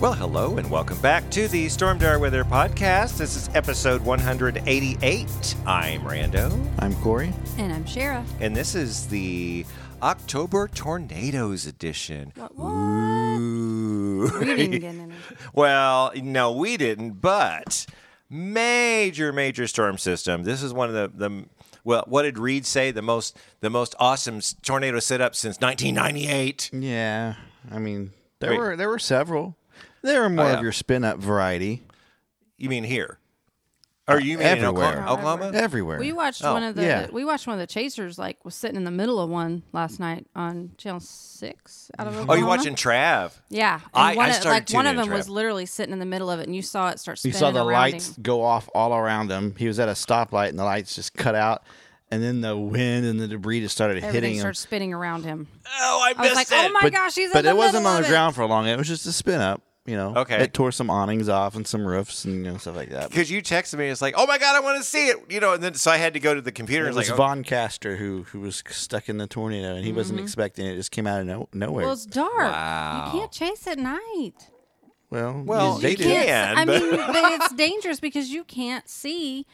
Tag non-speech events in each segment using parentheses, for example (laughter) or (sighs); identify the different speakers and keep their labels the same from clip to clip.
Speaker 1: Well, hello and welcome back to the Stormdar Weather Podcast. This is episode 188. I'm Rando,
Speaker 2: I'm Corey.
Speaker 3: And I'm Shara.
Speaker 1: and this is the October Tornadoes edition.
Speaker 3: What, what?
Speaker 1: (laughs) Ooh.
Speaker 3: We didn't get any.
Speaker 1: (laughs) Well, no, we didn't, but major, major storm system. This is one of the, the well, what did Reed say? The most the most awesome s- tornado setup since 1998.
Speaker 2: Yeah, I mean there
Speaker 1: Wait.
Speaker 2: were there were several. They were more
Speaker 1: Oh, yeah.
Speaker 2: of your spin up variety
Speaker 1: You mean here? Or you mean in
Speaker 2: everywhere.
Speaker 1: Oklahoma? Oklahoma?
Speaker 2: everywhere.
Speaker 3: We watched one of the
Speaker 2: yeah.
Speaker 3: we watched one of the chasers like was sitting in the middle of one last night on channel six out of
Speaker 1: Oh, you
Speaker 3: Oklahoma.
Speaker 1: watching Trav?
Speaker 3: Yeah, and
Speaker 1: I-
Speaker 3: one
Speaker 1: I
Speaker 3: of-
Speaker 1: started
Speaker 3: like one
Speaker 1: tuning
Speaker 3: of
Speaker 1: in
Speaker 3: them was
Speaker 1: traffic.
Speaker 3: literally sitting in the middle of it, and you saw it start
Speaker 2: you
Speaker 3: spinning.
Speaker 2: saw the
Speaker 3: around
Speaker 2: lights
Speaker 3: him.
Speaker 2: go off all around him. He was at a stoplight and the lights just cut out, and then the wind and the debris just started
Speaker 3: Everything
Speaker 2: hitting him.
Speaker 3: started spinning around him.
Speaker 1: Oh, I missed
Speaker 3: I was like,
Speaker 1: it.
Speaker 3: "Oh my
Speaker 2: but
Speaker 3: gosh, he's in
Speaker 2: but
Speaker 3: the
Speaker 2: it wasn't
Speaker 3: middle
Speaker 2: on
Speaker 3: of
Speaker 2: the
Speaker 3: it.
Speaker 2: ground for long. It was just a spin up. You know,
Speaker 1: Okay.
Speaker 2: It tore some awnings off and some roofs and you know, stuff like that.
Speaker 1: Because you texted me, it's like, oh my god, I want to see it, you know. And then so I had to go to the computer.
Speaker 2: It
Speaker 1: and
Speaker 2: was
Speaker 1: it's like, "Oh,
Speaker 2: Von Caster who who was stuck in the tornado and he wasn't expecting it. It just came out of no, nowhere.
Speaker 3: Mm-hmm. Well, it's dark.
Speaker 1: Wow.
Speaker 3: You can't chase at night.
Speaker 2: well,
Speaker 1: Well,
Speaker 2: they
Speaker 1: you
Speaker 2: did.
Speaker 1: can't-
Speaker 3: Yes,
Speaker 1: can,
Speaker 3: I
Speaker 1: but-
Speaker 3: mean, but it's dangerous because you can't see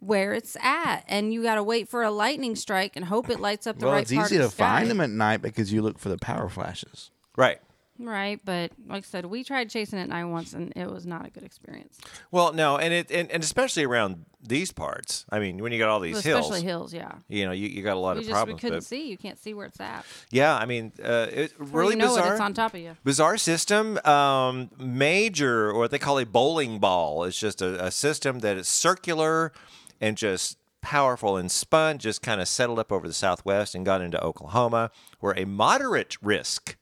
Speaker 3: where it's at, and you got to wait for a lightning strike and hope it lights up the
Speaker 2: well,
Speaker 3: right
Speaker 2: it's
Speaker 3: part
Speaker 2: easy
Speaker 3: of
Speaker 2: to
Speaker 3: the sky.
Speaker 2: find them at night because you look for the power flashes.
Speaker 1: right.
Speaker 3: Right, but like I said, we tried chasing it night once, and it was not a good experience,
Speaker 1: Well, no, and it and, and especially around these parts. I mean, when you got all these hills,
Speaker 3: especially hills. Yeah,
Speaker 1: you know, you, you got a lot
Speaker 3: we
Speaker 1: of
Speaker 3: just we
Speaker 1: problems.
Speaker 3: couldn't
Speaker 1: but-
Speaker 3: see. You can't see where it's at.
Speaker 1: Yeah, I mean, uh, it,
Speaker 3: Before
Speaker 1: really
Speaker 3: you know
Speaker 1: bizarre.
Speaker 3: it, it's on top of you.
Speaker 1: Bizarre system, um, major, or what they call a bowling ball. It's just a, a system that is circular and just powerful and spun, just kind of settled up over the southwest and got into Oklahoma, where a moderate risk,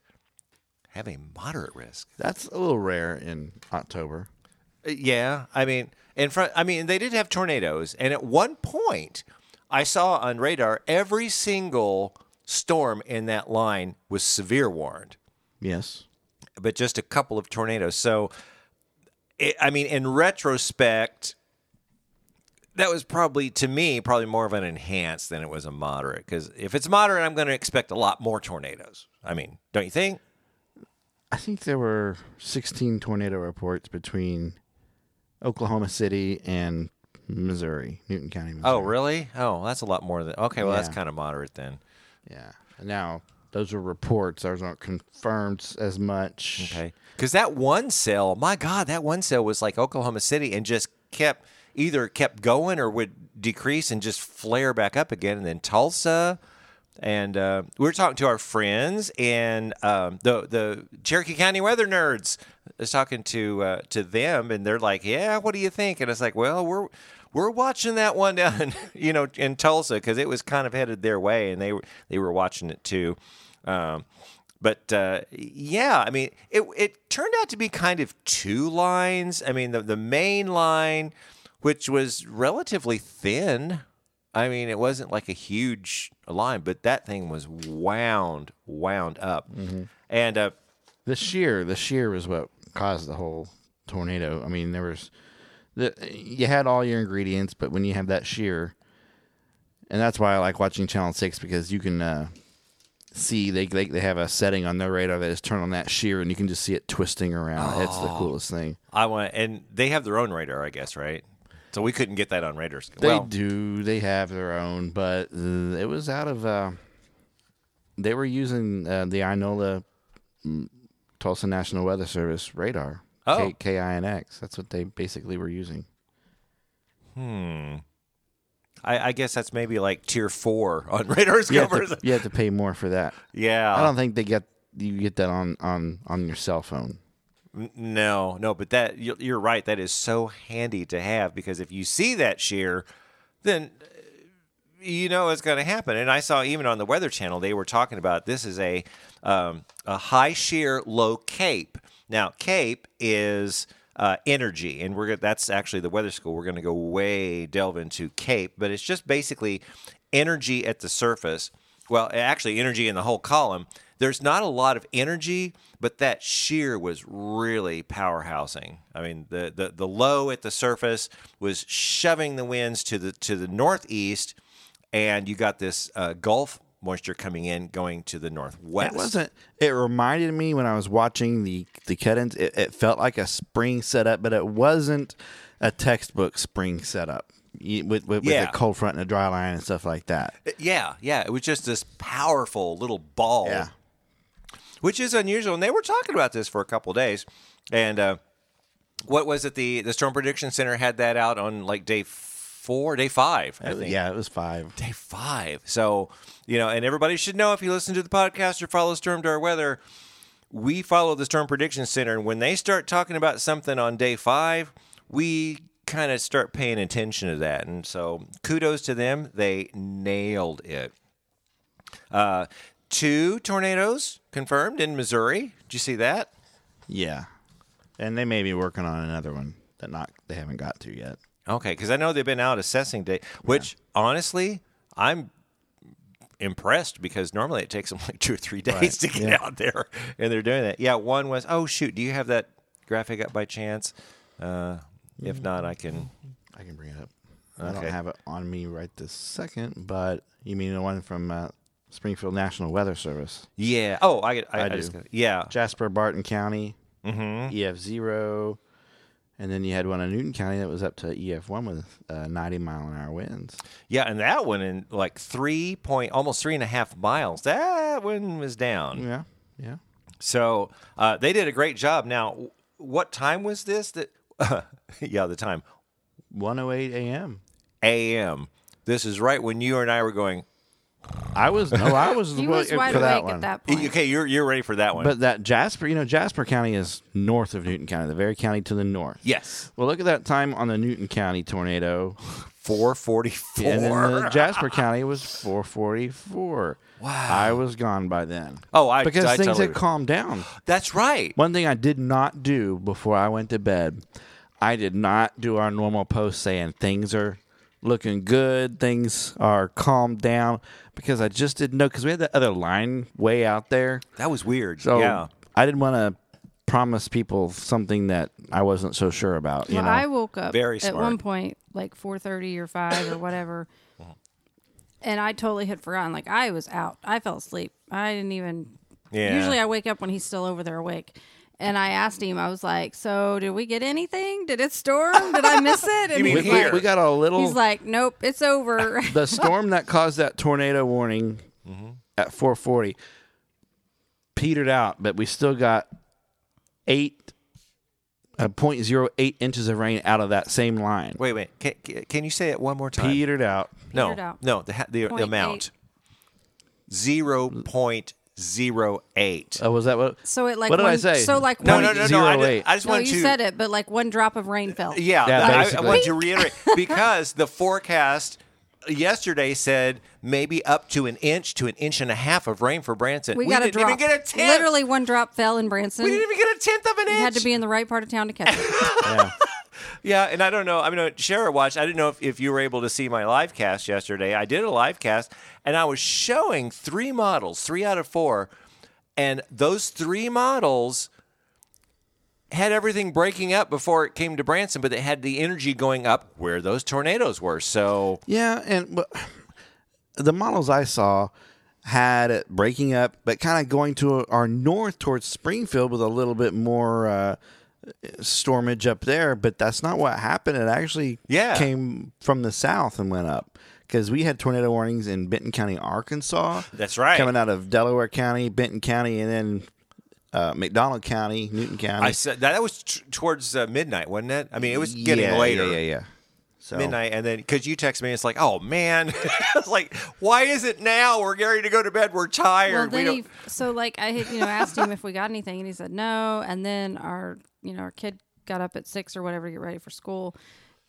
Speaker 1: have a moderate risk.
Speaker 2: That's a little rare in October.
Speaker 1: Uh, Yeah, I mean, in front. I mean, they did have tornadoes, and at one point, I saw on radar every single storm in that line was severe warned,
Speaker 2: Yes.
Speaker 1: but just a couple of tornadoes. So, it, I mean, in retrospect, that was probably to me probably more of an enhanced than it was a moderate. Because if it's moderate, I'm going to expect a lot more tornadoes. I mean, don't you think?
Speaker 2: I think there were 16 tornado reports between Oklahoma City and Missouri, Newton County, Missouri.
Speaker 1: Oh, really? Oh, that's a lot more than. Okay, well, that's
Speaker 2: Yeah.
Speaker 1: kind of moderate then.
Speaker 2: Yeah. Now, those are reports. Those aren't confirmed as much.
Speaker 1: Okay. Because that one cell, my God, that one cell was like Oklahoma City and just kept either kept going or would decrease and just flare back up again. And then Tulsa. And uh, we were talking to our friends and um, the the Cherokee County weather nerds. I was talking to uh, to them, and they're like, "Yeah, what do you think?" And it's like, "Well, we're we're watching that one down, (laughs) in, you know, in Tulsa because it was kind of headed their way, and they were they were watching it too." Um, but uh, yeah, I mean, it it turned out to be kind of two lines. I mean, the the main line, which was relatively thin. I mean, it wasn't like a huge line, but that thing was wound wound up,
Speaker 2: Mm-hmm.
Speaker 1: and uh,
Speaker 2: The shear, the shear was what caused the whole tornado. I mean, there was the you had all your ingredients, but when you have that shear, and that's why I like watching Channel Six because you can uh, see they, they they have a setting on their radar that is turn on that shear and you can just see it twisting around. It's the coolest thing.
Speaker 1: I want and they have their own radar, I guess, right? So we couldn't get that on radars.
Speaker 2: They
Speaker 1: well,
Speaker 2: do. They have their own, but uh, it was out of. Uh, they were using uh, the Inola mm, Tulsa National Weather Service radar.
Speaker 1: Oh.
Speaker 2: K- KINX. That's what they basically
Speaker 1: (laughs)
Speaker 2: were using.
Speaker 1: I, I guess that's maybe like tier four on (laughs) radars
Speaker 2: You have,
Speaker 1: covers.
Speaker 2: to, you have to pay more for that.
Speaker 1: yeah,
Speaker 2: I don't think they get you get that on on on your cell phone.
Speaker 1: N- No, no, but that you're, you're right. That is so handy to have because if you see that shear, then uh, you know it's going to happen. And I saw even on the Weather Channel they were talking about this is a um, a high shear, low cape. Now cape is uh, energy, and we're gonna, that's actually the weather school. We're going to go way delve into cape, but it's just basically energy at the surface well, actually, energy in the whole column. There's not a lot of energy, but that shear was really powerhousing. I mean, the, the, the low at the surface was shoving the winds to the to the northeast, and you got this uh, Gulf moisture coming in, going to the northwest.
Speaker 2: It wasn't. It reminded me when I was watching the the cut-ins. It, it felt like a spring setup, but it wasn't a textbook spring setup You- with with,
Speaker 1: Yeah.
Speaker 2: with a cold front and a dry line and stuff like that.
Speaker 1: Uh, Yeah, yeah. It was just this powerful little ball,
Speaker 2: Yeah.
Speaker 1: which is unusual. And they were talking about this for a couple of days. And uh, what was it? The the Storm Prediction Center had that out on like day four, day five, I think.
Speaker 2: Yeah, it was five.
Speaker 1: Day five. So, you know, and everybody should know if you listen to the podcast or follow Storm Door Weather, we follow the Storm Prediction Center. And when they start talking about something on day five, we kind of start paying attention to that. And so kudos to them. They nailed it. Uh, two tornadoes confirmed in Missouri. Did you see that?
Speaker 2: Yeah, and they may be working on another one that not they haven't got to yet.
Speaker 1: Okay, because I know they've been out assessing day, which honestly, I'm impressed because normally it takes them like two or three days to get out there, and they're doing that. Yeah, one was oh shoot, do you have that graphic up by chance? Uh, if not,
Speaker 2: Mm.
Speaker 1: I can.
Speaker 2: I can bring it up. I don't
Speaker 1: Okay.
Speaker 2: have it on me right this second, but you mean the one from uh, Springfield National Weather Service,
Speaker 1: Yeah. Oh, I I, I
Speaker 2: do.
Speaker 1: just got- yeah.
Speaker 2: Jasper Barton County, mm-hmm. EF zero, and then you had one in Newton County that was up to EF one with uh, ninety mile an hour winds.
Speaker 1: Yeah, and that one in like three point, almost three and a half miles. That one was down.
Speaker 2: Yeah, yeah.
Speaker 1: So uh, they did a great job. Now, w- what time was this? That (laughs) yeah, the time.
Speaker 2: One oh eight a.m.
Speaker 1: a.m. This is right when you and I were going.
Speaker 2: I was no, I
Speaker 3: (laughs)
Speaker 2: was,
Speaker 3: He
Speaker 2: wa-
Speaker 3: was wide
Speaker 2: for that
Speaker 3: awake
Speaker 2: one.
Speaker 3: at that point.
Speaker 1: Okay, you're you're ready for that one.
Speaker 2: But that Jasper, you know, Jasper County is north of Newton County, the very county to the north.
Speaker 1: yes,
Speaker 2: Well, look at that time on the Newton
Speaker 1: (laughs)
Speaker 2: County tornado.
Speaker 1: four forty four.
Speaker 2: And then uh, the Jasper County was 444.
Speaker 1: Wow.
Speaker 2: I was gone by then.
Speaker 1: Oh, I-
Speaker 2: because
Speaker 1: I
Speaker 2: things
Speaker 1: totally-
Speaker 2: had calmed down.
Speaker 1: That's right.
Speaker 2: One thing I did not do before I went to bed, I did not do our normal post saying things are looking good, things are calmed down, because I just didn't know because we had that other line way out there.
Speaker 1: That was weird.
Speaker 2: So
Speaker 1: yeah,
Speaker 2: I didn't want to promise people something that I wasn't so sure about. You
Speaker 3: Well,
Speaker 2: know,
Speaker 3: I woke up
Speaker 1: Very
Speaker 3: at
Speaker 1: smart. Uh-huh.
Speaker 3: one point, like four thirty or five or whatever, and I totally had forgotten. Like I was out. I fell asleep. I didn't even.
Speaker 1: Yeah.
Speaker 3: Usually, I wake up when he's still over there awake. And I asked him. I was like, "So, did we get anything? Did it storm? Did I miss it?"
Speaker 1: (laughs)
Speaker 3: And
Speaker 1: You mean
Speaker 3: he's
Speaker 1: here?
Speaker 2: we,
Speaker 3: like,
Speaker 2: we got a little.
Speaker 1: Oh.
Speaker 3: He's like, "Nope,
Speaker 1: (laughs)
Speaker 3: it's over."
Speaker 2: the storm that caused that tornado warning at 440 petered out, but we still got eight. Uh, 0.08 inches of rain out of that same line.
Speaker 1: wait, wait. Can, can- can you say it one more time?
Speaker 2: Petered out.
Speaker 1: no,
Speaker 3: Petered out.
Speaker 1: no. The ha- the, the
Speaker 3: Point
Speaker 1: amount zero point zero eight.
Speaker 2: Oh, was that what?
Speaker 3: so it like
Speaker 2: What did
Speaker 3: one,
Speaker 2: I say?
Speaker 3: So like
Speaker 1: no,
Speaker 3: one,
Speaker 1: no, no, no. I just,
Speaker 2: 0.08.
Speaker 1: I just
Speaker 3: (laughs) no,
Speaker 1: wanted
Speaker 3: you
Speaker 1: to.
Speaker 3: said it, but like one drop of rain fell.
Speaker 1: Yeah,
Speaker 2: Yeah,
Speaker 1: I- I,
Speaker 2: basically.
Speaker 1: want to reiterate
Speaker 3: (laughs)
Speaker 1: because the forecast yesterday said maybe up to an inch to an inch and a half of rain for Branson.
Speaker 3: we, got
Speaker 1: didn't
Speaker 3: a drop.
Speaker 1: even get a tenth.
Speaker 3: Literally, one drop fell in Branson.
Speaker 1: we didn't even get a tenth of an inch.
Speaker 3: you had to be in the right part of town to catch
Speaker 1: (laughs)
Speaker 3: it.
Speaker 2: Yeah.
Speaker 1: Yeah, and I don't know. I mean, uh, Shara watched. I didn't know if, if you were able to see my live cast yesterday. I did a live cast, and I was showing three models, three out of four, and those three models had everything breaking up before it came to Branson, but they had the energy going up where those tornadoes were. So
Speaker 2: Yeah, and but (sighs) the models I saw had it breaking up, but kind of going to our north towards Springfield with a little bit more uh, stormage up there. But that's not what happened. It actually
Speaker 1: Yeah.
Speaker 2: came from the south and went up because we had tornado warnings in Benton County, Arkansas.
Speaker 1: That's right.
Speaker 2: coming out of Delaware County, Benton County, and then uh, McDonald County, Newton County.
Speaker 1: I said that, that was t- towards uh, midnight, wasn't it? I mean, it was getting
Speaker 2: Yeah,
Speaker 1: later.
Speaker 2: Yeah, yeah, yeah. So
Speaker 1: midnight, and then because you text me, it's like, oh man, (laughs) it's like, why is it now? We're getting to go to bed. We're
Speaker 3: Well,
Speaker 1: tired. we
Speaker 3: then
Speaker 1: don't.
Speaker 3: he, so like I had, you know asked him if we got anything, and he said no. And then our you know our kid got up at six or whatever to get ready for school,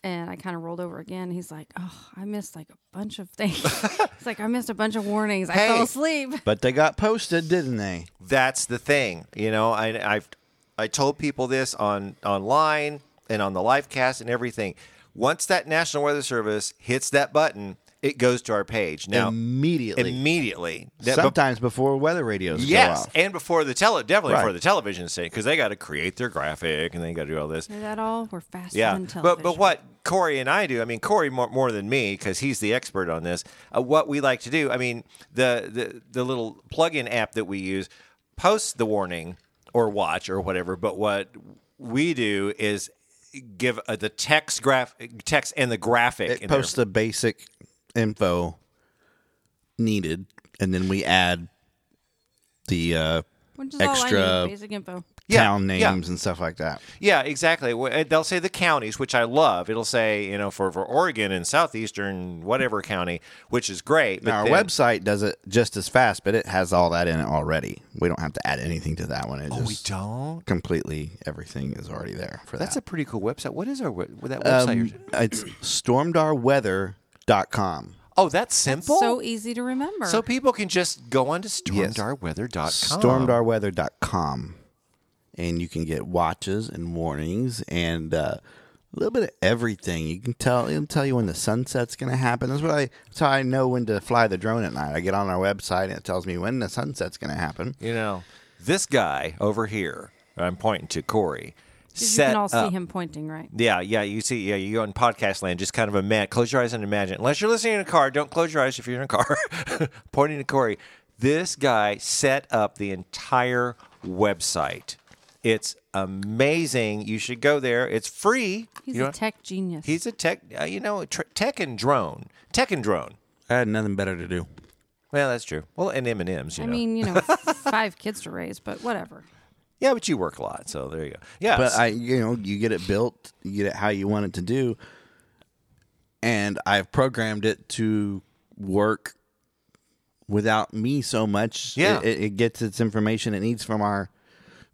Speaker 3: and I kind of rolled over again. He's like, oh, I missed like a bunch
Speaker 1: (laughs)
Speaker 3: of things. He's like, I missed a bunch of warnings. I
Speaker 1: Hey.
Speaker 3: fell asleep. (laughs)
Speaker 2: but they got posted, didn't they?
Speaker 1: that's the thing you know i i've i told people this on online and on the live cast and everything once that national weather service hits that button it goes to our page now
Speaker 2: Immediately.
Speaker 1: immediately That- but-
Speaker 2: Sometimes before weather radios
Speaker 1: yes
Speaker 2: go off.
Speaker 1: and before the tele definitely
Speaker 2: Right.
Speaker 1: before the television station because they got to create their graphic and they got to do all this
Speaker 3: Is that all? We're faster
Speaker 1: yeah
Speaker 3: than television.
Speaker 1: but but what corey and i do i mean corey more, more than me because he's the expert on this uh, what we like to do i mean the, the the little plug-in app that we use posts the warning or watch or whatever but what we do is give uh, the text graph text and the graphic
Speaker 2: It
Speaker 1: in there.
Speaker 2: posts the basic info needed, and then we add the uh,
Speaker 3: Which is all I
Speaker 2: extra-
Speaker 3: need, basic info.
Speaker 1: Yeah,
Speaker 2: town names
Speaker 1: yeah.
Speaker 2: and stuff like that.
Speaker 1: Yeah, exactly. Wh- uh, They'll say the counties, which I love. It'll say, you know, for, for Oregon and southeastern whatever county, which is great. But
Speaker 2: Now, our
Speaker 1: then-
Speaker 2: website does it just as fast, but it has all that in it already. We don't have to add anything to that one. It
Speaker 1: Oh, we
Speaker 2: just
Speaker 1: don't.
Speaker 2: completely everything is already there for
Speaker 1: That's a
Speaker 2: that.
Speaker 1: pretty cool website. What is our we- that website? you're-
Speaker 2: Um, it's stormdarweather.com.
Speaker 1: Oh, that's simple.
Speaker 3: So easy to remember.
Speaker 1: So people can just go on to
Speaker 2: Yes.
Speaker 1: stormdarweather.com.
Speaker 2: stormdarweather.com and you can get watches and warnings and uh, a little bit of everything you can tell it'll tell you when the sunset's going to happen that's what i that's how i know when to fly the drone at night i get on our website and it tells me when the sunset's going to happen
Speaker 1: You know, this guy over here, I'm pointing to Corey.
Speaker 3: you
Speaker 1: set
Speaker 3: can all see
Speaker 1: up-
Speaker 3: him pointing, right?
Speaker 1: Yeah, yeah, you see, yeah, you go in podcast land, just kind of imagine, close your eyes and imagine. Unless you're listening in a car, don't close your eyes if you're in a car. (laughs) Pointing to Corey, this guy set up the entire website. It's amazing. You should go there. It's free.
Speaker 3: He's
Speaker 1: You know-
Speaker 3: a tech genius.
Speaker 1: He's a tech, uh, you know, tr- tech and drone, tech and drone.
Speaker 2: i had nothing better to do
Speaker 1: Well, that's true. Well, and M and M's, you
Speaker 3: I
Speaker 1: know. (laughs)
Speaker 3: mean, you know, five kids to raise, but whatever.
Speaker 1: yeah, but you work a lot, so there you go. Yeah,
Speaker 2: but
Speaker 1: s-
Speaker 2: I, you know, you get it built, you get it how you want it to do, and I've programmed it to work without me so much.
Speaker 1: Yeah.
Speaker 2: it, it gets its information it needs from our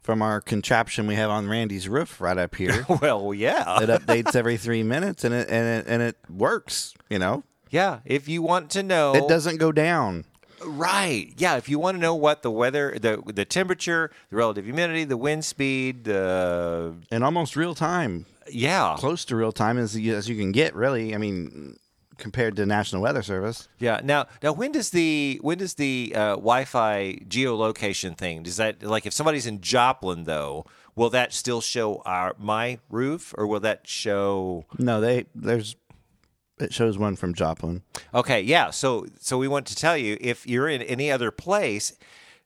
Speaker 2: from our contraption we have on Randy's roof right up here.
Speaker 1: (laughs) well, yeah,
Speaker 2: it updates every three minutes, and it and it and it works. You know,
Speaker 1: yeah. If you want to know,
Speaker 2: it doesn't go down.
Speaker 1: Right. Yeah. If you want to know what the weather, the the temperature, the relative humidity, the wind speed, the
Speaker 2: In almost real time,
Speaker 1: yeah,
Speaker 2: close to real time as you, as you can get, really. I mean, compared to National Weather Service.
Speaker 1: yeah. Now, now, when does the when does the uh, Wi-Fi geolocation thing? Does that like if somebody's in Joplin though, will that still show our my roof or will that show?
Speaker 2: No, they there's it shows one from Joplin.
Speaker 1: Okay. Yeah. So so we want to tell you if you're in any other place,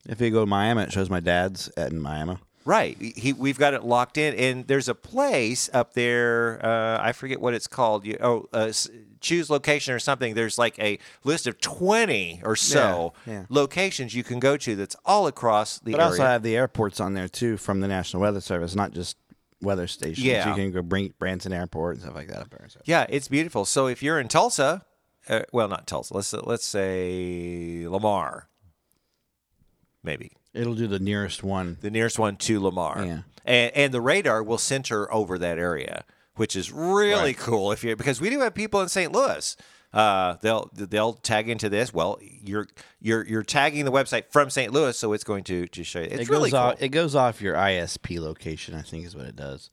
Speaker 2: If you go to Miami, it shows my dad's at in Miami.
Speaker 1: Right. He, we've got it locked in, and there's a place up there. Uh, I forget what it's called. You, oh, uh, s- choose location or something. There's like a list of twenty or so
Speaker 2: Yeah, yeah.
Speaker 1: locations you can go to. That's all across the
Speaker 2: But
Speaker 1: area.
Speaker 2: also I have the airports on there too from the National Weather Service, not just weather stations.
Speaker 1: Yeah.
Speaker 2: You can go bring Branson Airport and stuff like that up there. So.
Speaker 1: yeah, it's beautiful. So if you're in Tulsa, uh, well, not Tulsa. Let's let's say Lamar, maybe
Speaker 2: It'll do the nearest one.
Speaker 1: the nearest one to Lamar.
Speaker 2: Yeah.
Speaker 1: And, and the radar will center over that area, which is really cool if you because we do have people in St. Louis. Uh, they'll they'll tag into this. Well, you're you're you're tagging the website from St. Louis, so it's going to to show you. It's
Speaker 2: it goes
Speaker 1: really cool.
Speaker 2: off it goes off your ISP location, I think is what it does.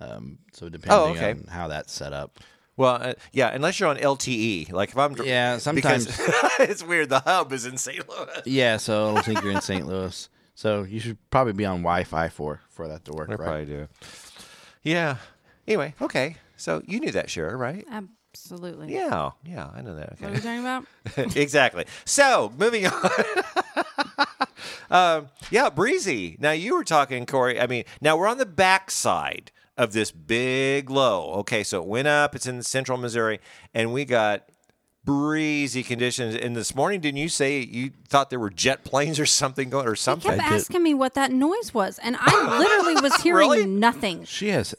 Speaker 2: Um, so depending
Speaker 1: Oh, okay.
Speaker 2: on how that's set up.
Speaker 1: well, uh, yeah, unless you're on LTE. Like if I'm dr-
Speaker 2: Yeah,
Speaker 1: because- (laughs)
Speaker 2: sometimes
Speaker 1: it's weird. The hub is in St. Louis.
Speaker 2: Yeah, so I don't think you're in St. Louis. So you should probably be on Wi Fi for for that to work, right?
Speaker 1: do. Yeah. Anyway, okay. So you knew that, sure, right?
Speaker 3: Absolutely.
Speaker 1: Yeah, yeah, I know that. Okay.
Speaker 3: What are we talking
Speaker 1: (laughs)
Speaker 3: about?
Speaker 1: exactly. So moving on. (laughs) um, yeah, breezy. Now you were talking, Corey. I mean, now we're on the backside of this big low. Okay, so it went up. It's in central Missouri, and we got breezy conditions. And this morning, didn't you say you thought there were jet planes or something going or
Speaker 3: He kept
Speaker 1: something?
Speaker 2: did.
Speaker 1: (laughs)
Speaker 3: asking me what that noise was, and I literally was hearing
Speaker 1: Really?
Speaker 3: nothing.
Speaker 2: She has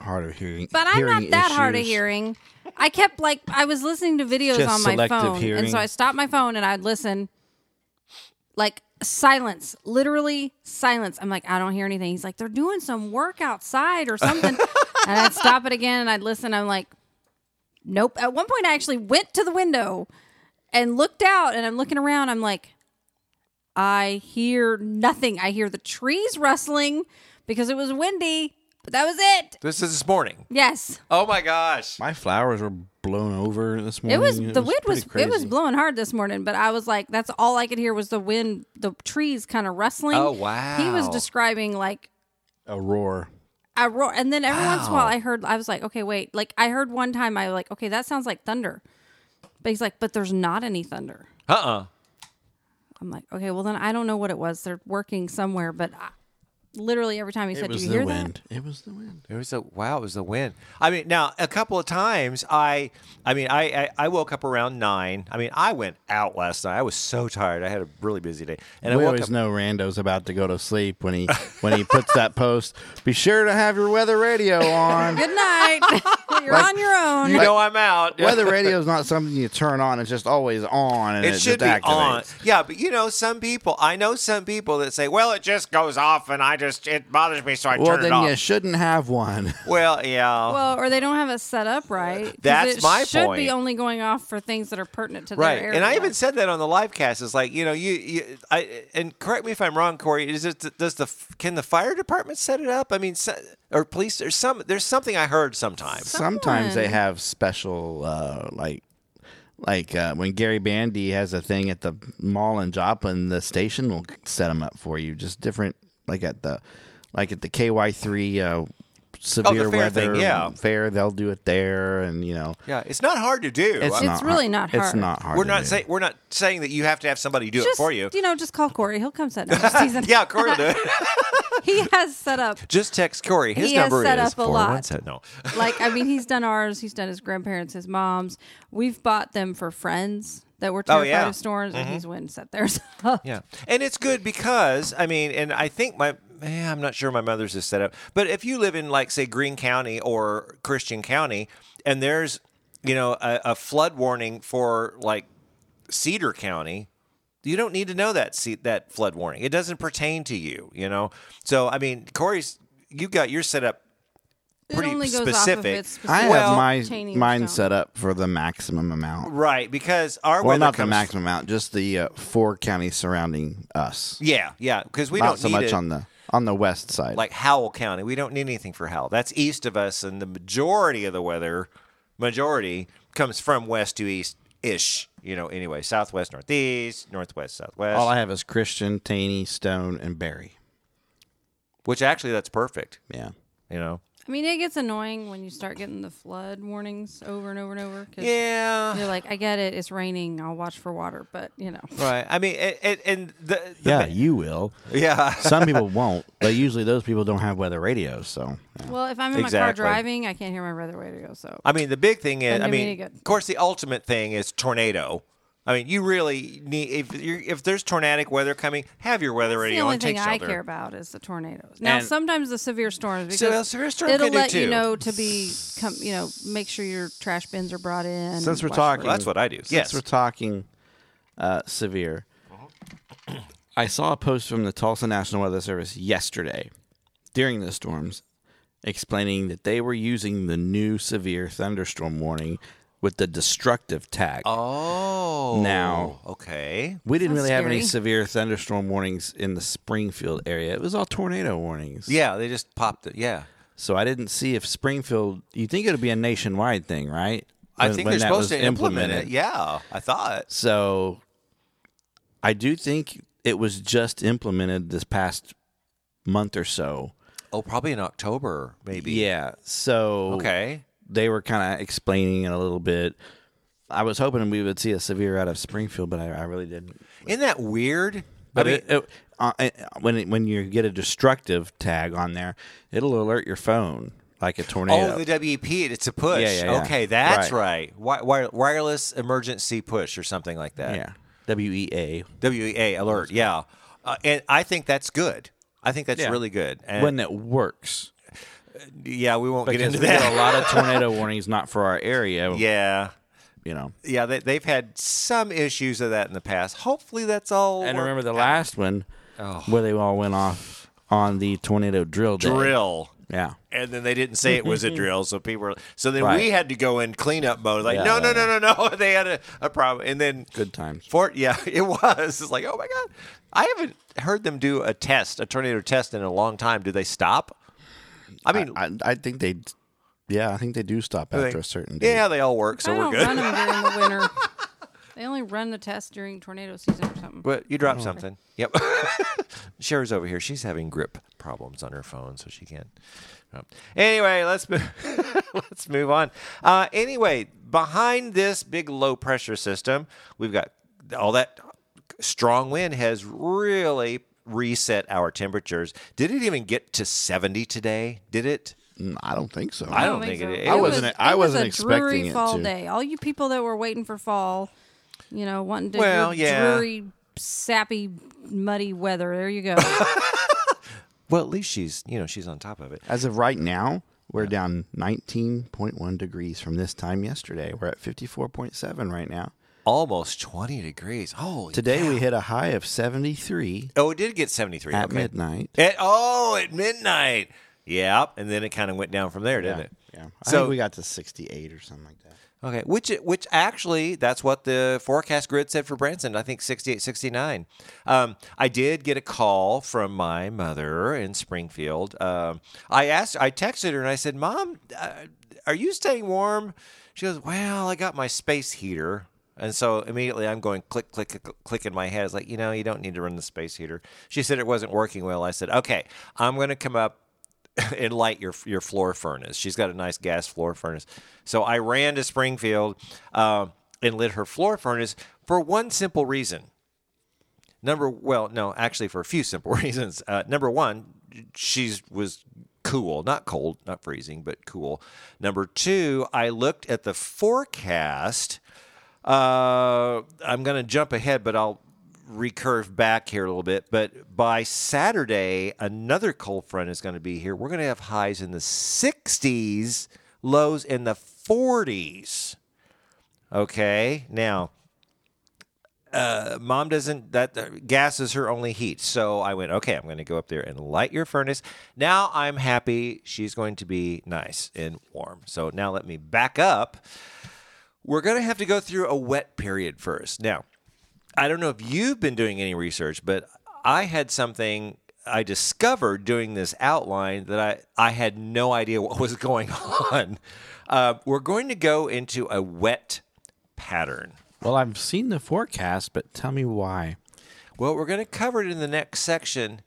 Speaker 2: hard of hearing.
Speaker 3: But I'm not
Speaker 2: hearing
Speaker 3: that hard of
Speaker 2: issues.
Speaker 3: hearing. I kept like I was listening to videos
Speaker 2: Just
Speaker 3: on my
Speaker 2: selective
Speaker 3: phone, and
Speaker 2: hearing.
Speaker 3: so I stopped my phone and I'd listen. Like silence, literally silence. I'm like, I don't hear anything. He's like, they're doing some work outside or something,
Speaker 2: (laughs)
Speaker 3: and I'd stop it again and I'd listen. I'm like, nope. At one point, I actually went to the window and looked out, and I'm looking around. I'm like, I hear nothing. I hear the trees rustling because it was windy, but that was it.
Speaker 1: This is this morning.
Speaker 3: Yes.
Speaker 1: Oh my gosh.
Speaker 2: My flowers were blown over this
Speaker 3: It
Speaker 2: morning.
Speaker 3: was
Speaker 1: Mm,
Speaker 3: the wind was
Speaker 2: pretty
Speaker 3: it was
Speaker 2: crazy.
Speaker 3: blowing hard this morning, but I was like, that's all I could hear was the wind, the trees kind of rustling.
Speaker 1: Oh, wow.
Speaker 3: He was describing like
Speaker 2: a roar.
Speaker 3: a roar, and then every once in a while I heard, I was like, okay, wait, like I heard one time I was like, okay, that sounds like thunder, but he's like, but there's not any thunder.
Speaker 1: Uh uh
Speaker 3: I'm like, okay, well then I don't know what it was. They're working somewhere, but I, literally every time he
Speaker 2: It
Speaker 3: said, do
Speaker 2: was
Speaker 3: you
Speaker 2: the
Speaker 3: hear
Speaker 2: wind. It was the wind.
Speaker 1: It was a wow. It was the wind. I mean, now a couple of times, I, I mean, I, I, I woke up around nine. I mean, I went out last night. I was so tired. I had a really busy day, and
Speaker 2: we
Speaker 1: I woke
Speaker 2: always
Speaker 1: up.
Speaker 2: know Rando's about to go to sleep when he when he puts that post. Be sure to have your weather radio
Speaker 1: (laughs)
Speaker 2: on.
Speaker 3: that? Good night. (laughs) You're on your own.
Speaker 1: You know, I'm out.
Speaker 2: weather radio is not something you turn on; it's just always on, and it,
Speaker 1: it should be
Speaker 2: just
Speaker 1: on.
Speaker 2: activates.
Speaker 1: Yeah, but you know, some people. I know some people that say, "Well, it just goes off, and I just it bothers me, so I
Speaker 2: Well,
Speaker 1: turn it
Speaker 2: then
Speaker 1: off."
Speaker 2: you shouldn't have one.
Speaker 1: well, yeah.
Speaker 3: (laughs) Well, or they don't have it set up right. 'cause
Speaker 1: That's
Speaker 3: it
Speaker 1: my
Speaker 3: should
Speaker 1: point.
Speaker 3: be only going off for things that are pertinent to
Speaker 1: right
Speaker 3: their area.
Speaker 1: and i even said that on the live cast it's like you know you, you i and correct me if i'm wrong corey is it does the can the fire department set it up i mean so, or police there's some there's something i heard sometimes
Speaker 2: Sometimes they
Speaker 3: Someone-
Speaker 2: have special, uh, like, like uh, when Gary Bandy has a thing at the mall in Joplin, the station will set them up for you. Just different, like at the, like at the KY three uh, severe
Speaker 1: Oh, fair thing,
Speaker 2: weather
Speaker 1: yeah.
Speaker 2: fair, they'll do it there, and you know,
Speaker 1: yeah it's not hard to do
Speaker 2: it's,
Speaker 1: I-
Speaker 2: not
Speaker 3: really
Speaker 2: hard-
Speaker 3: not
Speaker 2: It's
Speaker 3: hard.
Speaker 2: not hard.
Speaker 1: we're
Speaker 2: to
Speaker 1: not
Speaker 2: do.
Speaker 1: saying we're not saying that you have to have somebody do it
Speaker 3: just,
Speaker 1: for you
Speaker 3: know, just call Corey. He'll come set it up.
Speaker 1: (laughs)
Speaker 3: He's-
Speaker 1: yeah corey will do it
Speaker 3: (laughs) he has set up.
Speaker 1: just text corey his
Speaker 3: He has
Speaker 1: number
Speaker 3: set
Speaker 1: is
Speaker 3: up a lot.
Speaker 1: 417 no
Speaker 3: Like, I mean, he's done ours. He's done his grandparents, his mom's. We've bought them for friends that were terrified
Speaker 1: Oh, yeah. Mm-hmm.
Speaker 3: of storms, and he's went and set theirs up.
Speaker 1: Yeah, and it's good because I mean, and I think my eh, I'm not sure my mother's is set up, but if you live in like say Greene County or Christian County, and there's you know a, a flood warning for like Cedar County, you don't need to know that se- that flood warning. It doesn't pertain to you, you know. So I mean, Corey's you got your set up pretty
Speaker 3: it only goes off of
Speaker 1: specific.
Speaker 3: its
Speaker 2: I
Speaker 3: specific
Speaker 1: Well-
Speaker 2: have my
Speaker 3: retaining
Speaker 2: mine
Speaker 3: stone.
Speaker 2: set up for the maximum amount.
Speaker 1: right because our
Speaker 2: Well,
Speaker 1: weather
Speaker 2: not the
Speaker 1: comes
Speaker 2: maximum amount, just the uh, four counties surrounding us.
Speaker 1: Yeah, yeah, because we
Speaker 2: not
Speaker 1: don't
Speaker 2: so
Speaker 1: need
Speaker 2: much
Speaker 1: it.
Speaker 2: on the on the west side.
Speaker 1: like Howell County. We don't need anything for Howell. That's east of us, and the majority of the weather, majority comes from west to east ish. You know, anyway, southwest, northeast, northwest, southwest.
Speaker 2: All I have is Christian, Taney, Stone, and Barry.
Speaker 1: which actually, that's perfect.
Speaker 2: Yeah.
Speaker 1: You know.
Speaker 3: I mean, it gets annoying when you start getting the flood warnings over and over and over. Cause
Speaker 1: Yeah.
Speaker 3: You're like, I get it. It's raining. I'll watch for water, but you know.
Speaker 1: Right. I mean, it, it, and the, the
Speaker 2: Yeah, you (laughs) will.
Speaker 1: yeah.
Speaker 2: Some people won't, but usually those people don't have weather radios. So
Speaker 3: Well, if I'm in my car
Speaker 1: Exactly.
Speaker 3: driving, I can't hear my weather radio. So
Speaker 1: I mean, the big thing is,
Speaker 3: And
Speaker 1: I
Speaker 3: you
Speaker 1: mean,
Speaker 3: need it.
Speaker 1: of course, the ultimate thing is tornado. I mean, you really need if you're, if there's tornadic weather coming, have your weather
Speaker 3: That's
Speaker 1: radio
Speaker 3: the only
Speaker 1: on.
Speaker 3: thing
Speaker 1: Take
Speaker 3: I
Speaker 1: shelter.
Speaker 3: care about is the tornadoes. Now,
Speaker 2: And-
Speaker 3: sometimes the severe storms because
Speaker 1: well, severe storm
Speaker 3: it'll
Speaker 1: can do
Speaker 3: let you
Speaker 1: too.
Speaker 3: know to be come, you know, make sure your trash bins are brought in.
Speaker 2: since we're
Speaker 3: watch
Speaker 2: talking,
Speaker 1: Well, that's what I do.
Speaker 2: Since
Speaker 1: Yes.
Speaker 2: we're talking uh, severe, I saw a post from the Tulsa National Weather Service yesterday during the storms explaining that they were using the new severe thunderstorm warning with the destructive tag.
Speaker 1: Oh.
Speaker 2: Now-
Speaker 1: Okay.
Speaker 2: We didn't
Speaker 3: Sounds
Speaker 2: really have any
Speaker 3: scary.
Speaker 2: severe thunderstorm warnings in the Springfield area. It was all tornado warnings.
Speaker 1: Yeah, they just popped it. Yeah.
Speaker 2: So I didn't see if Springfield. You think it would be a nationwide thing, right?
Speaker 1: I
Speaker 2: When-
Speaker 1: think
Speaker 2: when
Speaker 1: they're
Speaker 2: that
Speaker 1: supposed
Speaker 2: was
Speaker 1: to implement it.
Speaker 2: implemented.
Speaker 1: Yeah, I thought.
Speaker 2: So I do think it was just implemented this past month or so.
Speaker 1: Oh, probably in October, maybe.
Speaker 2: Yeah. So
Speaker 1: Okay.
Speaker 2: they were kind of explaining it a little bit. I was hoping we would see a severe out of Springfield, but I, I really didn't.
Speaker 1: Isn't that weird?
Speaker 2: But
Speaker 1: I mean,
Speaker 2: it, it, uh, it- when it, when you get a destructive tag on there, it'll alert your phone like a tornado.
Speaker 1: oh, the WEP, it's a push.
Speaker 2: Yeah, yeah, yeah.
Speaker 1: Okay, that's right.
Speaker 2: Right.
Speaker 1: Wi- wire- wireless emergency push or something like that.
Speaker 2: yeah, W E A.
Speaker 1: WEA alert. Yeah. Uh, and I think that's good. I think that's
Speaker 2: Yeah.
Speaker 1: really good. And
Speaker 2: When it works,
Speaker 1: yeah, we won't get
Speaker 2: because
Speaker 1: into
Speaker 2: we (laughs) get
Speaker 1: that.
Speaker 2: a lot of tornado warnings not for our area.
Speaker 1: yeah.
Speaker 2: you know.
Speaker 1: Yeah, they, they've had some issues of that in the past. Hopefully, that's all.
Speaker 2: And
Speaker 1: worked
Speaker 2: remember the
Speaker 1: out.
Speaker 2: last one where they all went off on the tornado drill day.
Speaker 1: drill.
Speaker 2: Yeah.
Speaker 1: And then they didn't say it was a drill, so people were. So then we
Speaker 2: Mm-hmm. Right.
Speaker 1: had to go in cleanup mode. Like,
Speaker 2: Yeah,
Speaker 1: no, no, no,
Speaker 2: yeah,
Speaker 1: no, (laughs) no. They had a, a problem, and then
Speaker 2: Good times.
Speaker 1: Fort, yeah, (laughs) it was. It's like, oh my god, I haven't heard them do a test, a tornado test, in a long time. Do they stop? I mean,
Speaker 2: I, I think they, yeah, I think they do stop
Speaker 1: they-
Speaker 2: after a certain day.
Speaker 1: yeah, they all work, so
Speaker 3: I
Speaker 1: we're
Speaker 3: don't
Speaker 1: good.
Speaker 3: run them during
Speaker 1: (laughs)
Speaker 3: the winter. They only run the test during tornado season or something.
Speaker 1: But you dropped something. Yep. (laughs) Cher's over here. She's having grip problems on her phone, so she can't. um, Anyway, let's move. (laughs) let's move on. Uh, anyway, behind this big low pressure system, we've got all that strong wind has really reset our temperatures. Did it even get to seventy today? Did it?
Speaker 2: Mm, I don't think so.
Speaker 1: I don't think it is.
Speaker 2: I
Speaker 1: It
Speaker 2: wasn't- I
Speaker 3: was
Speaker 2: wasn't
Speaker 3: a
Speaker 2: expecting
Speaker 3: dreary
Speaker 2: it
Speaker 3: fall
Speaker 2: to.
Speaker 3: day. All you people that were waiting for fall, you know, wanting to
Speaker 1: Well,
Speaker 3: your
Speaker 1: yeah.
Speaker 3: dreary, sappy, muddy weather. There you go.
Speaker 1: (laughs) Well, at least she's you know she's on top of it.
Speaker 2: As of right now, we're down 19.1 degrees from this time yesterday. We're at 54.7 right now.
Speaker 1: Almost twenty degrees. Holy
Speaker 2: Today we hit a high of 73
Speaker 1: Oh, it did get seventy three.
Speaker 2: at
Speaker 1: okay.
Speaker 2: midnight.
Speaker 1: At oh, at midnight. Yep, and then it kind of went down from there, didn't it?
Speaker 2: Yeah. I
Speaker 1: So
Speaker 2: think we got to 68 or something like that.
Speaker 1: okay, which which actually that's what the forecast grid said for Branson. I think 68, 69. Um, I did get a call from my mother in Springfield. Um, I asked, I texted her and I said, "Mom, uh, are you staying warm?" She goes, "Well, I got my space heater." And so immediately I'm going click, click, click, click in my head. It's like, you know, you don't need to run the space heater. She said it wasn't working well. I said, okay, I'm going to come up (laughs) and light your your floor furnace. She's got a nice gas floor furnace. So I ran to Springfield um, and lit her floor furnace for one simple reason. Number well, no, actually for a few simple (laughs) reasons. Uh, number one, she was cool, not cold, not freezing, but cool. Number two, I looked at the forecast. Uh, I'm going to jump ahead, but I'll recurve back here a little bit. But by Saturday, another cold front is going to be here. We're going to have highs in the 60s, lows in the 40s. Okay, now mom doesn't that that gas is her only heat so i went okay i'm going to go up there and light your furnace now i'm happy she's going to be nice and warm so now let me back up we're going to have to go through a wet period first now i don't know if you've been doing any research but i had something i discovered doing this outline that i, I had no idea what was going (laughs) on uh, we're going to go into a wet pattern
Speaker 2: Well, I've seen the forecast, but tell me why.
Speaker 1: Well, we're going to cover it in the next section.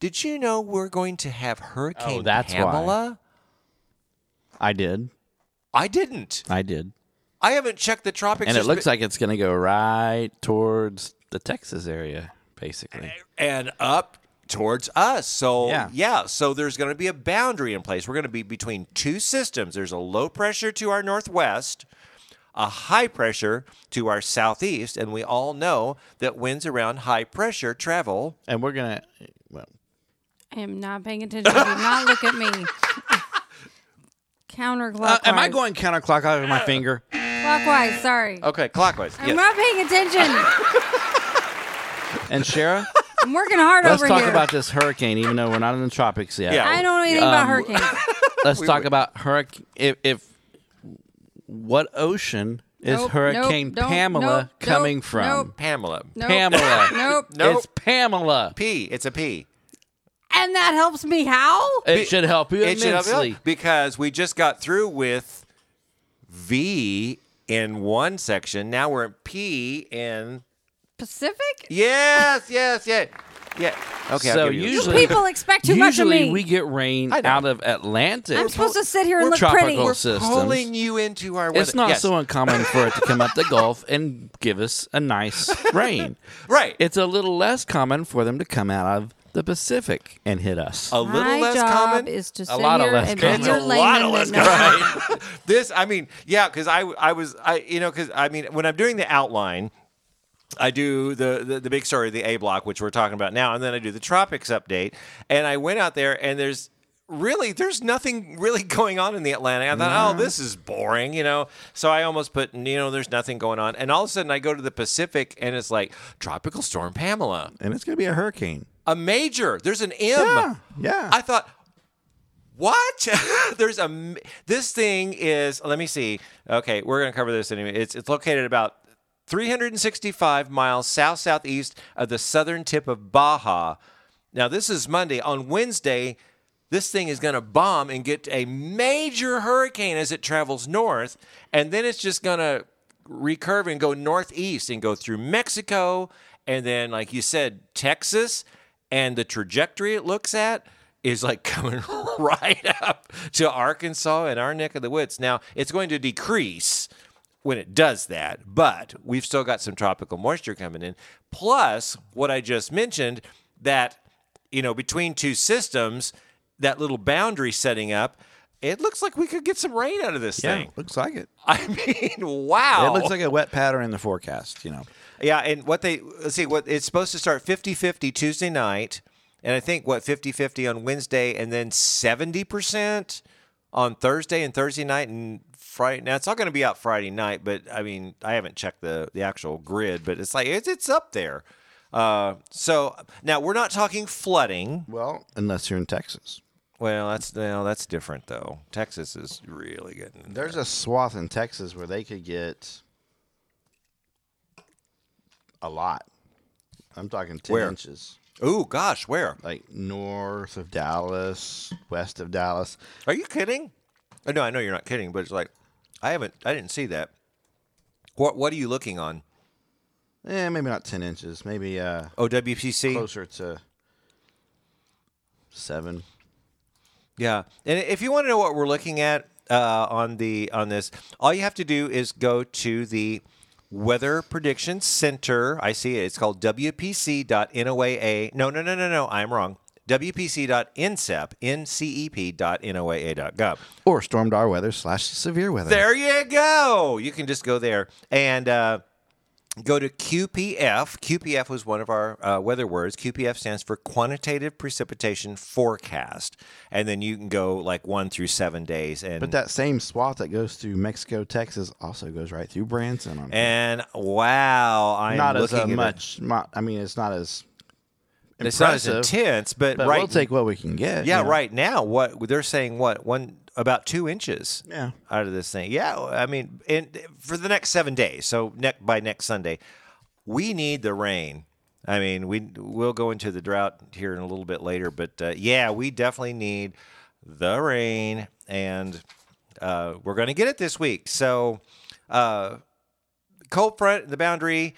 Speaker 1: Did you know we're going to have Hurricane
Speaker 2: Oh, that's why.
Speaker 1: Pamela?
Speaker 2: I did.
Speaker 1: I didn't.
Speaker 2: I did.
Speaker 1: I haven't checked the tropics.
Speaker 2: And it
Speaker 1: or
Speaker 2: looks
Speaker 1: spe-
Speaker 2: like it's going to go right towards the Texas area, basically.
Speaker 1: and up towards us. So yeah.
Speaker 2: Yeah.
Speaker 1: so there's going to be a boundary in place. We're going to be between two systems. There's a low pressure to our northwest, a high pressure to our southeast, and we all know that winds around high pressure travel.
Speaker 2: And we're going to, well,
Speaker 3: I am not paying attention. Do not look
Speaker 2: (laughs)
Speaker 3: at me. Counterclockwise.
Speaker 2: Uh, am I going Oh, counterclockwise with my finger?
Speaker 3: clockwise? Sorry.
Speaker 1: Okay, clockwise.
Speaker 3: I'm
Speaker 1: yes.
Speaker 3: not paying attention.
Speaker 2: And (laughs) Shara,
Speaker 3: I'm working hard
Speaker 2: let's
Speaker 3: over
Speaker 2: talk
Speaker 3: here.
Speaker 2: about Um, this hurricane, even though we're not in the tropics yet. (laughs)
Speaker 1: Yeah.
Speaker 3: I don't know anything about hurricanes.
Speaker 2: Let's talk about hurricane. If, if what ocean is
Speaker 3: Nope,
Speaker 2: Hurricane
Speaker 3: nope, don't,
Speaker 2: Pamela
Speaker 3: nope,
Speaker 2: coming
Speaker 3: nope,
Speaker 2: from?
Speaker 3: nope.
Speaker 1: Pamela.
Speaker 3: Nope.
Speaker 2: Pamela.
Speaker 3: Nope.
Speaker 1: Nope.
Speaker 2: It's Pamela.
Speaker 1: P. It's a P.
Speaker 3: And that helps me how?
Speaker 2: It should help you
Speaker 1: it should have
Speaker 2: immensely.
Speaker 1: been- because we just got through with V in one section. Now we're at P in
Speaker 3: Pacific?
Speaker 1: yes, yes, yeah, yeah. Okay, I'll
Speaker 2: So
Speaker 1: give you-
Speaker 2: usually-
Speaker 3: People expect too much of
Speaker 2: Usually
Speaker 3: me.
Speaker 2: we get rain
Speaker 1: I know.
Speaker 2: out of Atlantic.
Speaker 3: I'm supposed to sit here
Speaker 2: We're
Speaker 3: and look
Speaker 2: tropical
Speaker 3: pretty.
Speaker 2: systems.
Speaker 1: pulling you into our. Weather.
Speaker 2: It's not
Speaker 1: Yes.
Speaker 2: so uncommon for it to come up the Gulf and give us
Speaker 1: (laughs)
Speaker 2: a nice rain.
Speaker 1: right.
Speaker 2: It's a little less common for them to come out of the Pacific and hit us.
Speaker 1: a little
Speaker 3: My
Speaker 1: less
Speaker 3: job
Speaker 1: common.
Speaker 3: is to sit
Speaker 2: lot of
Speaker 3: here
Speaker 2: less
Speaker 3: and
Speaker 2: common.
Speaker 3: be
Speaker 1: it's
Speaker 3: your
Speaker 1: a lot of
Speaker 3: layman
Speaker 1: less
Speaker 3: that knows.
Speaker 1: common. this, I mean, yeah, because I, I was, I, you know, because I mean, when I'm doing the outline. I do the, the the big story of the A block, which we're talking about now, and then I do the tropics update. And I went out there, and there's really, there's nothing really (laughs) going on in the Atlantic. I thought, oh, this is boring, you know. So I almost put, you know, there's nothing going on. And all of a sudden, I go to the Pacific, and it's like Tropical Storm Pamela,
Speaker 2: and it's gonna be a hurricane.
Speaker 1: a major. There's an M.
Speaker 2: Yeah, yeah.
Speaker 1: Ah. I thought, what? (laughs) There's a m- this thing is. Let me see. Okay, we're gonna cover this anyway. It's it's located about 365 miles south southeast of the southern tip of Baja. Now this is Monday. On Wednesday, this thing is gonna bomb and get a major hurricane as it travels north, and then it's just gonna recurve and go northeast and go through Mexico, and then like you said, Texas, and the trajectory it looks at is like (laughs) coming right up to Arkansas and our neck of the woods. Now, it's going to decrease when it does that, but we've still got some tropical moisture coming in. Plus, what I just mentioned that, you know, between two systems, that little boundary setting up, it looks like we could get some rain out of this thing. (laughs)
Speaker 2: looks like it.
Speaker 1: I mean, wow.
Speaker 2: It looks like a wet pattern in the forecast. You know,
Speaker 1: Yeah, and what they let's see what it's supposed to start 50-50 Tuesday night, and I think what 50-50 on Wednesday, and then seventy percent on Thursday and Thursday night and Friday. Now it's not going to be out Friday night, but I mean I haven't checked the the actual grid, but it's like it's it's up there. Uh, so now we're not talking flooding.
Speaker 2: well, unless you're in Texas,
Speaker 1: Well, that's well, that's different though. Texas is really getting in
Speaker 2: there's a swath in Texas where they could get a lot. I'm talking ten
Speaker 1: Where?
Speaker 2: inches,
Speaker 1: Oh gosh, where
Speaker 2: like north of Dallas, west of Dallas.
Speaker 1: Are you kidding? Oh, No, I know you're not kidding, but it's like I haven't I didn't see that. What what are you looking on?
Speaker 2: Eh, maybe not ten inches. Maybe uh,
Speaker 1: OWPC?
Speaker 2: closer to seven.
Speaker 1: Yeah. And if you want to know what we're looking at uh, on the on this, all you have to do is go to the Weather Prediction Center. I see it. It's called WPC.NOAA. No, no, no, no, no. I'm wrong. WPC.NCEP, E NCEP.NOAA.gov.
Speaker 2: Or storm our weather slash severe weather.
Speaker 1: There you go. You can just go there and uh, go to QPF. QPF was one of our uh, weather words. QPF stands for Quantitative Precipitation Forecast, and then you can go like one through seven days. And
Speaker 2: But that same swath that goes through Mexico, Texas, also goes right through Branson. I'm
Speaker 1: and wow, I'm
Speaker 2: not as
Speaker 1: looking
Speaker 2: uh,
Speaker 1: at it.
Speaker 2: much. Not, I mean, it's not as
Speaker 1: It's not as
Speaker 2: impressive,
Speaker 1: intense, but,
Speaker 2: But
Speaker 1: right,
Speaker 2: we'll take what we can get.
Speaker 1: yeah,
Speaker 2: you know?
Speaker 1: right now what they're saying what one about two inches.
Speaker 2: Yeah.
Speaker 1: out of this thing. Yeah, I mean, and for the next seven days, so next by next Sunday, we need the rain. I mean, we we'll go into the drought here in a little bit later, but uh, yeah, we definitely need the rain, and uh, we're going to get it this week. So, uh, cold front, the boundary.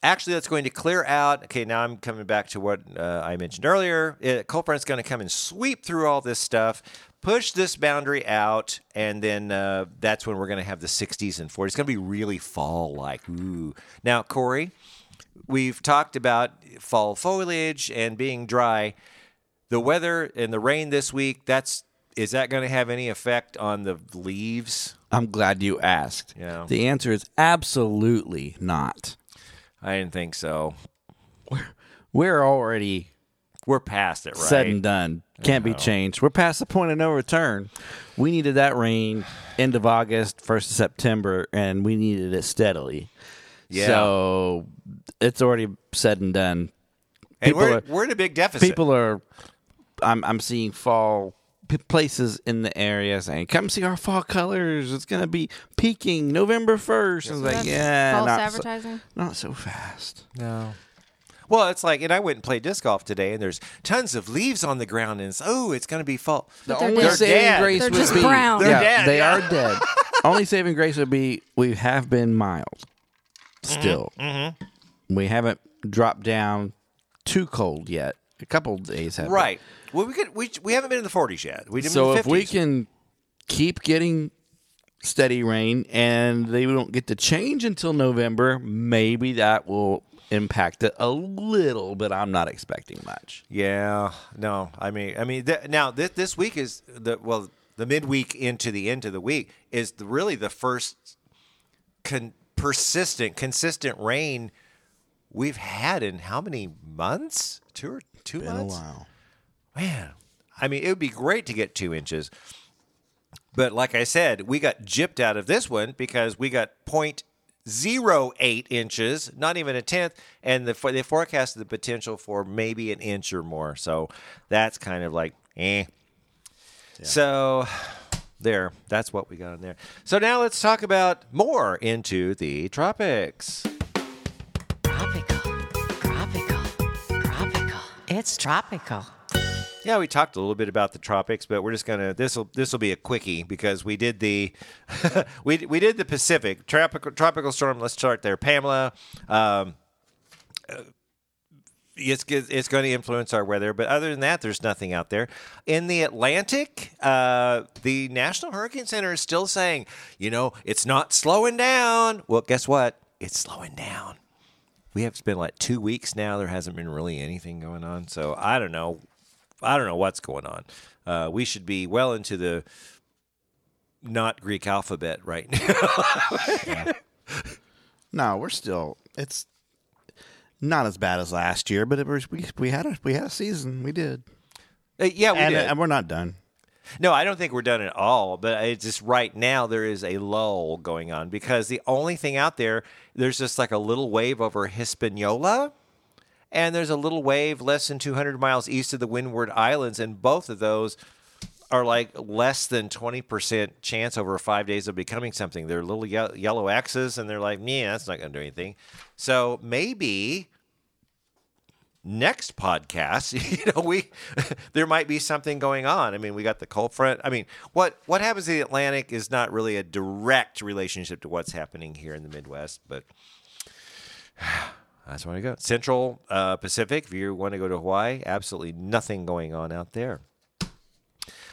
Speaker 1: Actually, that's going to clear out. Okay, now I'm coming back to what uh, I mentioned earlier. It, cold front's going to come and sweep through all this stuff, push this boundary out, and then uh, that's when we're going to have the 60s and 40s. It's going to be really fall like. Ooh. Now, Corey, we've talked about fall foliage and being dry. The weather and the rain this week, that's is that going to have any effect on the leaves?
Speaker 2: I'm glad you asked.
Speaker 1: Yeah.
Speaker 2: The answer is absolutely not.
Speaker 1: I didn't think so.
Speaker 2: We're already
Speaker 1: We're past it, right?
Speaker 2: said and done. Can't be changed. We're past the point of no return. We needed that rain end of August, first of September, and we needed it steadily.
Speaker 1: Yeah.
Speaker 2: So it's already said and done.
Speaker 1: And
Speaker 2: People
Speaker 1: we're,
Speaker 2: are-
Speaker 1: we're in a big deficit.
Speaker 2: People are, I'm, I'm seeing fall p- places in the area saying, "Come see our fall colors. It's gonna be peaking November 1st. I was like, (laughs)
Speaker 3: That's
Speaker 2: "Yeah,
Speaker 3: false
Speaker 2: not so,
Speaker 3: advertising.
Speaker 2: not so fast."
Speaker 1: no. Well, it's like, and I went and played disc golf today, and there's tons of leaves on the ground, and it's, oh, it's going to be fall.
Speaker 2: The
Speaker 3: they're
Speaker 2: only
Speaker 3: dead.
Speaker 2: saving
Speaker 1: They're
Speaker 2: grace
Speaker 3: dead.
Speaker 2: would
Speaker 3: They're just
Speaker 2: be
Speaker 3: brown. They're
Speaker 2: Yeah,
Speaker 1: dead,
Speaker 2: they
Speaker 1: yeah. (laughs)
Speaker 2: are dead. only saving grace would be we have been mild.
Speaker 1: Mm-hmm.
Speaker 2: Still, we haven't dropped down too cold yet. A couple days have been.
Speaker 1: Right. Well, we could we, we haven't been in the 40s yet. We didn't.
Speaker 2: So
Speaker 1: in
Speaker 2: if
Speaker 1: the 50s.
Speaker 2: we can keep getting steady rain and they don't get to change until November, maybe that will impact it a little, but I'm not expecting much.
Speaker 1: Yeah. No. I mean, I mean, th- now this this week is the well, the midweek into the end of the week is the, really the first con- persistent, consistent rain
Speaker 3: Oh,
Speaker 1: we've had in how many months? Two or two months? Man, I mean, it would be great to get two inches. But like I said, we got gypped out of this one because we got 0.08 inches, not even a tenth, and the, for- they forecasted the potential for maybe an inch or more. So that's kind of like, eh. So there, that's what we got in there. So now let's talk about more into the tropics.
Speaker 4: Tropical. Tropical. Tropical. It's tropical.
Speaker 1: Yeah, we talked a little bit about the tropics, but we're just gonna this will this will be a quickie because we did the (laughs) we we did the Pacific tropical tropical storm. Let's start there, Pamela. Um, uh, it's it's going to influence our weather, but other than that, there's nothing out there in the Atlantic. Uh, the National Hurricane Center is still saying, you know, it's not slowing down. Well, guess what? It's slowing down we have been like two weeks now. There hasn't been really anything going on, so I don't know. I don't know what's going on. Uh, we should be well into the not Greek alphabet right now. (laughs)
Speaker 2: No, we're still. It's not as bad as last year, but it was, we we had a we had a season. We did,
Speaker 1: Uh, yeah, we
Speaker 2: and,
Speaker 1: did.
Speaker 2: and we're not done.
Speaker 1: No, I don't think we're done at all. But it's just right now there is a lull going on because the only thing out there, there's just like a little wave over Hispaniola, and there's a little wave less than 200 miles east of the Windward Islands, and both of those are like less than 20% chance over five days of becoming something. They're little ye- yellow X's, and they're like, yeah, that's not going to do anything. So maybe next podcast, (laughs) you know, we there might be something going on. I mean, we got the cold front. I mean, what what happens in the Atlantic is not really a direct relationship to what's happening here in the Midwest, but (sighs) that's where I go. Central uh, Pacific, if you want to go to Hawaii, absolutely nothing going on out there.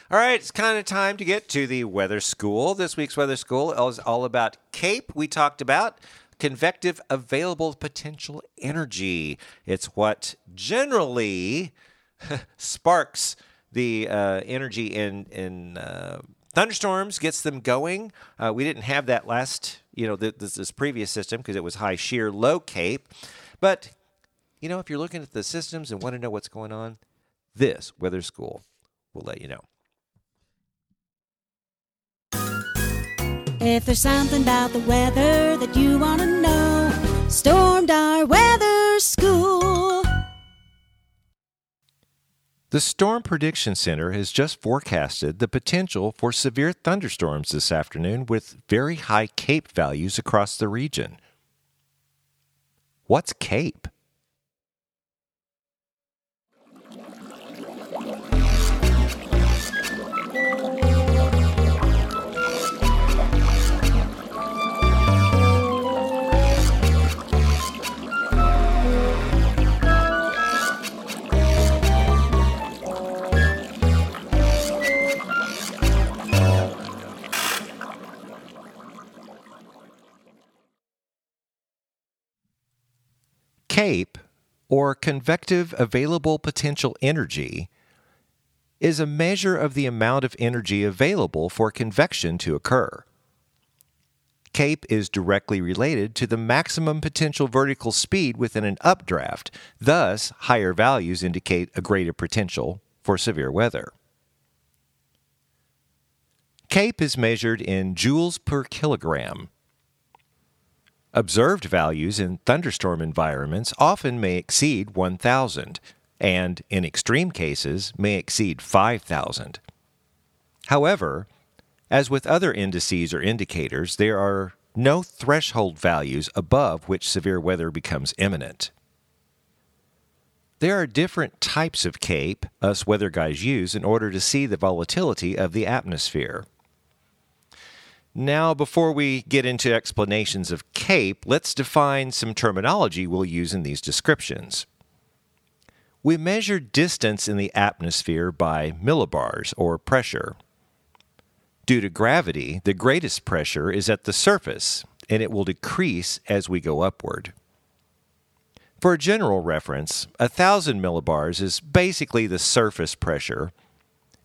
Speaker 1: All right, it's kind of time to get to the weather school. This week's weather school is all about CAPE. We talked about convective available potential energy. It's what generally (laughs) sparks the uh, energy in in uh, thunderstorms, gets them going. Uh, we didn't have that last, you know, th- this, this previous system because it was high shear, low CAPE, but you know, if you're looking at the systems and want to know what's going on, this weather school will let you know.
Speaker 5: If there's something about the weather that you want to know, stormed our weather school.
Speaker 1: The Storm Prediction Center has just forecasted the potential for severe thunderstorms this afternoon with very high CAPE values across the region. What's CAPE? CAPE, or convective available potential energy, is a measure of the amount of energy available for convection to occur. CAPE is directly related to the maximum potential vertical speed within an updraft, thus, higher values indicate a greater potential for severe weather. CAPE is measured in joules per kilogram, Observed values in thunderstorm environments often may exceed 1,000 and, in extreme cases, may exceed 5,000. However, as with other indices or indicators, there are no threshold values above which severe weather becomes imminent. There are different types of CAPE us weather guys use in order to see the volatility of the atmosphere. Now, before we get into explanations of CAPE, let's define some terminology we'll use in these descriptions. We measure distance in the atmosphere by millibars or pressure. Due to gravity, the greatest pressure is at the surface, and it will decrease as we go upward. For a general reference, 1,000 millibars is basically the surface pressure,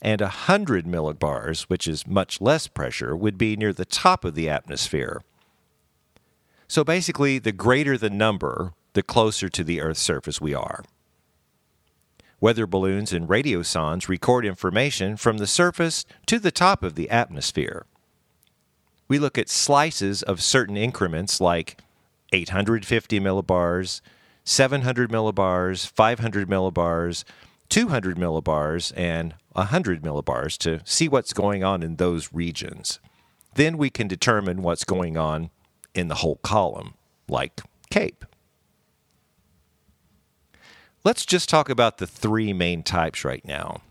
Speaker 1: and 100 millibars, which is much less pressure, would be near the top of the atmosphere. So basically, the greater the number, the closer to the Earth's surface we are. Weather balloons and radiosondes record information from the surface to the top of the atmosphere. We look at slices of certain increments like 850 millibars, 700 millibars, 500 millibars, 200 millibars, and 100 millibars to see what's going on in those regions. Then we can determine what's going on in the whole column, like CAPE. Let's just talk about the three main types right now.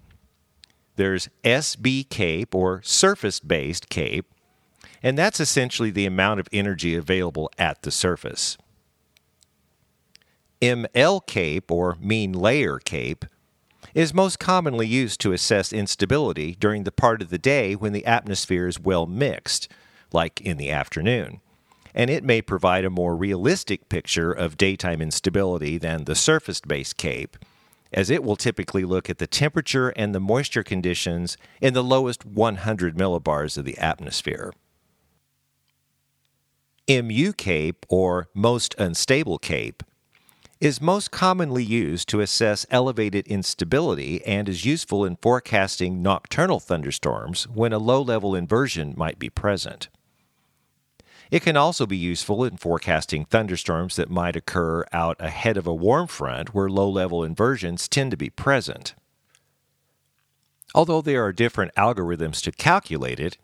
Speaker 1: There's SB CAPE or surface based CAPE, and that's essentially the amount of energy available at the surface. ML CAPE or mean layer CAPE is most commonly used to assess instability during the part of the day when the atmosphere is well mixed, like in the afternoon. And it may provide a more realistic picture of daytime instability than the surface based CAPE, as it will typically look at the temperature and the moisture conditions in the lowest 100 millibars of the atmosphere. MU CAPE, or most unstable CAPE, is most commonly used to assess elevated instability and is useful in forecasting nocturnal thunderstorms when a low level inversion might be present. It can also be useful in forecasting thunderstorms that might occur out ahead of a warm front where low level inversions tend to be present. Although there are different algorithms to calculate it,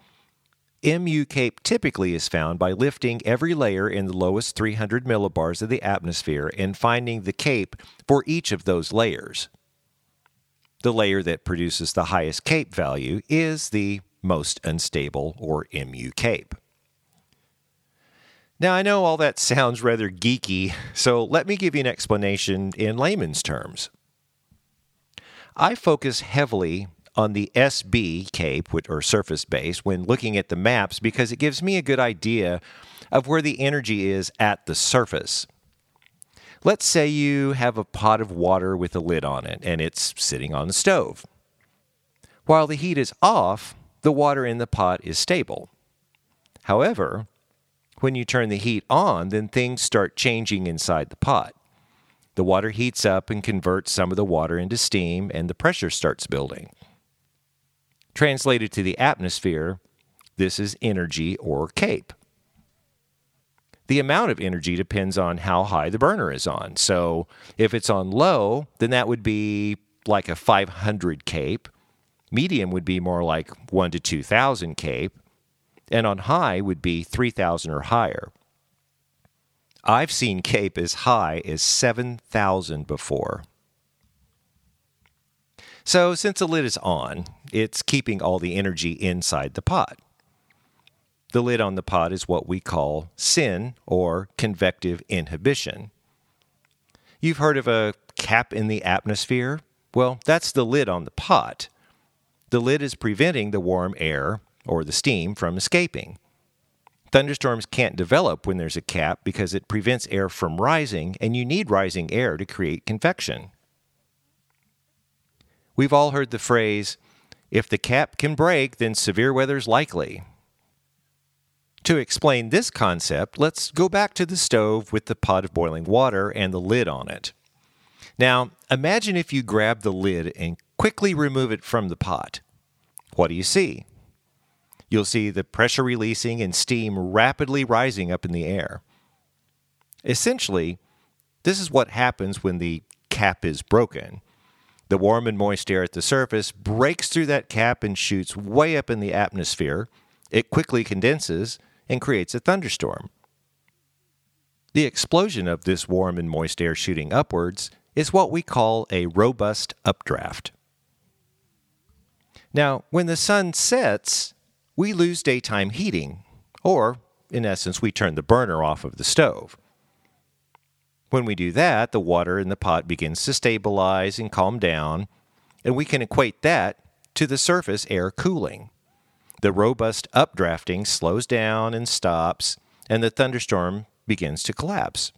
Speaker 1: MU CAPE typically is found by lifting every layer in the lowest 300 millibars of the atmosphere and finding the CAPE for each of those layers. The layer that produces the highest CAPE value is the most unstable, or MU CAPE. Now, I know all that sounds rather geeky, so let me give you an explanation in layman's terms. I focus heavily on the SB cape which- or surface base when looking at the maps because it gives me a good idea of where the energy is at the surface. Let's say you have a pot of water with a lid on it and it's sitting on the stove. While the heat is off, the water in the pot is stable. However, when you turn the heat on, then things start changing inside the pot. The water heats up and converts some of the water into steam, and the pressure starts building. Translated to the atmosphere, this is energy or CAPE. The amount of energy depends on how high the burner is on. So if it's on low, then that would be like a 500 CAPE. Medium would be more like 1 to 2,000 CAPE. And on high would be 3,000 or higher. I've seen CAPE as high as 7,000 before. So, since the lid is on, it's keeping all the energy inside the pot. The lid on the pot is what we call SIN or convective inhibition. You've heard of a cap in the atmosphere? Well, that's the lid on the pot. The lid is preventing the warm air or the steam from escaping. Thunderstorms can't develop when there's a cap because it prevents air from rising, and you need rising air to create convection. We've all heard the phrase, if the cap can break, then severe weather's likely. To explain this concept, let's go back to the stove with the pot of boiling water and the lid on it. Now, imagine if you grab the lid and quickly remove it from the pot. What do you see? You'll see the pressure releasing and steam rapidly rising up in the air. Essentially, this is what happens when the cap is broken. The warm and moist air at the surface breaks through that cap and shoots way up in the atmosphere. It quickly condenses and creates a thunderstorm. The explosion of this warm and moist air shooting upwards is what we call a robust updraft. Now, when the sun sets, we lose daytime heating, or in essence, we turn the burner off of the stove. When we do that, the water in the pot begins to stabilize and calm down, and we can equate that to the surface air cooling. The robust updrafting slows down and stops, and the thunderstorm begins to collapse.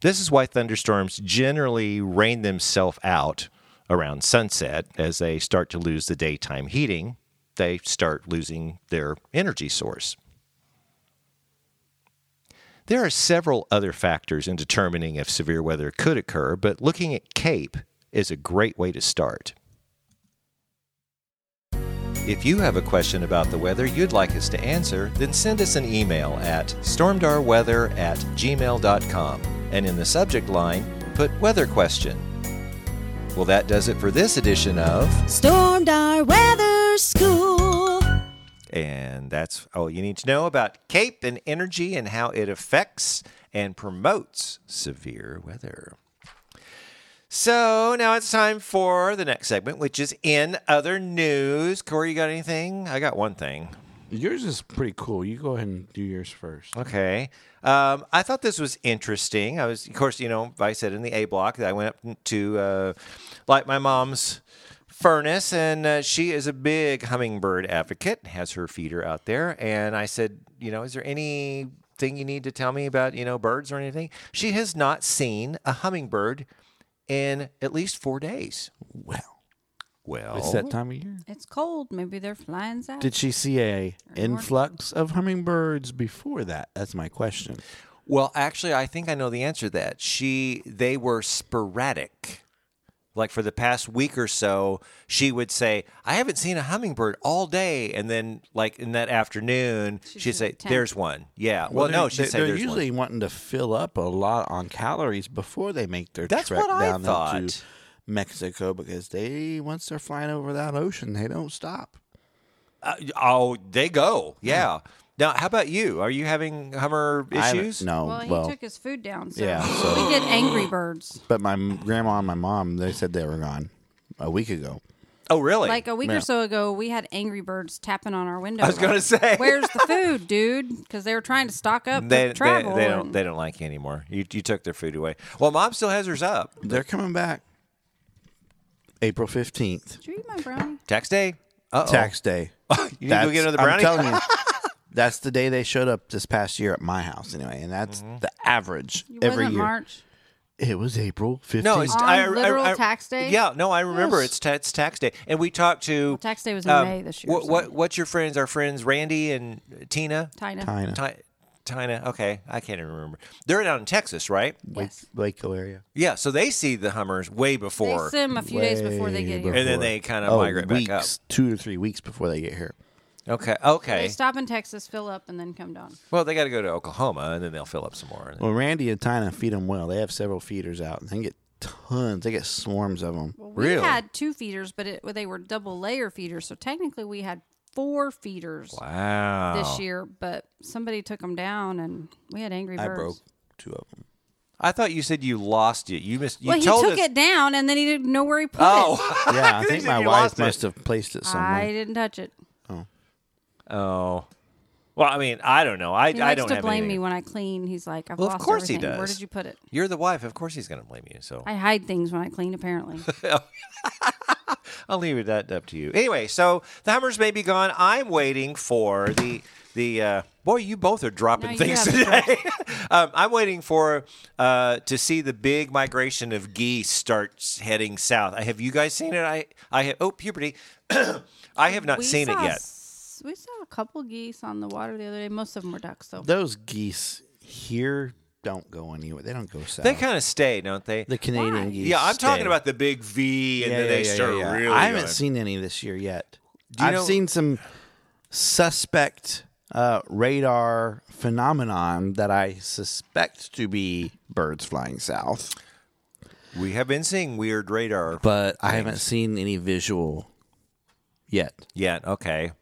Speaker 1: This is why thunderstorms generally rain themselves out around sunset as they start to lose the daytime heating. They start losing their energy source. There are several other factors in determining if severe weather could occur, but looking at CAPE is a great way to start. If you have a question about the weather you'd like us to answer, then send us an email at stormdarweather at gmail.com and in the subject line, put weather question. Well, that does it for this edition of.
Speaker 5: Stormed Our Weather School.
Speaker 1: And that's all you need to know about CAPE and energy and how it affects and promotes severe weather. So now it's time for the next segment, which is in other news. Corey, you got anything? I got one thing.
Speaker 2: Yours is pretty cool. You go ahead and do yours first.
Speaker 1: Okay. Um, I thought this was interesting. I was, of course, you know, I said in the A block that I went up to uh, light my mom's furnace, and uh, she is a big hummingbird advocate, has her feeder out there. And I said, you know, is there anything you need to tell me about, you know, birds or anything? She has not seen a hummingbird in at least four days.
Speaker 2: Well,
Speaker 1: Well,
Speaker 2: it's that time of year.
Speaker 3: It's cold. Maybe they're flying south.
Speaker 2: Did she see a influx of hummingbirds before that? That's my question.
Speaker 1: Well, actually, I think I know the answer to that. She, they were sporadic. Like for the past week or so, she would say, "I haven't seen a hummingbird all day," and then, like in that afternoon, she'd,
Speaker 3: should
Speaker 1: say,
Speaker 3: attempt.
Speaker 1: "There's one." Yeah. Well,
Speaker 2: they're-
Speaker 1: no, she'd
Speaker 2: they're,
Speaker 1: say
Speaker 2: they're
Speaker 1: there's
Speaker 2: usually
Speaker 1: one.
Speaker 2: wanting to fill up a lot on calories before they make their
Speaker 1: That's
Speaker 2: trek
Speaker 1: what I
Speaker 2: down into
Speaker 1: thought.
Speaker 2: Mexico because they once they're flying over that ocean, they don't stop.
Speaker 1: Uh, oh, they go. Yeah. Now, how about you? Are you having hummer
Speaker 2: I haven't-
Speaker 1: issues?
Speaker 2: no,
Speaker 3: well,
Speaker 2: well,
Speaker 3: he took his food down. So
Speaker 2: Yeah,
Speaker 3: we did Angry Birds
Speaker 2: but my m- grandma and my mom they said they were gone a week ago.
Speaker 1: Oh, really?
Speaker 3: like uh, a week
Speaker 2: Yeah.
Speaker 3: or so ago. We had Angry Birds tapping on our window.
Speaker 1: I was gonna say.
Speaker 3: "Where's
Speaker 1: (laughs)
Speaker 3: the food, dude?" Because they were trying to stock up
Speaker 1: they,
Speaker 3: to
Speaker 1: they,
Speaker 3: travel.
Speaker 1: they don't.
Speaker 3: and-
Speaker 1: They don't like you anymore. You, you took their food away. Well, mom still has hers up.
Speaker 2: They're coming back April fifteenth,
Speaker 3: Did you eat my brownie?
Speaker 1: Tax day. Uh oh.
Speaker 2: tax day.
Speaker 1: (laughs) You need to go
Speaker 2: That's-
Speaker 1: get another
Speaker 2: I'm
Speaker 1: brownie. (laughs)
Speaker 2: telling you, that's the day they showed up this past year at my house anyway, and that's
Speaker 1: Mm-hmm.
Speaker 2: the average
Speaker 3: You
Speaker 2: every
Speaker 3: wasn't
Speaker 2: year.
Speaker 3: March.
Speaker 2: It was April fifteenth.
Speaker 1: No, it's
Speaker 3: On
Speaker 1: I- I-
Speaker 3: literal
Speaker 1: I-
Speaker 3: tax day?
Speaker 1: Yeah, no, I remember
Speaker 2: Yes.
Speaker 1: it's, ta- it's tax day, and we talked to um,
Speaker 3: tax day was in May this year,
Speaker 1: Uh, What,
Speaker 3: so-
Speaker 1: what what's your friends? Our friends Randy and Tina,
Speaker 3: Tina.
Speaker 2: Tina.
Speaker 1: Ti- Tina. Okay, I can't even remember. They're down in Texas, right?
Speaker 3: Yes.
Speaker 2: Waco area.
Speaker 1: Yeah, so they see the Hummers way
Speaker 3: They
Speaker 1: before,
Speaker 3: sim a few days before they get here.
Speaker 1: and then they kind of
Speaker 2: Oh,
Speaker 1: migrate
Speaker 2: weeks,
Speaker 1: back
Speaker 2: two to three weeks before they get here.
Speaker 1: up. Okay,
Speaker 3: They
Speaker 1: okay.
Speaker 3: stop in Texas, fill up, and then come down.
Speaker 1: Well, they got to go to Oklahoma, and then they'll fill up some more.
Speaker 2: Well, Randy and Tina feed them well. They have several feeders out, and they get tons. They get swarms of them.
Speaker 3: Well, we
Speaker 1: Really?
Speaker 3: had two feeders, but it, well, they were double layer feeders, so technically we had four feeders
Speaker 1: wow.
Speaker 3: this year. But somebody took them down, and we had angry
Speaker 2: I
Speaker 3: birds.
Speaker 2: broke two of them.
Speaker 1: I thought you said you lost it. You missed. You
Speaker 3: well, he
Speaker 1: told
Speaker 3: took
Speaker 1: us.
Speaker 3: it down, and then he didn't know where he
Speaker 1: (laughs)
Speaker 3: put it.
Speaker 1: Oh,
Speaker 2: Yeah, I
Speaker 1: You
Speaker 2: think my
Speaker 1: lost
Speaker 2: wife
Speaker 1: it.
Speaker 2: must have placed it
Speaker 3: I
Speaker 2: somewhere.
Speaker 3: didn't touch it.
Speaker 1: Oh. Well, I mean, I don't know. I,
Speaker 3: He
Speaker 1: I
Speaker 3: likes
Speaker 1: don't
Speaker 3: to
Speaker 1: have
Speaker 3: blame
Speaker 1: anything.
Speaker 3: me when I clean. He's like, I've
Speaker 1: Well, of
Speaker 3: lost
Speaker 1: course he
Speaker 3: everything. Where
Speaker 1: does.
Speaker 3: did you put it?
Speaker 1: You're the wife. Of course, he's going to blame you. So
Speaker 3: I hide things when I
Speaker 1: (laughs)
Speaker 3: clean, apparently.
Speaker 1: I'll leave it that up to you. Anyway, so the Hummers may be gone. I'm waiting for the the uh, boy. You both are dropping
Speaker 3: No, you
Speaker 1: things
Speaker 3: have
Speaker 1: today. (laughs) um, I'm waiting for uh, to see the big migration of geese starts heading south. I, have you guys seen it? I I have. Oh, puberty. (clears throat) I have not
Speaker 3: We
Speaker 1: seen it
Speaker 3: saw
Speaker 1: yet.
Speaker 3: s- We saw a couple geese on the water the other day. Most of them were ducks, though.
Speaker 2: Those geese here don't go anywhere. They don't go south.
Speaker 1: They kind of stay, don't they?
Speaker 2: the Canadian geese.
Speaker 1: yeah, I'm talking
Speaker 2: stay.
Speaker 1: about the big V, and
Speaker 2: Yeah,
Speaker 1: then
Speaker 2: yeah,
Speaker 1: they
Speaker 2: yeah,
Speaker 1: start
Speaker 2: yeah, yeah.
Speaker 1: really.
Speaker 2: I haven't
Speaker 1: going.
Speaker 2: seen any this year yet.
Speaker 1: Do you
Speaker 2: I've
Speaker 1: know-
Speaker 2: seen some suspect uh, radar phenomenon that I suspect to be birds flying south,
Speaker 1: We have been seeing weird radar.
Speaker 2: but I haven't seen any visual yet.
Speaker 1: Yeah. Okay.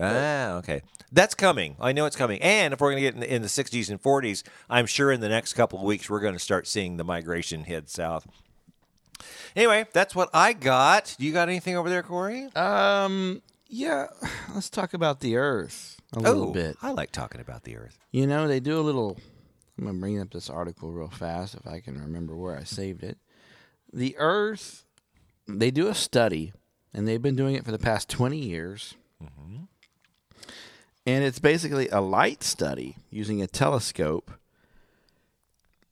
Speaker 1: Ah, okay. That's coming. I know it's coming. And if we're going to get in the, in the 60s and 40s, I'm sure in the next couple of weeks we're going to start seeing the migration head south. Anyway, that's what I got. You got anything over there, Corey?
Speaker 2: Um, yeah, (sighs) let's talk about the Earth a little bit.
Speaker 1: I like talking about the Earth.
Speaker 2: You know, they do a little. I'm going to bring up this article real fast if I can remember where I saved it. The Earth, they do a study, and they've been doing it for the past 20 years. And it's basically a light study using a telescope.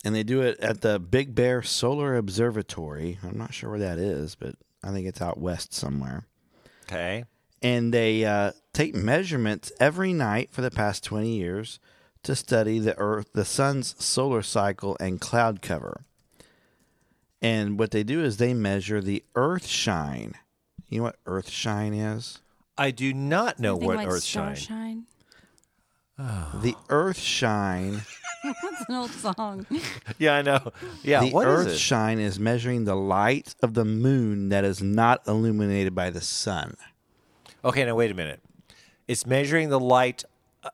Speaker 2: And they do it at the Big Bear Solar Observatory. I'm not sure where that is, but I think it's out west somewhere
Speaker 1: Okay.
Speaker 2: and they uh, take measurements every night for the past 20 years to study the earth the sun's solar cycle and cloud cover And what they do is they measure the earth shine. You know what earth shine is?
Speaker 1: I do not know
Speaker 3: Something
Speaker 1: what
Speaker 3: like
Speaker 1: Earth
Speaker 3: Starshine. (laughs)
Speaker 1: shine.
Speaker 2: The earth shine.
Speaker 3: That's an
Speaker 1: (laughs)
Speaker 3: old song.
Speaker 1: (laughs) Yeah, I know. Yeah,
Speaker 2: the
Speaker 1: what is
Speaker 2: earth
Speaker 1: it?
Speaker 2: shine is measuring the light of the moon that is not illuminated by the sun.
Speaker 1: Okay, now wait a minute. It's measuring the light uh,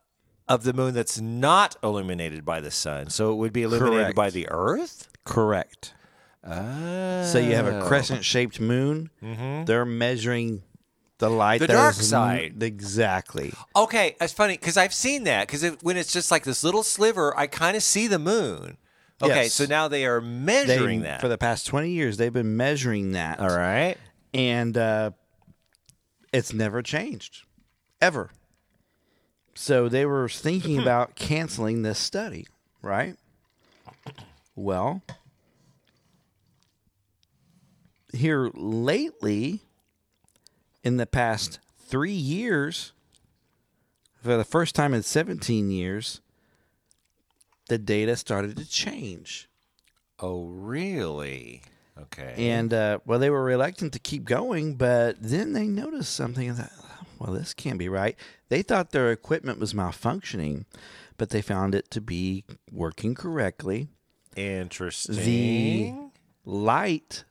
Speaker 1: of the moon that's not illuminated by the sun, so it would be illuminated
Speaker 2: Correct.
Speaker 1: by the Earth.
Speaker 2: Correct. So you have a
Speaker 1: Oh.
Speaker 2: crescent-shaped moon. They're measuring the light.
Speaker 1: Mm-hmm. The
Speaker 2: that
Speaker 1: dark
Speaker 2: is n-
Speaker 1: side.
Speaker 2: exactly.
Speaker 1: Okay, that's funny because I've seen that because it, when it's just like this little sliver, I kind of see the moon. Okay,
Speaker 2: Yes.
Speaker 1: so now they are
Speaker 2: They-
Speaker 1: measuring that.
Speaker 2: for the past twenty years, they've been measuring that.
Speaker 1: All right.
Speaker 2: and uh, it's never changed ever. So they
Speaker 1: (laughs)
Speaker 2: were thinking about canceling this study, right? Well, here lately, in the past three years, for the first time in 17 years, the data started to change.
Speaker 1: Oh, really? Okay.
Speaker 2: And uh, well, they were reluctant to keep going, but then they noticed something. And thought, well, this can't be right. They thought their equipment was malfunctioning, but they found it to be working correctly.
Speaker 1: Interesting.
Speaker 2: The light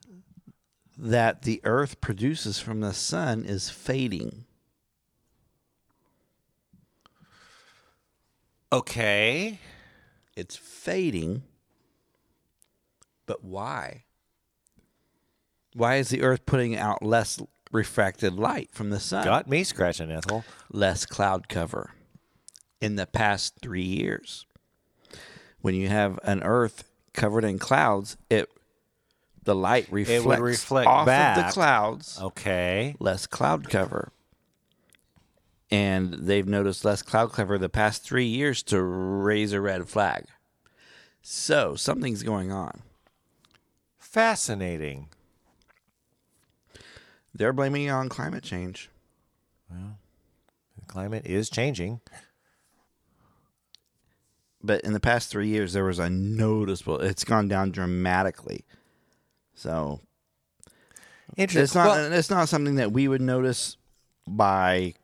Speaker 2: that the Earth produces from the sun is fading.
Speaker 1: Okay.
Speaker 2: It's fading. But why? Why is the Earth putting out less refracted light from the sun?
Speaker 1: Got me scratching, Ethel.
Speaker 2: less cloud cover in the past three years. When you have an Earth covered in clouds, it the light reflects
Speaker 1: reflect
Speaker 2: off of the
Speaker 1: back. Oh.
Speaker 2: clouds.
Speaker 1: Okay.
Speaker 2: Less cloud cover, and they've noticed less cloud cover the past three years to raise a red flag. So something's going on.
Speaker 1: Fascinating.
Speaker 2: They're blaming it on climate change.
Speaker 1: The climate is changing.
Speaker 2: but in the past three years there was a noticeable it's gone down dramatically so
Speaker 1: Interesting.
Speaker 2: it's not
Speaker 1: Well-
Speaker 2: it's not something that we would notice by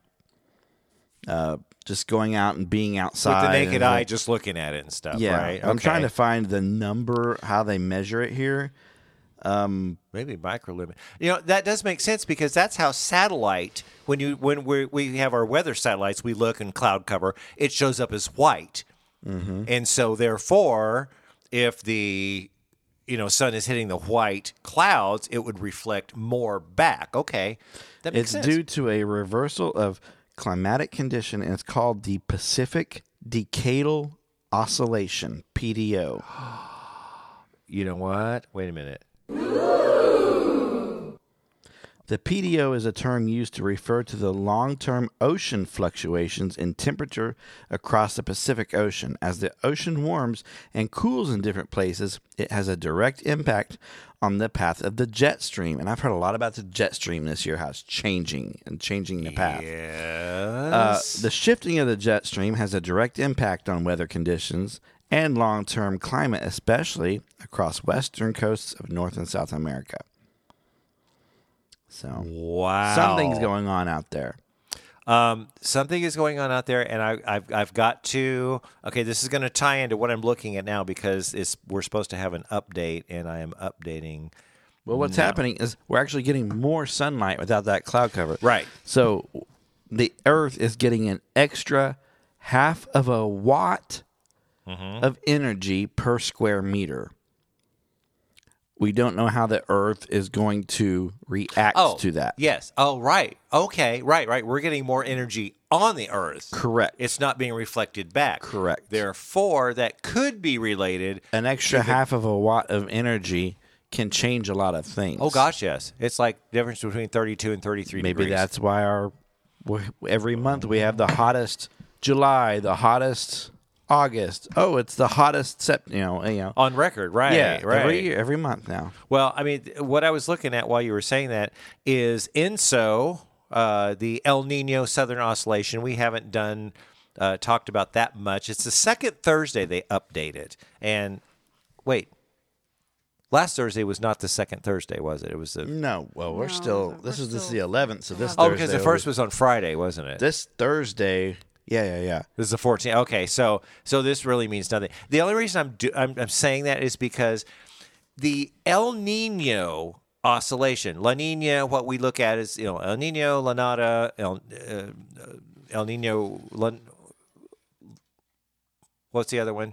Speaker 2: uh just going out and being outside
Speaker 1: with the naked
Speaker 2: and-
Speaker 1: eye, just looking at it and stuff.
Speaker 2: yeah
Speaker 1: right?
Speaker 2: i'm
Speaker 1: Okay.
Speaker 2: trying to find the number how they measure it here
Speaker 1: maybe micro limit. You know that does make sense because that's how satellite when you when we we have our weather satellites, we look in cloud cover, it shows up as white, and so therefore, if the you know sun is hitting the white clouds, it would reflect more back. Okay, that makes sense.
Speaker 2: it's due to a reversal of climatic condition and it's called the pacific decadal oscillation pdo
Speaker 1: you know what? Wait a minute.
Speaker 2: The PDO is a term used to refer to the long term ocean fluctuations in temperature across the Pacific Ocean. As the ocean warms and cools in different places, it has a direct impact on the path of the jet stream. And I've heard a lot about the jet stream this year, how it's changing and changing the path. Uh, the shifting of the jet stream has a direct impact on weather conditions and long term climate, especially across western coasts of North and South America. So
Speaker 1: Wow,
Speaker 2: something's going on out there.
Speaker 1: Um, something is going on out there, and I, I've I've got to. Okay, this is going to tie into what I'm looking at now because it's we're supposed to have an update, and I am updating.
Speaker 2: Well, what's happening is we're actually getting more sunlight without that cloud cover.
Speaker 1: Right.
Speaker 2: So the Earth is getting an extra half of a watt
Speaker 1: Mm-hmm.
Speaker 2: of energy per square meter. We don't know how the Earth is going to react to that.
Speaker 1: Oh, yes. Oh, right. Okay, right, right. We're getting more energy on the Earth.
Speaker 2: Correct.
Speaker 1: It's not being reflected back.
Speaker 2: Correct.
Speaker 1: Therefore, that could be related.
Speaker 2: An extra half of a watt of energy can change a lot of things.
Speaker 1: Oh gosh, yes. It's like difference between 32 and 33
Speaker 2: Maybe
Speaker 1: degrees.
Speaker 2: that's why our w- every month we have the hottest July, the hottest August. Oh, it's the hottest Sep. You know, you know.
Speaker 1: on record, right?
Speaker 2: yeah,
Speaker 1: right.
Speaker 2: every year, every month now.
Speaker 1: Well, I mean, th- what I was looking at while you were saying that is ENSO, uh, the El Nino Southern Oscillation. We haven't done uh, talked about that much. It's the second Thursday they update it. And wait, Last Thursday was not the second Thursday, was it? It was the
Speaker 2: No, well, we're
Speaker 3: No,
Speaker 2: still.
Speaker 3: but
Speaker 2: This
Speaker 3: we're
Speaker 2: is this is the
Speaker 3: still-
Speaker 2: eleventh, so this.
Speaker 1: oh,
Speaker 2: Thursday
Speaker 1: because the
Speaker 2: will
Speaker 1: first
Speaker 2: be-
Speaker 1: was on Friday, wasn't it?
Speaker 2: this Thursday. Yeah, yeah, yeah.
Speaker 1: This is the 14th. Okay, so so this really means nothing. The only reason I'm do, I'm, I'm saying that is because the El Nino oscillation, La Nina, what we look at is you know El Nino, La Nada, El uh, El Nino, La, what's the other one?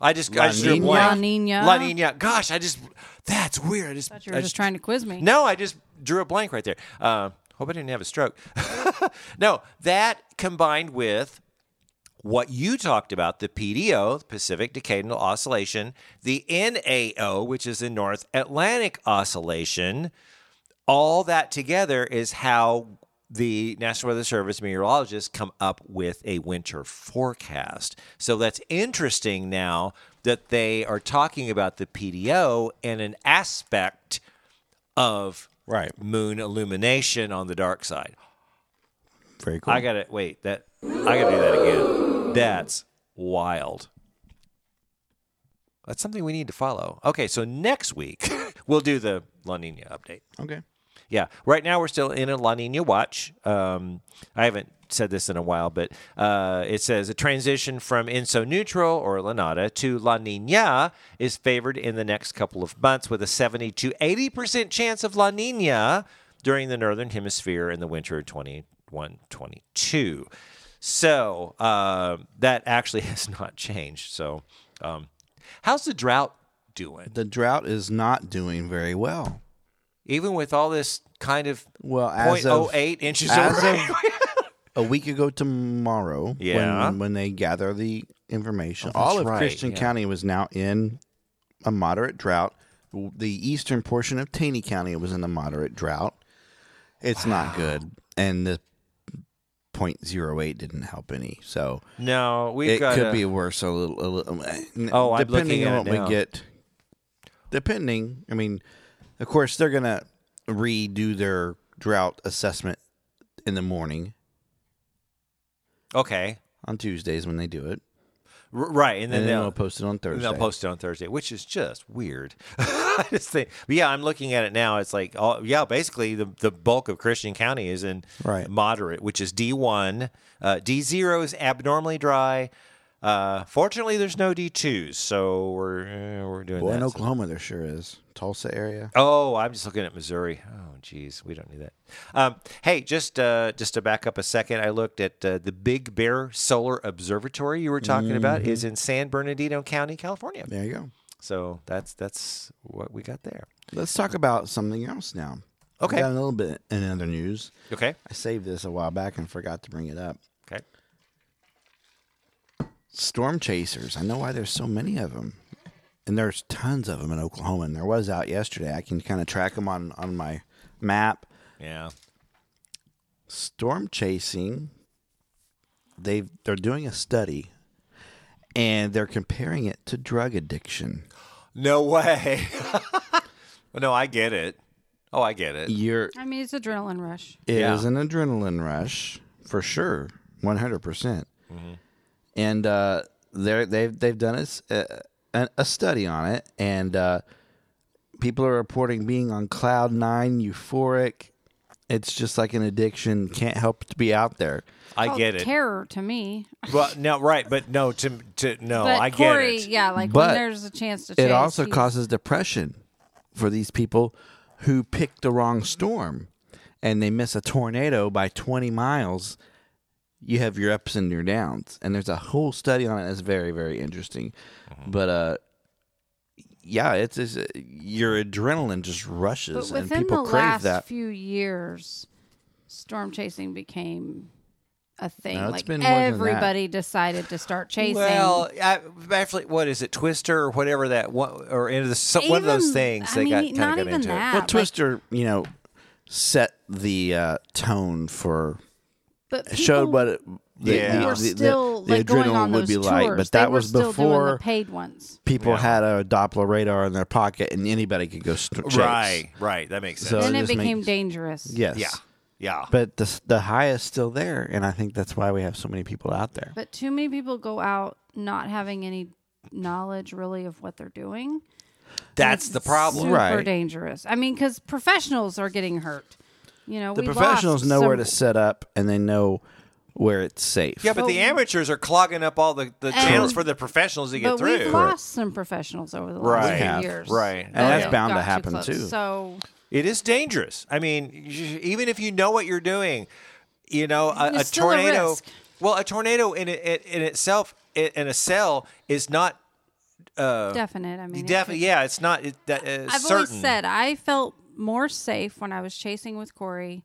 Speaker 1: I just I
Speaker 2: La
Speaker 1: just drew a
Speaker 2: Niña?
Speaker 1: blank.
Speaker 3: La Niña?
Speaker 1: La Nina. Gosh, I just that's weird. I just
Speaker 3: Thought you were
Speaker 1: I
Speaker 3: just trying to quiz me.
Speaker 1: no, I just drew a blank right there. Uh, hope I didn't have a stroke. (laughs) no, that combined with what you talked about the PDO, the Pacific Decadal Oscillation, the NAO, which is the North Atlantic Oscillation, all that together is how the National Weather Service meteorologists come up with a winter forecast. So that's interesting now that they are talking about the PDO and an aspect of
Speaker 2: Right.
Speaker 1: moon illumination on the dark side.
Speaker 2: Very cool.
Speaker 1: I gotta wait. That I gotta do that again. That's wild. That's something we need to follow. Okay, so next week (laughs) we'll do the La Nina update.
Speaker 2: okay.
Speaker 1: Yeah, right now we're still in a La Nina watch. Um, I haven't said this in a while, but uh, it says a transition from INSO neutral or La Nada to La Nina is favored in the next couple of months with a 70 to 80% chance of La Nina during the Northern Hemisphere in the winter of 21 22. So uh, that actually (laughs) has not changed. So, um, how's the drought doing?
Speaker 2: The drought is not doing very well.
Speaker 1: Even with all this kind of
Speaker 2: Well, as of
Speaker 1: 0.08 inches
Speaker 2: as
Speaker 1: of rain.
Speaker 2: a week ago tomorrow,
Speaker 1: Yeah. Oh,
Speaker 2: when, when they gather the information, all of
Speaker 1: right,
Speaker 2: Christian
Speaker 1: yeah.
Speaker 2: County was now in a moderate drought. The eastern portion of Taney County was in a moderate drought. It's not good, and the 0.08 didn't help any. So
Speaker 1: (laughs) No, we've
Speaker 2: it
Speaker 1: got
Speaker 2: could
Speaker 1: a-
Speaker 2: be worse a little. A little uh,
Speaker 1: Oh, I'm
Speaker 2: depending
Speaker 1: looking
Speaker 2: on
Speaker 1: at
Speaker 2: what
Speaker 1: it now.
Speaker 2: we get. Depending, I mean, of course, they're gonna redo their drought assessment in the morning
Speaker 1: okay,
Speaker 2: on Tuesdays when they do it,
Speaker 1: R- right, and
Speaker 2: and,
Speaker 1: then
Speaker 2: then
Speaker 1: they'll,
Speaker 2: they'll post it on Thursday.
Speaker 1: and they'll post it on Thursday, which is just weird. (laughs) I just think, but yeah, I'm looking at it now. It's like, oh, yeah, basically the the bulk of Christian County is in
Speaker 2: Right.
Speaker 1: moderate, which is D1, uh, D0 is abnormally dry. Uh, fortunately, there's no D2s, so we're eh, we're doing
Speaker 2: Boy,
Speaker 1: that.
Speaker 2: in Oklahoma, there sure is Tulsa area.
Speaker 1: Oh, I'm just looking at Missouri. Oh, geez, we don't need that. Um, hey, just uh, just to back up a second, I looked at uh, the Big Bear Solar Observatory you were talking about is in San Bernardino County, California.
Speaker 2: There you go.
Speaker 1: So that's that's what we got there.
Speaker 2: Let's talk about something else now. We
Speaker 1: Okay.
Speaker 2: got a little bit in other news.
Speaker 1: Okay,
Speaker 2: I saved this a while back and forgot to bring it up.
Speaker 1: okay.
Speaker 2: storm chasers. I know why there's so many of them, and there's tons of them in Oklahoma. And there was out yesterday. I can kind of track them on on my map.
Speaker 1: Yeah.
Speaker 2: Storm chasing. They they're doing a study, and they're comparing it to drug addiction.
Speaker 1: No way. (laughs) well, no, I get it. Oh, I get it.
Speaker 2: You're
Speaker 3: I mean, it's adrenaline rush.
Speaker 2: It is
Speaker 1: Yeah.
Speaker 2: an adrenaline rush for sure, one hundred percent. And uh, they they've they've done a, s- a- a- a study on it, and uh, people are reporting being on cloud nine, euphoric. It's just like an addiction; can't help to be out there.
Speaker 1: I
Speaker 3: Called
Speaker 1: get it.
Speaker 3: Oh, Terror to me.
Speaker 1: well, no, right, but no, to to no,
Speaker 3: but
Speaker 1: I get
Speaker 3: Corey,
Speaker 1: it.
Speaker 3: yeah, like
Speaker 2: But
Speaker 3: when there's a chance to.
Speaker 2: It
Speaker 3: chase,
Speaker 2: also
Speaker 3: he's-
Speaker 2: causes depression for these people who pick the wrong storm and they miss a tornado by 20 miles. You have your ups and your downs, and there's a whole study on it that's very, very interesting. But uh, yeah, it's, it's your adrenaline just
Speaker 3: But
Speaker 2: rushes, and
Speaker 3: within the
Speaker 2: people crave
Speaker 3: last
Speaker 2: that.
Speaker 3: few years, storm chasing became a thing.
Speaker 2: No, it's
Speaker 3: like
Speaker 2: been more than that.
Speaker 3: everybody decided to start chasing.
Speaker 1: Well, I, actually, what is it, Twister or whatever that one or into the, so, one of those
Speaker 3: Even-
Speaker 1: things
Speaker 3: I
Speaker 1: they
Speaker 3: mean,
Speaker 1: got kind of
Speaker 3: not
Speaker 1: got
Speaker 3: even
Speaker 1: into.
Speaker 3: that.
Speaker 2: well,
Speaker 3: like-
Speaker 2: Twister, you know, set the uh, tone for
Speaker 3: but people
Speaker 2: showed what it, the,
Speaker 1: Yeah.
Speaker 2: the,
Speaker 1: were
Speaker 2: the,
Speaker 3: were
Speaker 2: the-
Speaker 3: still
Speaker 2: the
Speaker 3: like
Speaker 2: adrenaline
Speaker 3: going on
Speaker 2: would
Speaker 3: those
Speaker 2: be
Speaker 3: tours.
Speaker 2: light, but that was
Speaker 3: they were still doing
Speaker 2: before
Speaker 3: the paid ones.
Speaker 2: people
Speaker 1: Yeah.
Speaker 2: had a Doppler radar in their pocket, and anybody could go st- chase.
Speaker 1: Right, right. That makes
Speaker 2: So
Speaker 1: sense.
Speaker 2: it
Speaker 3: Then it
Speaker 2: just
Speaker 3: became
Speaker 2: makes-
Speaker 3: dangerous.
Speaker 2: Yes.
Speaker 1: yeah, yeah.
Speaker 2: But the s- the high is still there, and I think that's why we have so many people out there.
Speaker 3: But too many people go out not having any knowledge really of what they're doing.
Speaker 1: That's the problem.
Speaker 3: Super
Speaker 2: Right.
Speaker 3: dangerous. I mean, because professionals are getting hurt. You know,
Speaker 2: The
Speaker 3: we
Speaker 2: professionals
Speaker 3: lost
Speaker 2: know
Speaker 3: some-
Speaker 2: where to set up and they know where it's safe.
Speaker 1: Yeah, but the amateurs are clogging up all the, the channels for the professionals to get
Speaker 3: But
Speaker 1: through.
Speaker 3: we've lost some professionals over the last
Speaker 1: Right.
Speaker 3: few
Speaker 1: We have.
Speaker 3: years,
Speaker 1: Right. Oh, And
Speaker 3: that
Speaker 2: that's
Speaker 3: have
Speaker 2: bound to
Speaker 3: got
Speaker 2: happen,
Speaker 3: close.
Speaker 2: too.
Speaker 3: So
Speaker 1: It is dangerous. I mean, y- even if you know what you're doing, you know, a, a
Speaker 3: It's still a
Speaker 1: tornado.
Speaker 3: risk.
Speaker 1: well, a tornado in it, it, in itself i- in a cell is not
Speaker 3: definite. I mean, it
Speaker 1: Uh, definitely. Yeah, it's not it, that, uh,
Speaker 3: I've
Speaker 1: certain.
Speaker 3: always said I felt more safe when I was chasing with Corey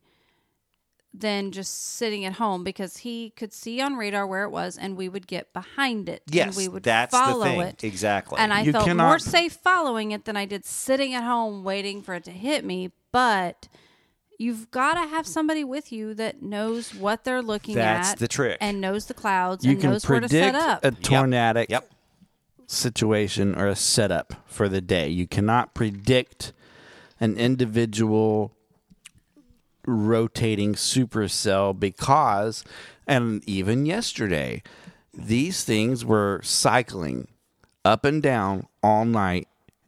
Speaker 3: than just sitting at home because he could see on radar where it was and we would get behind it.
Speaker 1: Yes,
Speaker 3: and we would
Speaker 1: that's the
Speaker 3: follow
Speaker 1: thing.
Speaker 3: it.
Speaker 1: Exactly.
Speaker 3: And I
Speaker 2: You
Speaker 3: felt
Speaker 2: cannot-
Speaker 3: more safe following it than I did sitting at home waiting for it to hit me. But you've got to have somebody with you that knows what they're looking
Speaker 1: That's
Speaker 3: at.
Speaker 1: the trick.
Speaker 3: And knows the clouds
Speaker 2: you
Speaker 3: and
Speaker 2: can
Speaker 3: knows where to set
Speaker 2: predict
Speaker 3: up.
Speaker 2: a tornadic
Speaker 1: Yep.
Speaker 2: situation or a setup for the day. You cannot predict an individual rotating supercell because, and even yesterday, these things were cycling up and down all night.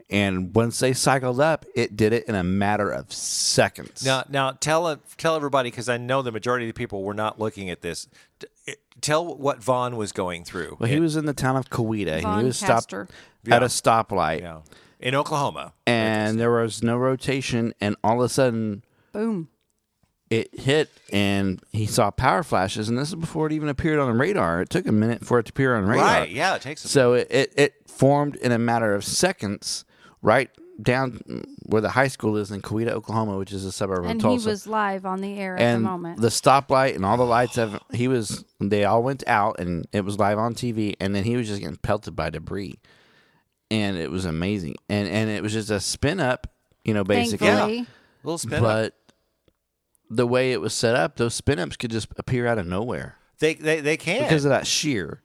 Speaker 2: And once they cycled up, it did it in a matter of seconds.
Speaker 1: Now, now tell tell everybody because I know the majority of the people were not looking at this. T- it- Tell what Vaughn was going through.
Speaker 2: well, he
Speaker 1: in-
Speaker 2: was in the town of Coweta. and
Speaker 3: Von
Speaker 2: He was stopped
Speaker 3: Caster.
Speaker 2: at a stoplight.
Speaker 1: you know, in Oklahoma.
Speaker 2: and there was no rotation and all of a sudden
Speaker 3: Boom.
Speaker 2: it hit and he saw power flashes and this is before it even appeared on the radar it took a minute for it to appear on radar
Speaker 1: Right. Yeah, it takes. A,
Speaker 2: so it, it, it formed in a matter of seconds right down where the high school is in Coweta, Oklahoma, which is a suburb of
Speaker 3: And
Speaker 2: Tulsa
Speaker 3: he was live on the air at
Speaker 2: and
Speaker 3: the moment.
Speaker 2: stoplight and all the lights have he was they all went out and it was live on TV and then he was just getting pelted by debris. And it was amazing. And and it was just a spin up, you know, basically.
Speaker 3: Thankfully.
Speaker 1: little spin up.
Speaker 2: But the way it was set up, those spin ups could just appear out of nowhere
Speaker 1: They they they can
Speaker 2: because of that shear.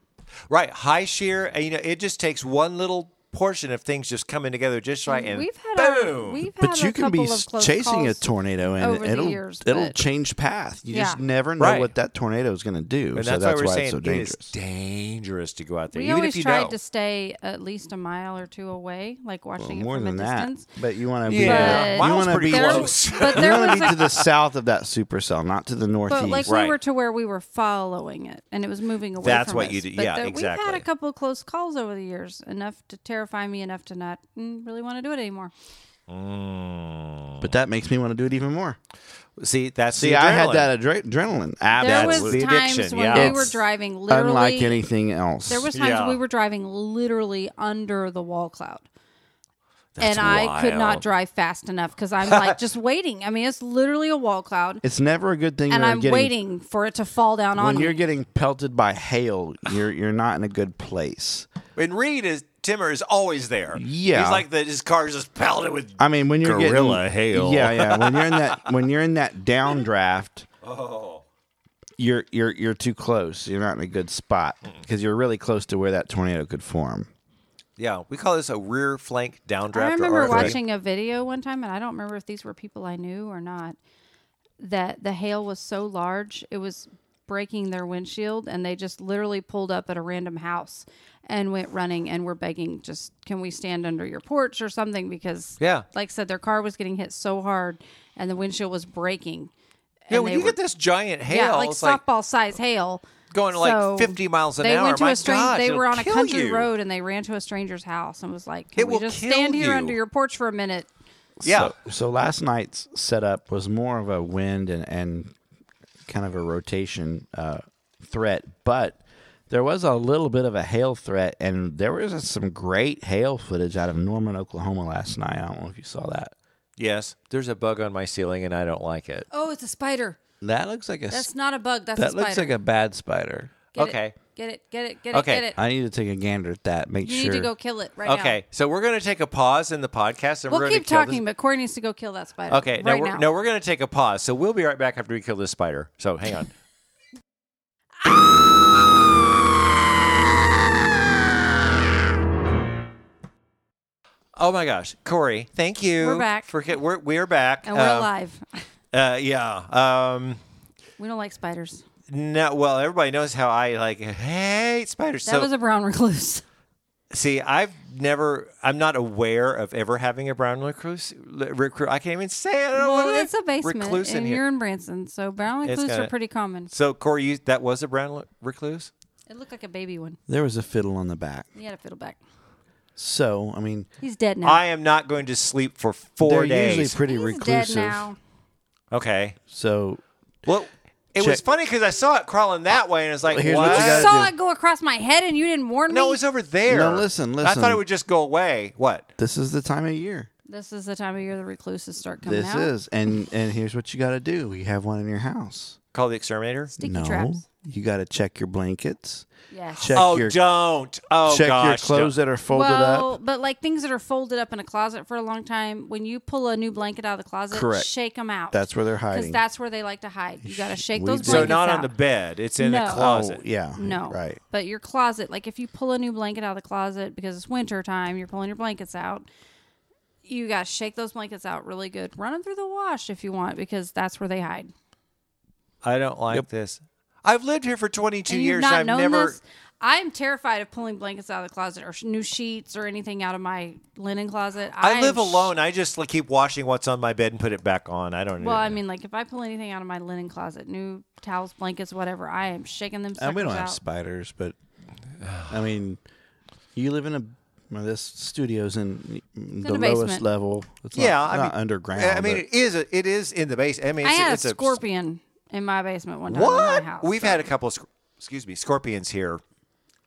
Speaker 1: right high shear. And, you know, it just takes one little portion of things just coming together just right. And
Speaker 3: We've had
Speaker 1: boom.
Speaker 3: Our, we've had
Speaker 2: But you
Speaker 3: a
Speaker 2: can be
Speaker 3: couple of close
Speaker 2: chasing a
Speaker 3: calls.
Speaker 2: tornado
Speaker 3: over
Speaker 2: and
Speaker 3: the
Speaker 2: it'll
Speaker 3: years,
Speaker 2: it'll
Speaker 3: but-
Speaker 2: change path. You just
Speaker 3: Yeah.
Speaker 2: never know
Speaker 1: Right.
Speaker 2: what that tornado is going to do.
Speaker 1: and
Speaker 2: so
Speaker 1: that's,
Speaker 2: that's
Speaker 1: why we're saying
Speaker 2: it's so dangerous.
Speaker 1: it is dangerous to go out there,
Speaker 3: We
Speaker 1: even
Speaker 3: always
Speaker 1: if you
Speaker 3: tried
Speaker 1: know.
Speaker 3: to stay at least a mile or two away, like
Speaker 2: Well,
Speaker 3: watching
Speaker 2: more
Speaker 3: it from
Speaker 2: than
Speaker 3: a
Speaker 2: that,
Speaker 3: distance.
Speaker 2: but you want to be uh,
Speaker 1: yeah,
Speaker 3: But-
Speaker 2: you
Speaker 1: miles
Speaker 2: want to
Speaker 1: pretty
Speaker 2: be
Speaker 3: There-
Speaker 1: close.
Speaker 3: but
Speaker 2: you
Speaker 3: there
Speaker 2: want
Speaker 3: was
Speaker 2: to be
Speaker 3: a-
Speaker 2: to the south of that supercell, not to the northeast.
Speaker 3: But like
Speaker 1: Right.
Speaker 3: we were to where we were fall following it, and it was moving away.
Speaker 1: That's
Speaker 3: from
Speaker 1: what
Speaker 3: us.
Speaker 1: you do-
Speaker 3: But
Speaker 1: yeah,
Speaker 3: there- We've
Speaker 1: exactly.
Speaker 3: had a couple of close calls over the years, enough to terrify me enough to not mm, really want to do it anymore.
Speaker 2: but that makes me want to do it even more.
Speaker 1: See, that's
Speaker 2: See,
Speaker 1: the
Speaker 2: I had
Speaker 1: adrenaline.
Speaker 2: that adre- adrenaline.
Speaker 3: there
Speaker 1: That's
Speaker 3: was
Speaker 1: the
Speaker 2: Absolutely,
Speaker 3: times
Speaker 1: addiction,
Speaker 3: when
Speaker 1: yeah.
Speaker 3: we were
Speaker 1: It's
Speaker 3: driving literally.
Speaker 2: unlike anything else.
Speaker 3: there was times
Speaker 1: Yeah.
Speaker 3: we were driving literally under the wall cloud.
Speaker 1: That's
Speaker 3: and I could not
Speaker 1: wild.
Speaker 3: drive fast enough because I'm
Speaker 1: (laughs)
Speaker 3: like just waiting. I mean, it's literally a wall cloud,
Speaker 2: it's never a good thing.
Speaker 3: and
Speaker 2: when
Speaker 3: I'm
Speaker 2: you're getting,
Speaker 3: waiting for it to fall down on
Speaker 2: when
Speaker 3: me.
Speaker 2: you're getting pelted by hail. You're you're not in a good place.
Speaker 1: And Reed is Timmer is always there.
Speaker 2: Yeah.
Speaker 1: he's like the his car's just pelted with.
Speaker 2: I mean, when you're
Speaker 1: Gorilla
Speaker 2: getting,
Speaker 1: hail.
Speaker 2: Yeah, yeah. When you're in that when you're in that downdraft,
Speaker 1: Oh.
Speaker 2: you're you're you're too close. You're not in a good spot because you're really close to where that tornado could form.
Speaker 1: (laughs) yeah, we call this a rear flank downdraft.
Speaker 3: I remember
Speaker 1: or RFA.
Speaker 3: watching a video one time, and I don't remember if these were people I knew or not. That the hail was so large, it was breaking their windshield, and they just literally pulled up at a random house and went running and were begging, just can we stand under your porch or something? Because,
Speaker 1: Yeah.
Speaker 3: like I said, their car was getting hit so hard, and the windshield was breaking.
Speaker 1: Yeah,
Speaker 3: and
Speaker 1: when
Speaker 3: they
Speaker 1: you
Speaker 3: were-
Speaker 1: get this giant hail,
Speaker 3: yeah, like
Speaker 1: it's like
Speaker 3: softball size hail.
Speaker 1: going like 50 miles an
Speaker 3: they
Speaker 1: hour.
Speaker 3: Went to
Speaker 1: My
Speaker 3: a strange,
Speaker 1: gosh,
Speaker 3: they were
Speaker 1: it'll
Speaker 3: on a
Speaker 1: kill
Speaker 3: country
Speaker 1: you.
Speaker 3: road and they ran to a stranger's house and was like, "Can
Speaker 1: It
Speaker 3: we
Speaker 1: will
Speaker 3: just
Speaker 1: kill
Speaker 3: stand here
Speaker 1: you."
Speaker 3: under your porch for a minute?"
Speaker 1: yeah.
Speaker 2: So, so last night's setup was more of a wind and, and kind of a rotation uh, threat, but there was a little bit of a hail threat, and there was some great hail footage out of Norman, Oklahoma last night. I don't know if you saw that.
Speaker 1: Yes, there's a bug on my ceiling and I don't like it.
Speaker 3: Oh, it's a spider.
Speaker 2: That looks like a
Speaker 3: That's not a bug. That's a
Speaker 2: that
Speaker 3: spider.
Speaker 2: looks like a bad spider.
Speaker 3: Get it,
Speaker 1: okay.
Speaker 3: get it. Get it. Get
Speaker 1: Okay.
Speaker 3: it. Get it.
Speaker 2: I need to take a gander at that. Make
Speaker 3: You
Speaker 2: sure.
Speaker 3: need to go kill it right now.
Speaker 1: Okay, so we're going to take a pause in the podcast and we're
Speaker 3: We'll
Speaker 1: going
Speaker 3: keep
Speaker 1: to kill
Speaker 3: talking,
Speaker 1: This.
Speaker 3: but Corey needs to go kill that spider.
Speaker 1: Okay,
Speaker 3: Right
Speaker 1: no, we're,
Speaker 3: now.
Speaker 1: no, we're going to take a pause. So we'll be right back after we kill this spider. So hang on. (laughs) Oh my gosh, Corey! Thank you.
Speaker 3: We're back.
Speaker 1: For, we're we're back,
Speaker 3: and we're
Speaker 1: Um,
Speaker 3: alive. (laughs)
Speaker 1: Uh, yeah. Um,
Speaker 3: we don't like spiders.
Speaker 1: No, well, everybody knows how I like hate spiders.
Speaker 3: That
Speaker 1: so
Speaker 3: was a brown (laughs) recluse.
Speaker 1: See, I've never. I'm not aware of ever having a brown recluse. Recru- I can't even say it. I don't
Speaker 3: Well,
Speaker 1: wanna-
Speaker 3: it's a basement,
Speaker 1: Recluse in
Speaker 3: and
Speaker 1: here.
Speaker 3: you're in Branson, so brown
Speaker 1: It's
Speaker 3: recluse are
Speaker 1: got-
Speaker 3: pretty common.
Speaker 1: So Corey, you, that was a brown le- recluse.
Speaker 3: It looked like a baby one.
Speaker 2: There was a fiddle on the back.
Speaker 3: He had a fiddle back.
Speaker 2: So, I mean,
Speaker 3: He's dead now.
Speaker 1: I am not going to sleep for 4
Speaker 2: they're
Speaker 1: days.
Speaker 2: usually pretty
Speaker 3: He's
Speaker 2: reclusive.
Speaker 3: dead now.
Speaker 1: okay.
Speaker 2: So,
Speaker 1: Well, it was
Speaker 2: Check.
Speaker 1: funny because I saw it crawling that way, and it's like,
Speaker 2: Well, here's what
Speaker 1: what?
Speaker 2: you
Speaker 3: I
Speaker 2: gotta
Speaker 3: saw
Speaker 2: do-
Speaker 3: it go across my head, and you didn't warn me.
Speaker 1: no, it was over there.
Speaker 2: No, listen,
Speaker 1: I
Speaker 2: listen.
Speaker 1: thought it would just go away. What?
Speaker 2: this is the time of year.
Speaker 3: This is the time of year the recluses start coming
Speaker 2: this
Speaker 3: out.
Speaker 2: is. And and here's what you got to do. You have one in your house.
Speaker 1: Call the exterminator?
Speaker 3: Sticky
Speaker 2: no.
Speaker 3: traps.
Speaker 2: You got to check your blankets.
Speaker 3: Yes.
Speaker 2: Check
Speaker 1: oh,
Speaker 2: your
Speaker 1: don't. Oh,
Speaker 2: check
Speaker 1: gosh.
Speaker 2: your clothes
Speaker 1: don't.
Speaker 2: that are folded
Speaker 3: well,
Speaker 2: up.
Speaker 3: but like things that are folded up in a closet for a long time, when you pull a new blanket out of the closet,
Speaker 2: Correct.
Speaker 3: shake them out.
Speaker 2: That's where they're
Speaker 3: because
Speaker 2: hiding.
Speaker 3: that's where they like to hide. You got to shake
Speaker 2: we
Speaker 3: those
Speaker 2: do.
Speaker 3: blankets
Speaker 1: So not on
Speaker 3: out.
Speaker 1: the bed. It's in a
Speaker 3: No.
Speaker 1: closet.
Speaker 2: Oh, yeah.
Speaker 3: No.
Speaker 2: Right.
Speaker 3: But your closet, like if you pull a new blanket out of the closet because it's winter time, you're pulling your blankets out. You got to shake those blankets out really good. Run them through the wash if you want because that's where they hide.
Speaker 1: I don't like this. I've lived here for 22
Speaker 3: And
Speaker 1: years.
Speaker 3: You've not
Speaker 1: and I've
Speaker 3: known
Speaker 1: never.
Speaker 3: this. I'm terrified of pulling blankets out of the closet or sh- new sheets or anything out of my linen closet.
Speaker 1: I
Speaker 3: am
Speaker 1: live
Speaker 3: sh-
Speaker 1: alone. I just like, keep washing what's on my bed and put it back on. I don't.
Speaker 3: Well, I mean, like if I pull anything out of my linen closet, new towels, blankets, whatever, I am shaking them.
Speaker 2: And we don't
Speaker 3: suckers
Speaker 2: have
Speaker 3: out.
Speaker 2: spiders, but I mean, you live in a well, this studio's in the
Speaker 3: a
Speaker 2: lowest
Speaker 3: basement.
Speaker 2: level. It's not,
Speaker 1: yeah, I
Speaker 2: not
Speaker 1: mean,
Speaker 2: underground.
Speaker 1: I mean,
Speaker 2: but-
Speaker 1: it is. A, it is in the base. I mean,
Speaker 3: I
Speaker 1: it's,
Speaker 3: had
Speaker 1: it's
Speaker 3: a scorpion in my basement one time in
Speaker 1: What?
Speaker 3: my house.
Speaker 1: We've
Speaker 3: so-
Speaker 1: had a couple. Of, sc- excuse me, scorpions here.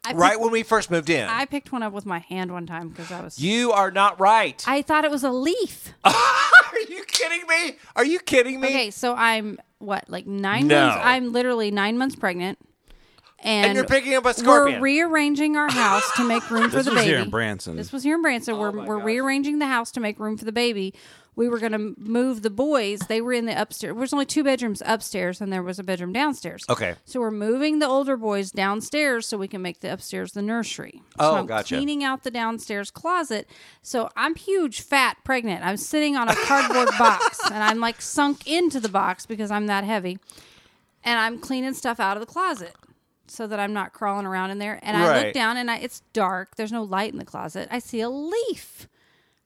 Speaker 3: I
Speaker 1: right
Speaker 3: picked-
Speaker 1: when we first moved in.
Speaker 3: I picked one up with my hand one time because I was.
Speaker 1: you are not right.
Speaker 3: I thought it was a leaf.
Speaker 1: are you kidding me? Are you kidding me?
Speaker 3: Okay, so I'm what, like nine
Speaker 1: No.
Speaker 3: months? I'm literally nine months pregnant. And,
Speaker 1: you're picking up a scorpion.
Speaker 3: We're rearranging our house to make room for
Speaker 2: this
Speaker 3: the
Speaker 2: was
Speaker 3: baby.
Speaker 2: here in Branson.
Speaker 3: This was here in
Speaker 1: Oh
Speaker 3: Branson. we're we're rearranging the house to make room for the baby. We were going to move the boys. They were in the upstairs. There's only two bedrooms upstairs, and there was a bedroom downstairs.
Speaker 1: Okay.
Speaker 3: So we're moving the older boys downstairs so we can make the upstairs the nursery.
Speaker 1: Oh,
Speaker 3: so I'm
Speaker 1: gotcha.
Speaker 3: Cleaning out the downstairs closet. So I'm huge, fat, pregnant. I'm sitting on a cardboard (laughs) box, and I'm like sunk into the box because I'm that heavy. And I'm cleaning stuff out of the closet so that I'm not crawling around in there. And I
Speaker 1: Right.
Speaker 3: look down, and I, it's dark. There's no light in the closet. I see a leaf.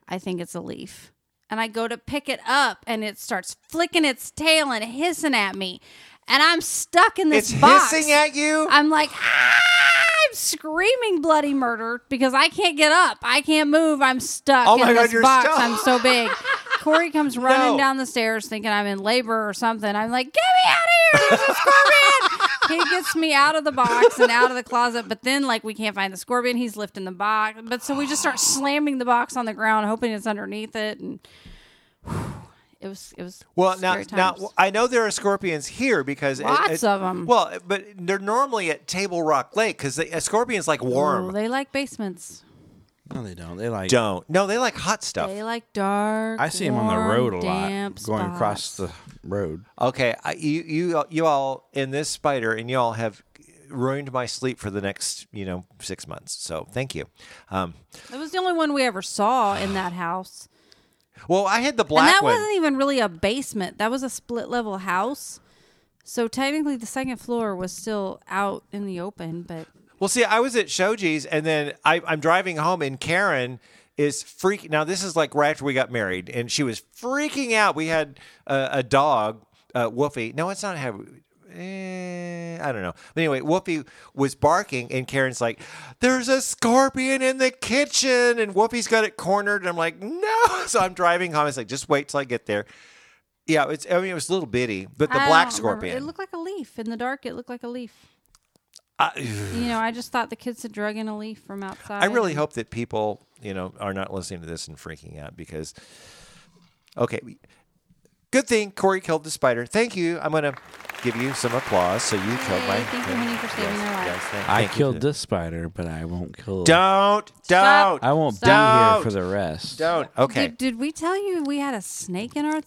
Speaker 3: I think it's a leaf. And I go to pick it up and it starts flicking its tail and hissing at me. And I'm stuck in this
Speaker 1: It's
Speaker 3: box.
Speaker 1: hissing at you.
Speaker 3: I'm like, "Ah!" I'm screaming bloody murder because I can't get up. I can't move. I'm stuck
Speaker 1: Oh
Speaker 3: in
Speaker 1: my God,
Speaker 3: this
Speaker 1: you're
Speaker 3: box.
Speaker 1: stuck.
Speaker 3: I'm so
Speaker 1: (laughs)
Speaker 3: big. Corey comes running
Speaker 1: No.
Speaker 3: down the stairs thinking I'm in labor or something. I'm like, get me out of here. There's
Speaker 1: (laughs)
Speaker 3: a scorpion. he gets me out of the box and out of the closet. But then, like, we can't find the scorpion. He's lifting the box. But so we
Speaker 1: (sighs)
Speaker 3: just start slamming the box on the ground, hoping it's underneath it. And (sighs) it was, it was,
Speaker 1: Well, now,
Speaker 3: scary
Speaker 1: now
Speaker 3: times.
Speaker 1: I know there are scorpions here because it- it-
Speaker 3: Lots of 'em.
Speaker 1: Well, but they're normally at Table Rock Lake because a scorpion's like warm.
Speaker 3: Oh, they like basements.
Speaker 2: no, they don't. They like.
Speaker 1: Don't. No, they like hot stuff.
Speaker 3: They like dark.
Speaker 2: I see them on the
Speaker 3: warm,
Speaker 2: road a lot,
Speaker 3: damp
Speaker 2: going across
Speaker 3: spots.
Speaker 2: the road.
Speaker 1: Okay, I, you you you all in this spider and you all have ruined my sleep for the next you know six months. So thank you. Um,
Speaker 3: It was the only one we ever saw in that house,
Speaker 1: well, I had the
Speaker 3: and
Speaker 1: black
Speaker 3: that
Speaker 1: one.
Speaker 3: wasn't even really a basement. That was a split level house. So technically, the second floor was still out in the open, but
Speaker 1: Well, see, I was at Shoji's, and then I, I'm driving home, and Karen is freaking. Now, this is like right after we got married, and she was freaking out. We had uh, a dog, uh, Wolfie. No, it's not have. Eh, I don't know. But anyway, Wolfie was barking, and Karen's like, "There's a scorpion in the kitchen," and Wolfie's got it cornered. And I'm like, "No!" (laughs) So I'm driving home. It's like, just wait till I get there. Yeah, it's. I mean, it was a little bitty, but the
Speaker 3: I
Speaker 1: black
Speaker 3: don't remember.
Speaker 1: scorpion.
Speaker 3: It looked like a leaf in the dark. It looked like a leaf.
Speaker 1: I-
Speaker 3: You know, I just thought the kids had drug in a leaf from outside.
Speaker 1: I really hope that people, you know, are not listening to this and freaking out because, okay, we- good thing Corey killed the spider. Thank you. I'm gonna give you some applause. So you killed my.
Speaker 3: Yay, thank you, honey, for saving
Speaker 1: Yes,
Speaker 3: their life.
Speaker 1: yes, thank-
Speaker 2: I
Speaker 1: thank you
Speaker 2: killed
Speaker 1: for-
Speaker 2: this spider, but I won't kill.
Speaker 1: Don't,
Speaker 3: Stop.
Speaker 1: don't,
Speaker 2: I won't
Speaker 1: Don't.
Speaker 2: be here for the rest.
Speaker 1: don't. Okay.
Speaker 3: Did, did we tell you we had a snake in our th-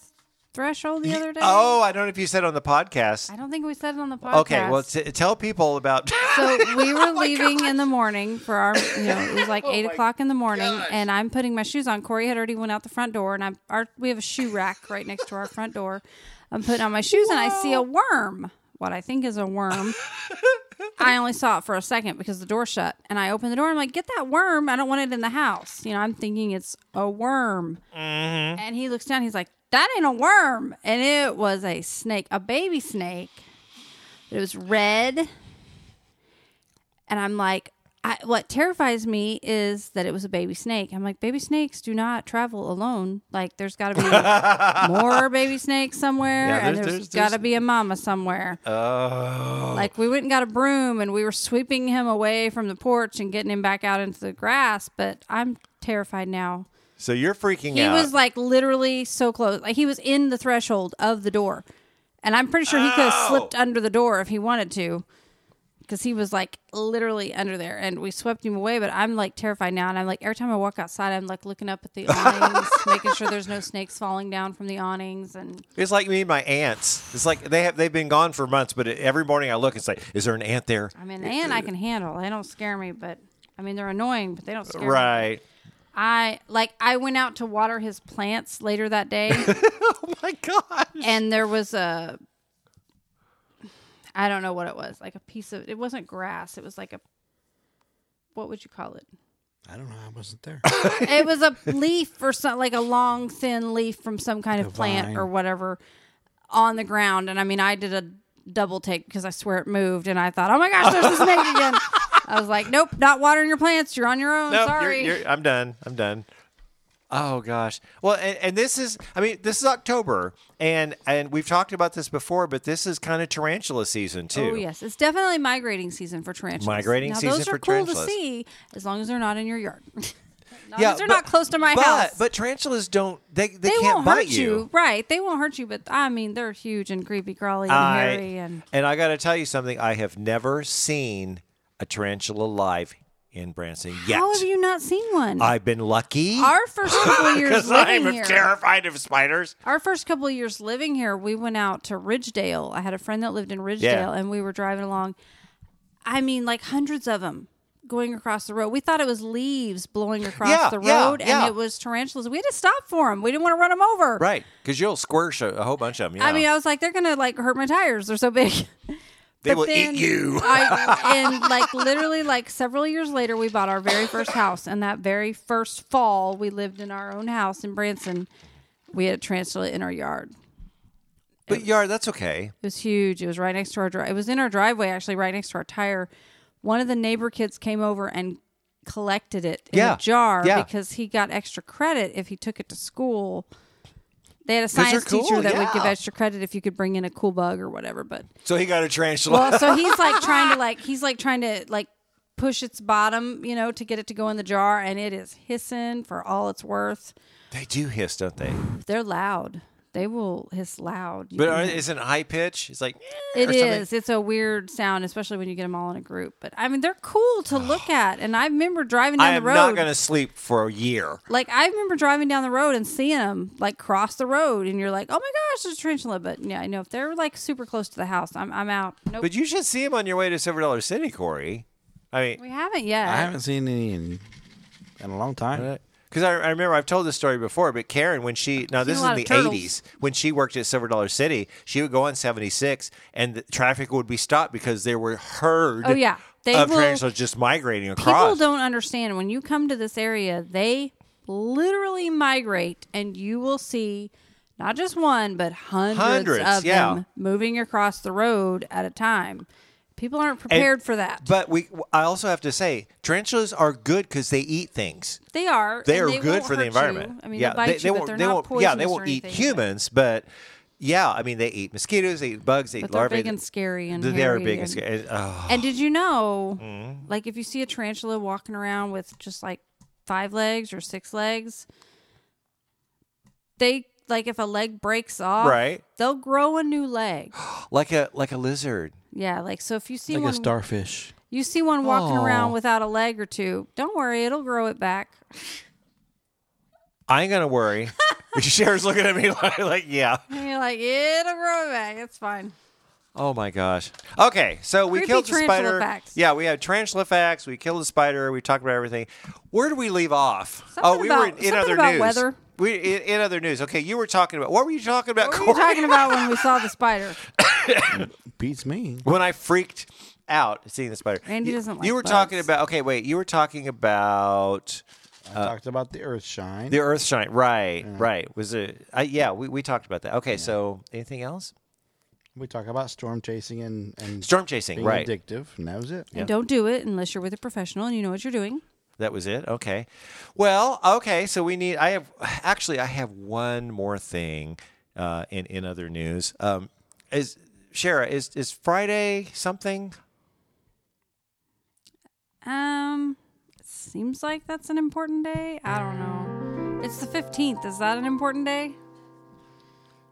Speaker 3: threshold the other day?
Speaker 1: Oh, I don't know if you said on the podcast.
Speaker 3: I don't think we said it on the podcast.
Speaker 1: Okay, well, t- tell people about. (laughs)
Speaker 3: So we were leaving in the morning for our, you know, it was like eight o'clock in the morning, and I'm putting my shoes on. Corey had already went out the front door, and I'm our we have a shoe rack right next to our front door. I'm putting on my shoes, and I see a worm. What I think is a worm I only saw it for a second because the door shut, and I opened the door. And I'm like, "Get that worm! I don't want it in the house." You know, I'm thinking it's a worm, and he looks down. He's like, "That ain't a worm," and it was a snake, a baby snake. It was red, and I'm like, I, "What terrifies me is that it was a baby snake." I'm like, "Baby snakes do not travel alone. Like, there's got to
Speaker 1: (laughs)
Speaker 3: be more baby snakes somewhere,
Speaker 1: Yeah,
Speaker 3: and
Speaker 1: there's-
Speaker 3: there's
Speaker 1: there's-
Speaker 3: got to be a mama somewhere."
Speaker 1: Oh.
Speaker 3: Like we went and got a broom and we were sweeping him away from the porch and getting him back out into the grass, but I'm terrified now.
Speaker 1: So you're freaking
Speaker 3: He
Speaker 1: out.
Speaker 3: was like literally so close. Like he was in the threshold of the door. And I'm pretty sure he could have slipped under the door if he wanted to. Because he was like literally under there and we swept him away, but I'm like terrified now. And I'm like, every time I walk outside, I'm like looking up at the awnings, making sure there's no snakes falling down from the awnings. And
Speaker 1: It's like me and my ants. It's like they have they've been gone for months, but every morning I look, it's like, is there an ant there?
Speaker 3: I mean, and I can handle. They don't scare me, but I mean, they're annoying, but they don't scare me.
Speaker 1: Right. (laughs)
Speaker 3: I like I went out to water his plants later that day
Speaker 1: Oh my god.
Speaker 3: and there was a I don't know what it was, like a piece of it wasn't grass, it was like a what would you call it?
Speaker 2: I don't know. I wasn't (laughs) there.
Speaker 3: It was a leaf or something like a long thin leaf from some kind of plant
Speaker 2: vine.
Speaker 3: or whatever on the ground and I mean I did a double take because I swear it moved and I thought, "Oh my gosh, there's a snake again." I was like, "Nope, not watering your plants. You're on your own.
Speaker 1: No,
Speaker 3: Sorry."
Speaker 1: You're, you're, I'm done. I'm done. Oh gosh. Well, and, and this is I mean, this is October and and we've talked about this before, but this is kind of tarantula season too.
Speaker 3: Oh yes, it's definitely migrating season for tarantulas.
Speaker 1: Migrating
Speaker 3: now,
Speaker 1: season
Speaker 3: those
Speaker 1: for
Speaker 3: are cool
Speaker 1: tarantulas.
Speaker 3: to see as long as they're not in your yard. (laughs) as long
Speaker 1: Yeah,
Speaker 3: as they're
Speaker 1: but-
Speaker 3: not close to my
Speaker 1: but,
Speaker 3: house.
Speaker 1: But tarantulas don't they they,
Speaker 3: they,
Speaker 1: can't
Speaker 3: won't
Speaker 1: bite
Speaker 3: hurt right? They won't hurt you, but I mean they're huge and creepy, crawly, and hairy, and
Speaker 1: and I got to tell you something. I have never seen a tarantula live in Branson yet.
Speaker 3: how have you not seen one?
Speaker 1: I've been lucky.
Speaker 3: Our first
Speaker 1: (laughs)
Speaker 3: couple years
Speaker 1: because I
Speaker 3: living
Speaker 1: am
Speaker 3: here.
Speaker 1: terrified of spiders.
Speaker 3: Our first couple of years living here, we went out to Ridgedale. I had a friend that lived in Ridgedale,
Speaker 1: Yeah.
Speaker 3: and we were driving along. I mean, like hundreds of them going across the road. We thought it was leaves blowing across
Speaker 1: Yeah,
Speaker 3: the
Speaker 1: yeah,
Speaker 3: road,
Speaker 1: yeah.
Speaker 3: and it was tarantulas. We had to stop for them. We didn't want to run them over.
Speaker 1: Right, because you'll squish a, a whole bunch of them. Yeah.
Speaker 3: I mean, I was like, they're gonna like hurt my tires. They're so big. (laughs)
Speaker 1: they
Speaker 3: But
Speaker 1: will
Speaker 3: then
Speaker 1: eat you. (laughs)
Speaker 3: I, and like literally, like several years later, we bought our very first house. And that very first fall, we lived in our own house in Branson. We had a tarantula in our yard.
Speaker 1: But yard, that's okay.
Speaker 3: It was huge. It was right next to our drive. It was in our driveway, actually, right next to our tire. One of the neighbor kids came over and collected it in
Speaker 1: Yeah.
Speaker 3: a jar
Speaker 1: Yeah.
Speaker 3: because he got extra credit if he took it to school. They had a
Speaker 1: they're
Speaker 3: science
Speaker 1: cool,
Speaker 3: teacher that would give
Speaker 1: yeah.
Speaker 3: extra credit if you could bring in a cool bug or whatever. But
Speaker 1: So he got a tarantula.
Speaker 3: well, so he's like trying to like he's like trying to like push its bottom, you know, to get it to go in the jar, and it is hissing for all it's worth.
Speaker 1: they do hiss, don't they?
Speaker 3: They're loud. They will hiss loud. You
Speaker 1: But
Speaker 3: can
Speaker 1: are,
Speaker 3: hear
Speaker 1: is it high pitch? It's like "Eh,"
Speaker 3: It
Speaker 1: or something?
Speaker 3: is. It's a weird sound, especially when you get them all in a group. But I mean, they're cool
Speaker 1: (sighs)
Speaker 3: to look at. And I remember driving down
Speaker 1: I
Speaker 3: the
Speaker 1: am
Speaker 3: road.
Speaker 1: not going to sleep for a year.
Speaker 3: like I remember driving down the road and seeing them like cross the road, and you're like, "Oh my gosh, there's a tarantula!" But yeah, I know if they're like super close to the house, I'm I'm out. Nope,
Speaker 1: But you should see him on your way to Silver Dollar City, Corey. I mean,
Speaker 3: we haven't yet.
Speaker 2: I haven't seen any in, in a long time.
Speaker 1: Because I, I remember I've told this story before, but Karen, when she now this is
Speaker 3: lot
Speaker 1: in
Speaker 3: of
Speaker 1: the
Speaker 3: turtles.
Speaker 1: '80s when she worked at Silver Dollar City, she would go on 76, and the traffic would be stopped because there were herd.
Speaker 3: Oh, yeah. They
Speaker 1: of
Speaker 3: will-
Speaker 1: tarantulas just migrating
Speaker 3: People
Speaker 1: across.
Speaker 3: don't understand when you come to this area, they literally migrate, and you will see not just one, but hundreds,
Speaker 1: Hundreds,
Speaker 3: of
Speaker 1: yeah.
Speaker 3: them moving across the road at a time. People aren't prepared for that.
Speaker 1: But we, I also have to say, tarantulas are good because they eat things.
Speaker 3: They are.
Speaker 1: They are
Speaker 3: and
Speaker 1: good
Speaker 3: won't
Speaker 1: for the
Speaker 3: hurt
Speaker 1: environment.
Speaker 3: You. I mean,
Speaker 1: yeah,
Speaker 3: they bite you, but they're not poisonous
Speaker 1: yeah, they
Speaker 3: or
Speaker 1: won't eat
Speaker 3: anything,
Speaker 1: humans, but yeah, I mean, they eat mosquitoes, they eat bugs, they eat
Speaker 3: But they're
Speaker 1: larvae.
Speaker 3: big and scary and
Speaker 1: They are
Speaker 3: hairy
Speaker 1: big and
Speaker 3: and-
Speaker 1: scary. Mm-hmm. Oh,
Speaker 3: (laughs) And did you know, like, if you see a tarantula walking around with just like five legs or six legs, they like if a leg breaks off,
Speaker 1: Right.
Speaker 3: They'll grow a
Speaker 1: (gasps)
Speaker 3: new leg.
Speaker 1: like a like a lizard.
Speaker 3: Yeah, like so. If you see
Speaker 2: Like
Speaker 3: one,
Speaker 2: a starfish.
Speaker 3: you see one walking
Speaker 1: Aw.
Speaker 3: around without a leg or two. Don't worry, it'll grow it back. (laughs)
Speaker 1: I ain't gonna worry. (laughs) Cher's looking at me (laughs) like, like, yeah.
Speaker 3: And you're like, it'll grow it back. It's fine.
Speaker 1: Oh my gosh. Okay, so we
Speaker 3: Creepy
Speaker 1: killed the
Speaker 3: tarantula
Speaker 1: spider.
Speaker 3: facts.
Speaker 1: Yeah, we have tarantula facts. We killed the spider. We talked about everything. Where did we leave off? oh,
Speaker 3: Something
Speaker 1: we were
Speaker 3: about-
Speaker 1: in, in
Speaker 3: something
Speaker 1: other
Speaker 3: about
Speaker 1: news.
Speaker 3: weather.
Speaker 1: We in, in other news. Okay, you were talking about. What were you talking about?
Speaker 3: What were you
Speaker 1: Corey? (laughs)
Speaker 3: talking about when we saw the spider?
Speaker 2: Beats me.
Speaker 1: when I freaked out seeing the spider.
Speaker 3: Andy
Speaker 1: You-
Speaker 3: doesn't like
Speaker 1: You were
Speaker 3: bugs.
Speaker 1: talking about okay, wait. You were talking about
Speaker 2: I
Speaker 6: Uh,
Speaker 2: talked about the earth shine.
Speaker 1: the Earth shine, right? Right. Was it? I yeah, we, we talked about that. Okay, so anything else?
Speaker 2: we talk about storm chasing and, and
Speaker 1: Storm chasing,
Speaker 2: being
Speaker 1: right?
Speaker 2: addictive, and that was it.
Speaker 3: And don't do it unless you're with a professional and you know what you're doing.
Speaker 1: That was it. Okay. Well, okay. So we need. I have actually. I have one more thing. Uh, in in other news, um, is Shara is is Friday something?
Speaker 3: Um, it seems like that's an important day. I don't know. It's the 15th. Is that an important day?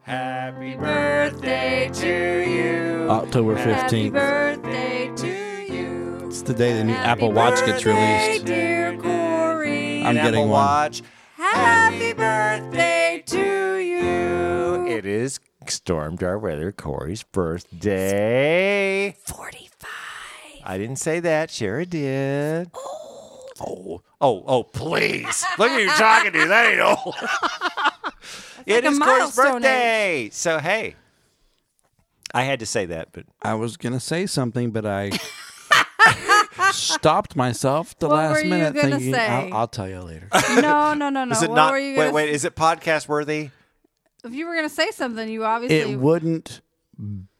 Speaker 1: Happy birthday to you.
Speaker 6: October
Speaker 3: Happy
Speaker 6: 15th.
Speaker 3: birthday to you.
Speaker 6: It's the day the new
Speaker 3: Happy
Speaker 6: Apple Watch gets
Speaker 3: birthday,
Speaker 6: released.
Speaker 3: Dear Corey.
Speaker 6: I'm getting one.
Speaker 1: Apple Watch.
Speaker 3: Happy birthday to you.
Speaker 1: It is Storm Dark Weather Corey's birthday.
Speaker 3: 45.
Speaker 1: I didn't say that. Shara did. Oh, oh, oh, please. Look at you talking to. That ain't (laughs) old. It
Speaker 3: like a
Speaker 1: is Corey's
Speaker 3: milestone
Speaker 1: birthday. So, hey, I had to say that, but
Speaker 6: I was gonna say something, but
Speaker 2: (laughs)
Speaker 6: I stopped myself the
Speaker 3: What
Speaker 6: last
Speaker 3: were you
Speaker 6: minute
Speaker 3: gonna
Speaker 6: thinking.
Speaker 3: say?
Speaker 6: I'll, I'll tell you
Speaker 2: (laughs)
Speaker 6: later.
Speaker 3: No, no, no, no.
Speaker 1: is it
Speaker 3: what
Speaker 1: not?
Speaker 3: were you
Speaker 1: wait,
Speaker 3: gonna
Speaker 1: wait, is it podcast worthy?
Speaker 3: If you were going to say something, you obviously.
Speaker 6: it wouldn't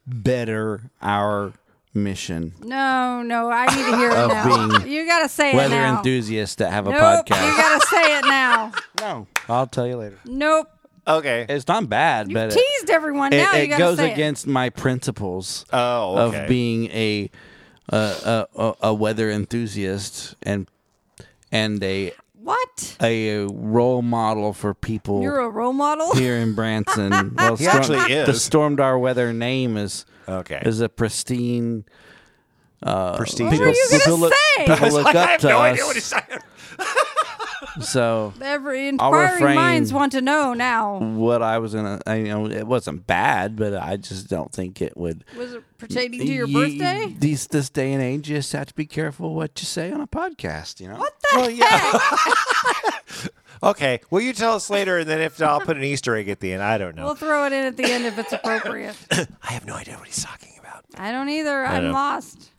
Speaker 6: better our mission.
Speaker 3: no, no. I need to hear it
Speaker 6: Of
Speaker 3: now.
Speaker 6: being
Speaker 3: you got to say it
Speaker 6: Weather
Speaker 3: now.
Speaker 6: enthusiasts that have a
Speaker 3: nope. You
Speaker 6: podcast.
Speaker 3: got to say it now.
Speaker 2: No.
Speaker 6: I'll tell you later. (laughs)
Speaker 3: Nope.
Speaker 1: Okay.
Speaker 6: It's not bad,
Speaker 3: You
Speaker 6: but
Speaker 3: have
Speaker 6: it,
Speaker 3: teased everyone.
Speaker 6: it-
Speaker 3: now you
Speaker 6: it
Speaker 3: got to
Speaker 6: goes
Speaker 3: say
Speaker 6: against my principles
Speaker 1: Oh, okay.
Speaker 6: of being a a, a a- a weather enthusiast and and a
Speaker 3: it. What?
Speaker 6: a role model for people
Speaker 3: You're a (laughs) role model?
Speaker 6: here in Branson. Well,
Speaker 1: He actually is.
Speaker 6: The Stormdar weather name is
Speaker 1: Okay.
Speaker 6: is a pristine.
Speaker 1: prestigious.
Speaker 3: were you gonna
Speaker 6: people look,
Speaker 3: say?
Speaker 6: people look
Speaker 1: Like,
Speaker 6: up
Speaker 1: I have
Speaker 6: to
Speaker 1: no
Speaker 6: us.
Speaker 1: idea what he's saying.
Speaker 6: so
Speaker 3: Every
Speaker 6: I'll
Speaker 3: inquiring
Speaker 6: refrain.
Speaker 3: minds want to know now.
Speaker 6: what I was gonna, I you know, it wasn't bad, but I just don't think it would.
Speaker 3: Was it pertaining to your
Speaker 6: You-
Speaker 3: birthday?
Speaker 6: These this day and age, you just have to be careful what you say on a podcast. You know what?
Speaker 1: Well, (laughs) yeah. okay. Will you tell us later, and then if not, I'll put an Easter egg at the end. I don't know.
Speaker 3: We'll throw it in at the end if
Speaker 1: (coughs)
Speaker 3: it's appropriate.
Speaker 1: (laughs) I have no idea what he's talking about.
Speaker 3: I don't either. I'm
Speaker 1: know.
Speaker 3: lost.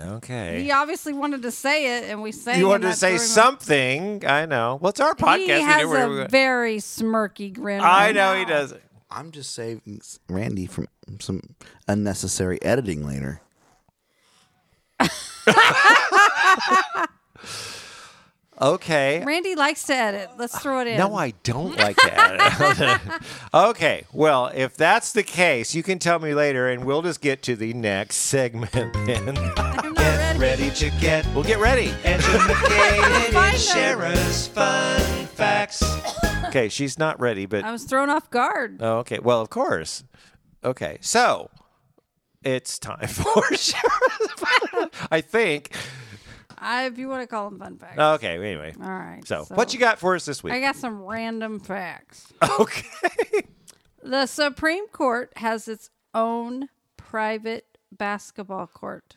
Speaker 1: Okay.
Speaker 3: He obviously wanted to say it, and we sang.
Speaker 1: you
Speaker 3: and
Speaker 1: wanted to
Speaker 3: that
Speaker 1: say
Speaker 3: threw him-
Speaker 1: something. I know. Well, it's our podcast.
Speaker 3: He
Speaker 1: We do
Speaker 3: has
Speaker 1: whatever we
Speaker 3: a
Speaker 1: want.
Speaker 3: very smirky grin.
Speaker 1: I
Speaker 3: right
Speaker 1: know
Speaker 3: now.
Speaker 1: he does.
Speaker 2: I'm just saving Randy from some unnecessary editing later.
Speaker 1: Okay.
Speaker 3: Randy likes to edit. Let's throw it in.
Speaker 1: No, I don't like that. (laughs) okay. Well, if that's the case, you can tell me later, and we'll just get to the next segment (laughs) then.
Speaker 3: I'm not ready.
Speaker 1: ready to get. We'll get ready. (laughs) Educated
Speaker 3: Find them.
Speaker 1: fun facts. (coughs) Okay, she's not ready, but
Speaker 3: I was thrown off guard.
Speaker 1: Oh, okay. Well, of course. Okay. So it's time (laughs) for Sheriff. I think.
Speaker 3: I, if you want to call them fun facts.
Speaker 1: Okay. Anyway.
Speaker 3: All right.
Speaker 1: Uh, So, what you got for us this
Speaker 3: I
Speaker 1: week?
Speaker 3: got some random facts.
Speaker 1: (laughs) Okay.
Speaker 3: The Supreme Court has its own private basketball court.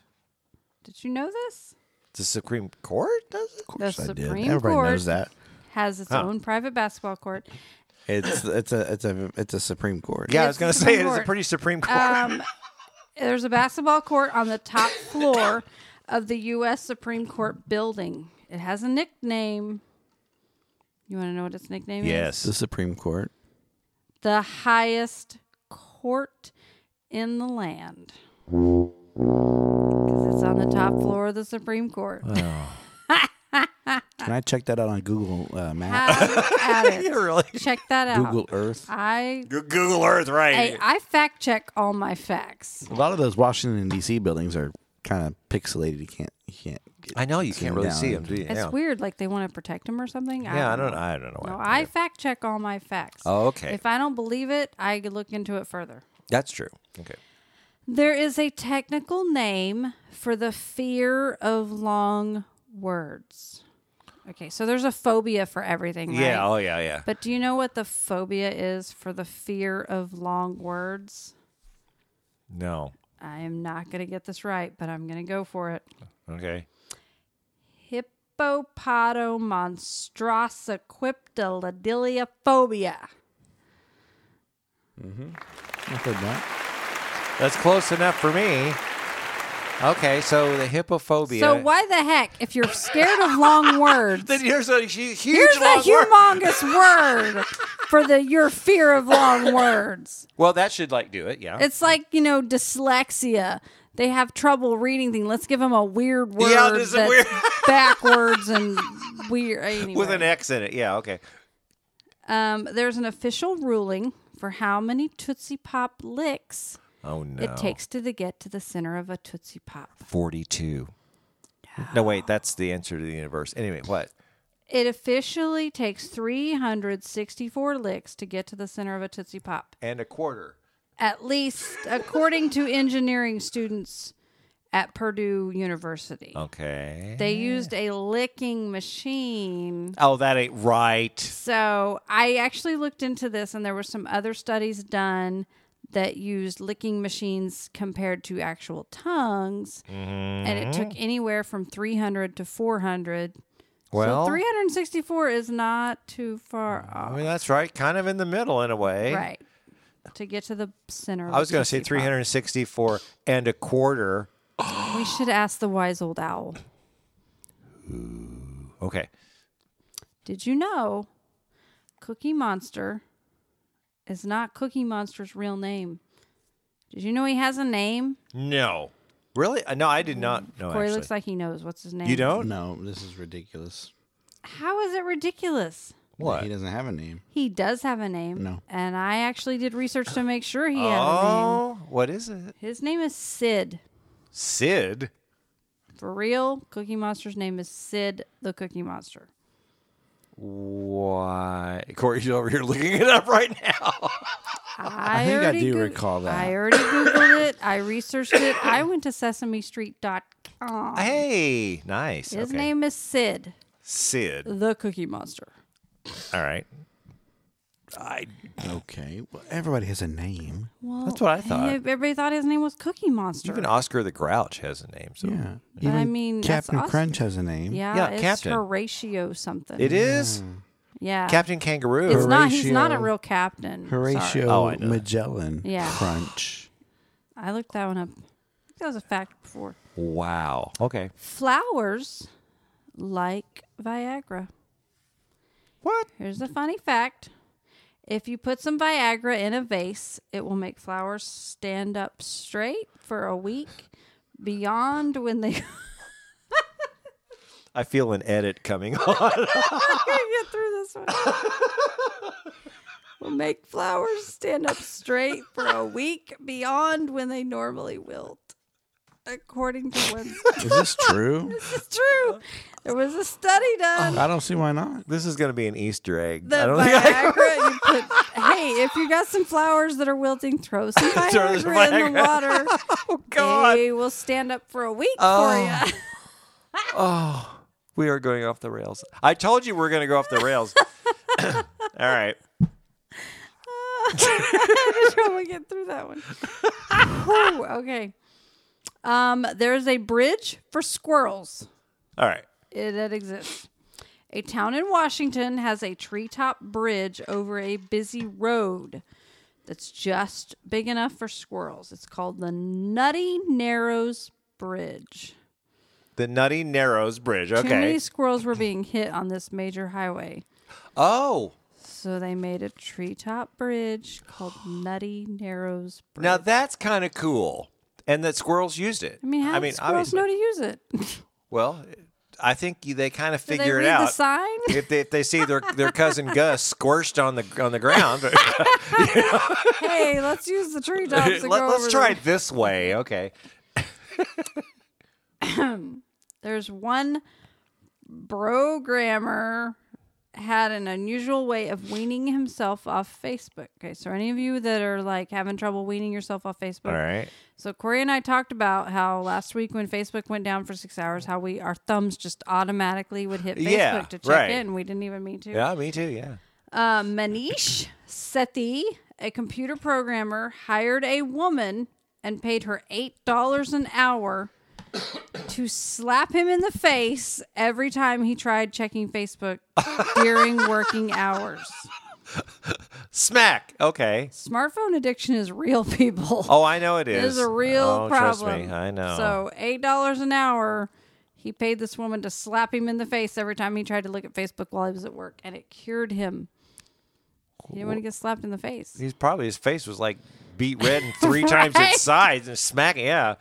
Speaker 3: Did you know this?
Speaker 1: The Supreme Court does it?
Speaker 3: The
Speaker 2: I did.
Speaker 3: Supreme
Speaker 2: Everybody
Speaker 3: Court
Speaker 2: knows that.
Speaker 3: has its own private basketball court.
Speaker 2: It's it's a it's a it's a Supreme Court.
Speaker 1: Yeah, I
Speaker 3: Yes,
Speaker 1: was going
Speaker 3: the
Speaker 1: to say
Speaker 3: Supreme
Speaker 1: it is a
Speaker 3: Court.
Speaker 1: pretty Supreme Court.
Speaker 3: Um, there's a basketball court on
Speaker 2: (laughs)
Speaker 3: the top floor of the U.S. Supreme Court building. It has a nickname. You want to know what its nickname is?
Speaker 6: The Supreme Court.
Speaker 3: The highest court in the land. 'Cause it's on the top floor of the Supreme Court.
Speaker 2: Can I check that out on Google uh, Maps? (laughs)
Speaker 3: Have at
Speaker 1: (laughs)
Speaker 3: it.
Speaker 1: You're (laughs) really
Speaker 3: Check that out.
Speaker 2: Google Earth.
Speaker 3: I,
Speaker 1: Google Earth,
Speaker 3: I
Speaker 1: right?
Speaker 3: I fact check all my facts.
Speaker 2: A lot of those Washington D.C. buildings are kind of pixelated. You can't you can't. Get,
Speaker 1: I, know you can't really see them. Do you?
Speaker 3: It's
Speaker 1: yeah.
Speaker 3: weird, like they want to protect him or something.
Speaker 1: Yeah, I don't. I don't know.
Speaker 3: No,
Speaker 1: why.
Speaker 3: I fact check all my facts.
Speaker 1: Oh, okay.
Speaker 3: If I don't believe it, I could look into it further.
Speaker 1: That's true. Okay.
Speaker 3: There is a technical name for the fear of long words. Okay, so there's a phobia for everything, right?
Speaker 1: Yeah. Oh, yeah. Yeah.
Speaker 3: But do you know what the phobia is for the fear of long words?
Speaker 1: No.
Speaker 3: I am not going to get this right, but I'm going to go for it.
Speaker 1: Okay.
Speaker 3: Hippopotomonstrosaquiptilidiliophobia.
Speaker 2: I heard that.
Speaker 1: That's close enough for me. Okay, so the hippophobia.
Speaker 3: So why the heck, if you're scared
Speaker 1: (laughs)
Speaker 3: of long words,
Speaker 1: Then here's a hu- huge
Speaker 3: here's
Speaker 1: long
Speaker 3: a
Speaker 1: word. (laughs)
Speaker 3: humongous word for the your fear of long words.
Speaker 1: Well, that should like do it. Yeah.
Speaker 3: It's like you know dyslexia. They have trouble reading things. Let's give them a weird word
Speaker 1: Yeah, this is
Speaker 3: that's
Speaker 1: weird. (laughs)
Speaker 3: backwards and weird. Anyway.
Speaker 1: with an X in it. Yeah. Okay.
Speaker 3: Um, there's an official ruling for how many Tootsie Pop licks
Speaker 1: Oh no.
Speaker 3: it takes to the get to the center of a Tootsie Pop.
Speaker 1: forty-two. No, wait. That's the answer to the universe. Anyway, what?
Speaker 3: It officially takes 364 licks to get to the center of a Tootsie Pop,
Speaker 1: And a quarter.
Speaker 3: at least according to engineering students at Purdue University.
Speaker 1: Okay.
Speaker 3: They used a licking machine.
Speaker 1: Oh, that ain't right.
Speaker 3: So I actually looked into this, and there were some other studies done that used licking machines compared to actual tongues, and it took anywhere from 300 to 400.
Speaker 1: Well,
Speaker 3: so 364 is not too far
Speaker 1: I
Speaker 3: off,
Speaker 1: mean that's right. Kind of in the middle in a way.
Speaker 3: right? To get to the center.
Speaker 1: I was going to say 364 and a quarter.
Speaker 3: We should ask the wise old owl.
Speaker 1: Okay.
Speaker 3: Did you know Cookie Monster is not Cookie Monster's real name? Did you know he has a name?
Speaker 1: No. Really? Uh, No, I did not know.
Speaker 3: Mm. Corey
Speaker 1: actually.
Speaker 3: looks like he knows what's his name.
Speaker 1: you
Speaker 2: Oh,
Speaker 1: don't?
Speaker 6: No, this is ridiculous.
Speaker 3: How is it ridiculous?
Speaker 1: What?
Speaker 6: He doesn't have a name.
Speaker 3: He does have a name.
Speaker 6: No.
Speaker 3: And I actually did research to make sure he had a name.
Speaker 1: Oh, what is it?
Speaker 3: His name is Sid.
Speaker 1: Sid.
Speaker 3: For real, Cookie Monster's name is Sid the Cookie Monster.
Speaker 1: Why? Corey's over here looking it up right now.
Speaker 3: I,
Speaker 6: think I
Speaker 3: already
Speaker 6: do recall that.
Speaker 3: I already Googled it. I researched it. I went to sesamestreet.com.
Speaker 1: hey, nice.
Speaker 3: His
Speaker 1: okay.
Speaker 3: name is Sid
Speaker 1: Sid.
Speaker 3: the Cookie Monster.
Speaker 1: All right. I
Speaker 6: Okay. Well, everybody has a name.
Speaker 3: Well,
Speaker 1: That's what I thought.
Speaker 3: he- everybody thought his name was Cookie Monster.
Speaker 1: even Oscar the Grouch has a name. So
Speaker 6: Yeah.
Speaker 3: But I mean, that's
Speaker 6: Captain
Speaker 3: awesome.
Speaker 6: Crunch has a name.
Speaker 3: yeah,
Speaker 1: Yeah,
Speaker 3: it's
Speaker 1: Captain.
Speaker 3: Horatio something.
Speaker 1: it is
Speaker 3: Yeah.
Speaker 1: Captain Kangaroo.
Speaker 3: It's not. He's
Speaker 6: Horatio-
Speaker 3: not a real captain.
Speaker 6: Horatio
Speaker 3: Sorry.
Speaker 1: Oh, I know that.
Speaker 6: Magellan
Speaker 3: Yeah.
Speaker 2: (laughs)
Speaker 6: Crunch.
Speaker 3: I looked that one up. I think that was a fact before.
Speaker 1: Wow. Okay.
Speaker 3: Flowers like Viagra.
Speaker 1: What?
Speaker 3: Here's a funny fact. If you put some Viagra in a vase, it will make flowers stand up straight for a week beyond when they (laughs)
Speaker 1: I feel an edit coming (laughs) on.
Speaker 3: get through this one. will make flowers stand up straight for a week beyond when they normally wilt, according to one.
Speaker 6: Is this true?
Speaker 3: it's true. There was a study done.
Speaker 6: I don't see why not.
Speaker 1: this is going to be an Easter egg.
Speaker 3: The
Speaker 1: I don't think I-
Speaker 3: Viagra, you put, hey, if you got some flowers that are wilting, throw
Speaker 1: (laughs)
Speaker 3: some
Speaker 1: Throw
Speaker 3: Viagra,
Speaker 1: some
Speaker 3: in the water.
Speaker 1: (laughs)
Speaker 3: oh
Speaker 1: God. Oh.
Speaker 3: They will stand up for a week (laughs) for you.
Speaker 1: (laughs) we are going off the rails. I told you we're going to go off the
Speaker 3: (laughs)
Speaker 1: rails. (coughs) All right.
Speaker 3: I had trouble getting through
Speaker 1: (laughs)
Speaker 3: that one. Whew, okay. Um, there's a bridge for squirrels.
Speaker 1: All right.
Speaker 3: It, that exists. A town in Washington has a treetop bridge over a busy road that's just big enough for squirrels. It's called the Nutty Narrows Bridge.
Speaker 1: The Nutty Narrows Bridge.
Speaker 3: Too many
Speaker 1: Okay.
Speaker 3: squirrels were being hit on this major highway.
Speaker 1: Oh,
Speaker 3: So they made a treetop bridge
Speaker 1: (sighs)
Speaker 3: called Nutty Narrows Bridge.
Speaker 1: now that's kind of cool. And that squirrels used it.
Speaker 3: I mean, how do squirrels
Speaker 1: obviously.
Speaker 3: know to use it? (laughs)
Speaker 1: Well, I think you- they kind of
Speaker 3: Do
Speaker 1: figure
Speaker 3: they
Speaker 1: it
Speaker 3: read
Speaker 1: out. (laughs)
Speaker 3: the sign?
Speaker 1: If they, if they see their, their
Speaker 3: (laughs)
Speaker 1: cousin Gus squirched on the on the ground,
Speaker 3: hey, let's use the tree
Speaker 1: (laughs)
Speaker 3: tops
Speaker 1: let,
Speaker 3: to go
Speaker 1: us
Speaker 3: over
Speaker 1: try
Speaker 3: there.
Speaker 1: it this way. Okay,
Speaker 3: There's one programmer had an unusual way of weaning himself off Facebook. Okay, so any of you that are like having trouble weaning yourself off Facebook,
Speaker 1: all right.
Speaker 3: So Corey and I talked about how last week when Facebook went down for six hours, how we our thumbs just automatically would hit Facebook
Speaker 1: Yeah,
Speaker 3: to check
Speaker 1: right.
Speaker 3: in. We didn't even mean to.
Speaker 1: Yeah, me too. Yeah.
Speaker 3: Uh, Manish Sethi, a computer programmer, hired a woman and paid her $8 an hour to slap him in the face every
Speaker 1: (laughs)
Speaker 3: time he tried checking Facebook during working hours.
Speaker 1: Smack. Okay.
Speaker 3: Smartphone addiction is real, people.
Speaker 1: Oh, I know it
Speaker 3: it
Speaker 1: is.
Speaker 3: is a real
Speaker 1: oh,
Speaker 3: problem.
Speaker 1: Trust me, I know.
Speaker 3: So eight dollars an hour. He paid this woman to slap him in the face every time he tried to look at Facebook while he was at work, and it cured him. He didn't want to get slapped in the face.
Speaker 1: he's probably his face was like beat red
Speaker 3: (laughs)
Speaker 1: and three times its size and smack. Yeah.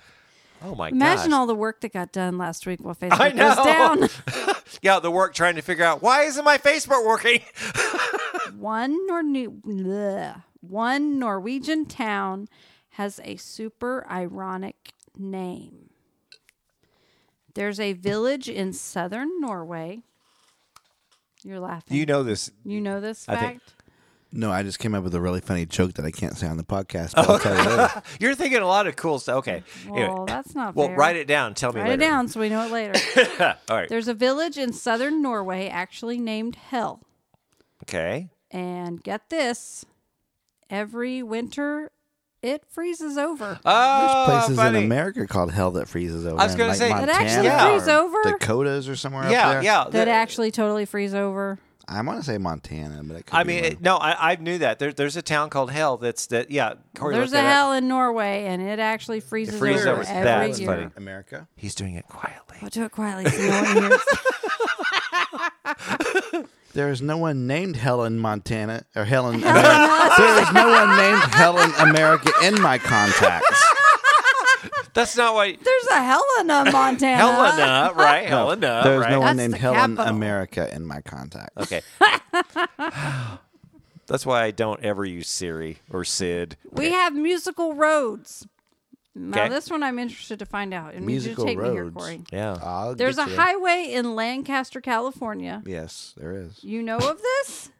Speaker 1: Oh my god.
Speaker 3: Imagine all the work that got done last week while
Speaker 1: (laughs) I
Speaker 3: Facebook
Speaker 1: know.
Speaker 3: goes down. (laughs)
Speaker 1: Yeah, the work trying to figure out why isn't my Facebook
Speaker 2: (laughs)
Speaker 1: working.
Speaker 3: one nor bleh, one Norwegian town has a super ironic name. There's a village in southern Norway. You're laughing.
Speaker 1: You know this.
Speaker 3: You know this
Speaker 1: I
Speaker 3: fact?
Speaker 1: think-
Speaker 2: No, I just came up with a really funny joke that I can't say on the podcast. But I'll tell you later.
Speaker 1: You're thinking a lot of cool stuff. Okay. Anyway.
Speaker 3: Well, that's not
Speaker 1: Well,
Speaker 3: fair.
Speaker 1: write it down. Tell me
Speaker 3: Write
Speaker 1: later.
Speaker 3: it down so we know
Speaker 1: (laughs)
Speaker 3: it later.
Speaker 1: All right.
Speaker 3: There's a village in southern Norway actually named Hell.
Speaker 1: Okay.
Speaker 3: And get this every winter it freezes over.
Speaker 1: Oh,
Speaker 2: Places
Speaker 1: funny.
Speaker 2: in America called hell that freezes over.
Speaker 1: I was
Speaker 2: in,
Speaker 1: gonna
Speaker 2: like
Speaker 1: say- That
Speaker 3: that
Speaker 2: Montana
Speaker 3: actually
Speaker 1: Yeah.
Speaker 3: freezes over?
Speaker 2: Dakotas or somewhere up
Speaker 1: Yeah,
Speaker 2: there.
Speaker 1: yeah.
Speaker 3: that
Speaker 1: the-
Speaker 3: actually totally freeze over.
Speaker 2: I want to say Montana, but it could
Speaker 1: I
Speaker 2: be
Speaker 1: mean,
Speaker 2: wrong.
Speaker 1: it, no, I, I knew that. There, there's a town called Hell. That's that. Yeah. Corey
Speaker 3: There's a
Speaker 1: looked that up.
Speaker 3: hell in Norway, and it actually freezes,
Speaker 1: freezes
Speaker 3: over
Speaker 1: over.
Speaker 3: every
Speaker 1: That's
Speaker 3: year.
Speaker 1: funny.
Speaker 2: America.
Speaker 1: He's doing it quietly.
Speaker 3: I'll do it quietly so no one hears. (laughs)
Speaker 2: There is no one named Helen Montana or Helen. America. there is no one named Helen America in my contacts.
Speaker 1: That's not why.
Speaker 3: There's a Helena, Montana.
Speaker 1: Helena, right? Helena,
Speaker 2: There's
Speaker 1: right?
Speaker 2: no one
Speaker 3: That's
Speaker 2: named
Speaker 3: the
Speaker 2: Helen
Speaker 3: capital.
Speaker 2: America in my contacts.
Speaker 1: okay.
Speaker 3: (laughs)
Speaker 1: That's why I don't ever use Siri or Sid.
Speaker 3: We have musical roads. Now,
Speaker 1: Okay.
Speaker 3: this one I'm interested to find out. I need you to
Speaker 2: Musical
Speaker 3: take me here,
Speaker 2: roads.
Speaker 3: Corey.
Speaker 1: Yeah.
Speaker 2: I'll
Speaker 3: There's a
Speaker 2: get you.
Speaker 3: highway in Lancaster, California.
Speaker 2: Yes, there is.
Speaker 3: You know of this?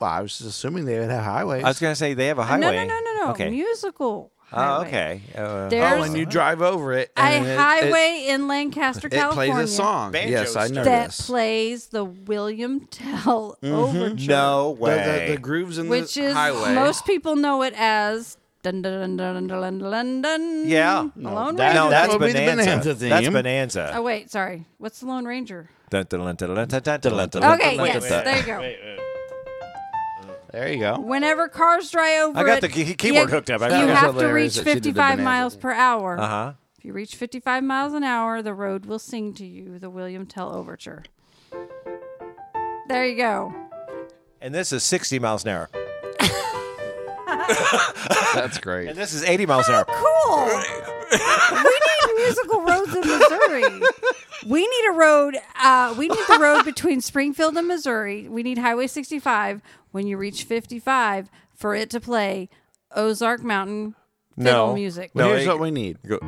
Speaker 2: Well, I was just assuming they would have highways.
Speaker 1: I was gonna say they have a highway.
Speaker 3: No, no, no, no, no.
Speaker 1: Okay.
Speaker 3: Musical.
Speaker 1: Oh,
Speaker 3: Highway.
Speaker 1: okay. Uh,
Speaker 3: There's
Speaker 2: you drive over it,
Speaker 3: a
Speaker 2: and it- it-
Speaker 3: highway in Lancaster,
Speaker 2: It,
Speaker 3: California.
Speaker 2: plays a song.
Speaker 1: Banjo
Speaker 2: yes, I know
Speaker 3: that
Speaker 2: this.
Speaker 3: plays the William Tell
Speaker 1: Mm-hmm.
Speaker 3: Overture.
Speaker 1: no
Speaker 2: The- the,
Speaker 1: way.
Speaker 2: the grooves in
Speaker 3: which
Speaker 2: the
Speaker 3: is
Speaker 2: highway.
Speaker 3: most people know it as dun dun dun dun dun dun dun dun.
Speaker 1: yeah.
Speaker 3: The Lone
Speaker 1: That-
Speaker 3: Ranger.
Speaker 1: no, that's
Speaker 2: would be the
Speaker 1: Bonanza.
Speaker 2: Bonanza
Speaker 1: That's
Speaker 2: theme.
Speaker 1: Bonanza.
Speaker 3: Oh wait, sorry. What's the Lone Ranger?
Speaker 1: Dun, dun, dun, dun, dun, dun, dun, dun, dun, dun,
Speaker 3: Okay,
Speaker 1: dun,
Speaker 3: yes,
Speaker 1: dun,
Speaker 3: there
Speaker 1: dun.
Speaker 3: you go.
Speaker 2: There you go.
Speaker 3: Whenever cars dry over,
Speaker 1: I got
Speaker 3: it,
Speaker 1: the key- keyboard
Speaker 3: you,
Speaker 1: hooked up. I
Speaker 3: you
Speaker 1: forgot.
Speaker 3: have to
Speaker 2: Hilarious
Speaker 3: reach
Speaker 2: that she did the
Speaker 3: 55
Speaker 2: Bonanza.
Speaker 3: miles per hour.
Speaker 1: Uh-huh.
Speaker 3: If you reach 55 miles an hour, the road will sing to you the William Tell Overture. There you go.
Speaker 1: And this is 60 miles an hour.
Speaker 2: That's great.
Speaker 1: And this is 80 miles an
Speaker 3: (laughs)
Speaker 1: hour.
Speaker 3: cool. we need musical roads in Missouri. We need a road. Uh, we need the road between Springfield and Missouri. We need Highway 65 when you reach 55 for it to play Ozark Mountain fiddle
Speaker 1: No.
Speaker 3: music.
Speaker 1: No.
Speaker 2: Here's
Speaker 1: it- (laughs)
Speaker 2: what we need.
Speaker 1: Go-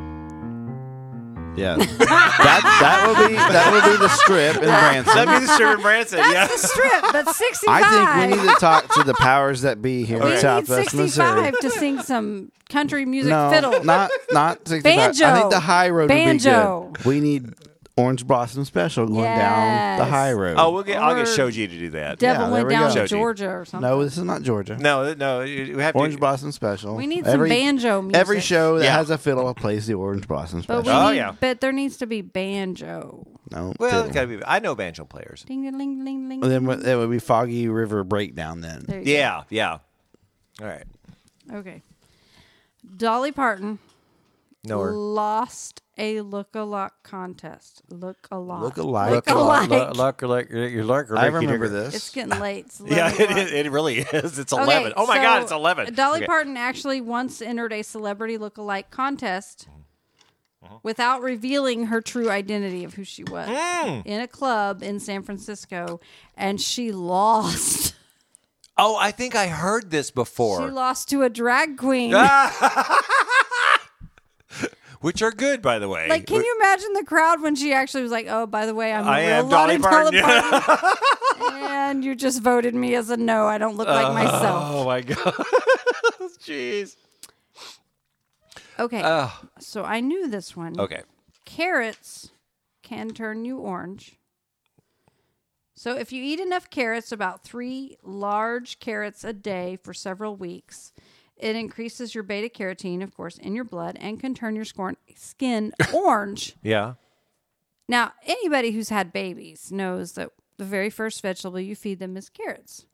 Speaker 2: Yeah,
Speaker 1: (laughs)
Speaker 2: that that will be that will be the strip
Speaker 3: (laughs)
Speaker 2: in
Speaker 1: That'd
Speaker 2: Branson.
Speaker 1: be the Sherman Branson. yeah.
Speaker 3: That's the strip. That's 65.
Speaker 2: I think we need to talk to the powers that be here
Speaker 3: We
Speaker 2: in
Speaker 3: need
Speaker 2: Southwest
Speaker 3: 65
Speaker 2: Missouri.
Speaker 3: to sing some country music
Speaker 2: No,
Speaker 3: fiddle.
Speaker 2: not
Speaker 3: (laughs)
Speaker 2: not 65. I
Speaker 3: Banjo.
Speaker 2: think the high road
Speaker 3: Banjo.
Speaker 2: would be good. We need Orange Blossom Special going down the
Speaker 3: Yes.
Speaker 2: high road.
Speaker 1: Oh, we'll get, I'll get
Speaker 3: Or-
Speaker 1: Shoji to do that.
Speaker 2: yeah,
Speaker 3: Devil
Speaker 2: there
Speaker 3: went
Speaker 2: we
Speaker 3: down
Speaker 2: go.
Speaker 3: to
Speaker 1: Shoji.
Speaker 3: Georgia or something.
Speaker 2: no, this is not Georgia.
Speaker 1: No, no, you have
Speaker 2: Orange
Speaker 1: to.
Speaker 2: Blossom Special.
Speaker 3: We need some banjo music.
Speaker 2: Every show that
Speaker 1: Yeah.
Speaker 2: has a fiddle plays the Orange Blossom Special.
Speaker 3: But we
Speaker 1: Oh,
Speaker 3: need,
Speaker 1: yeah.
Speaker 3: but there needs to be banjo.
Speaker 2: no,
Speaker 1: Well,
Speaker 2: well,
Speaker 1: it's gotta be. I know banjo players.
Speaker 3: Ding ding ding ding ding.
Speaker 2: then what- it would be Foggy River Breakdown. Then
Speaker 3: There you
Speaker 1: Yeah, yeah. All right.
Speaker 3: go. Okay. Dolly Parton
Speaker 1: No, or
Speaker 3: lost a look-alike contest. Look-alike.
Speaker 2: Look-alike.
Speaker 3: Look-alike.
Speaker 1: luck, luck, your luck.
Speaker 2: I remember this.
Speaker 3: It's getting late. It's
Speaker 1: Yeah, (laughs)
Speaker 3: 11
Speaker 1: it,
Speaker 3: o'clock.
Speaker 1: is, it really is. It's
Speaker 3: Okay,
Speaker 1: eleven. oh my God,
Speaker 3: so
Speaker 1: it's eleven.
Speaker 3: Dolly
Speaker 1: Okay.
Speaker 3: Parton actually once entered a celebrity look-alike contest
Speaker 1: Mm-hmm.
Speaker 3: without revealing her true identity of who she was
Speaker 1: Mm.
Speaker 3: in a club in San Francisco, and she lost.
Speaker 1: Oh, I think I heard this
Speaker 3: She
Speaker 1: before, Ah!
Speaker 3: lost to a drag queen.
Speaker 1: which are good, by the way.
Speaker 3: Like, can you imagine the crowd when she actually was like, "Oh, by the way, I'm
Speaker 1: I
Speaker 3: a real
Speaker 1: am Dolly
Speaker 3: Lottie
Speaker 1: Parton." (laughs)
Speaker 3: Parton, and you just voted me as a no. I don't look like myself."
Speaker 1: Oh my God. (laughs) Jeez. Oh,
Speaker 3: Okay, so I knew this one.
Speaker 1: Uh. Okay.
Speaker 3: carrots can turn you orange. So if you eat enough carrots, about three large carrots a day for several weeks. It increases your beta carotene, of course, in your blood and can turn your scorn- skin orange.
Speaker 1: Yeah.
Speaker 3: Now, anybody who's had babies knows that the very first vegetable you feed them is carrots.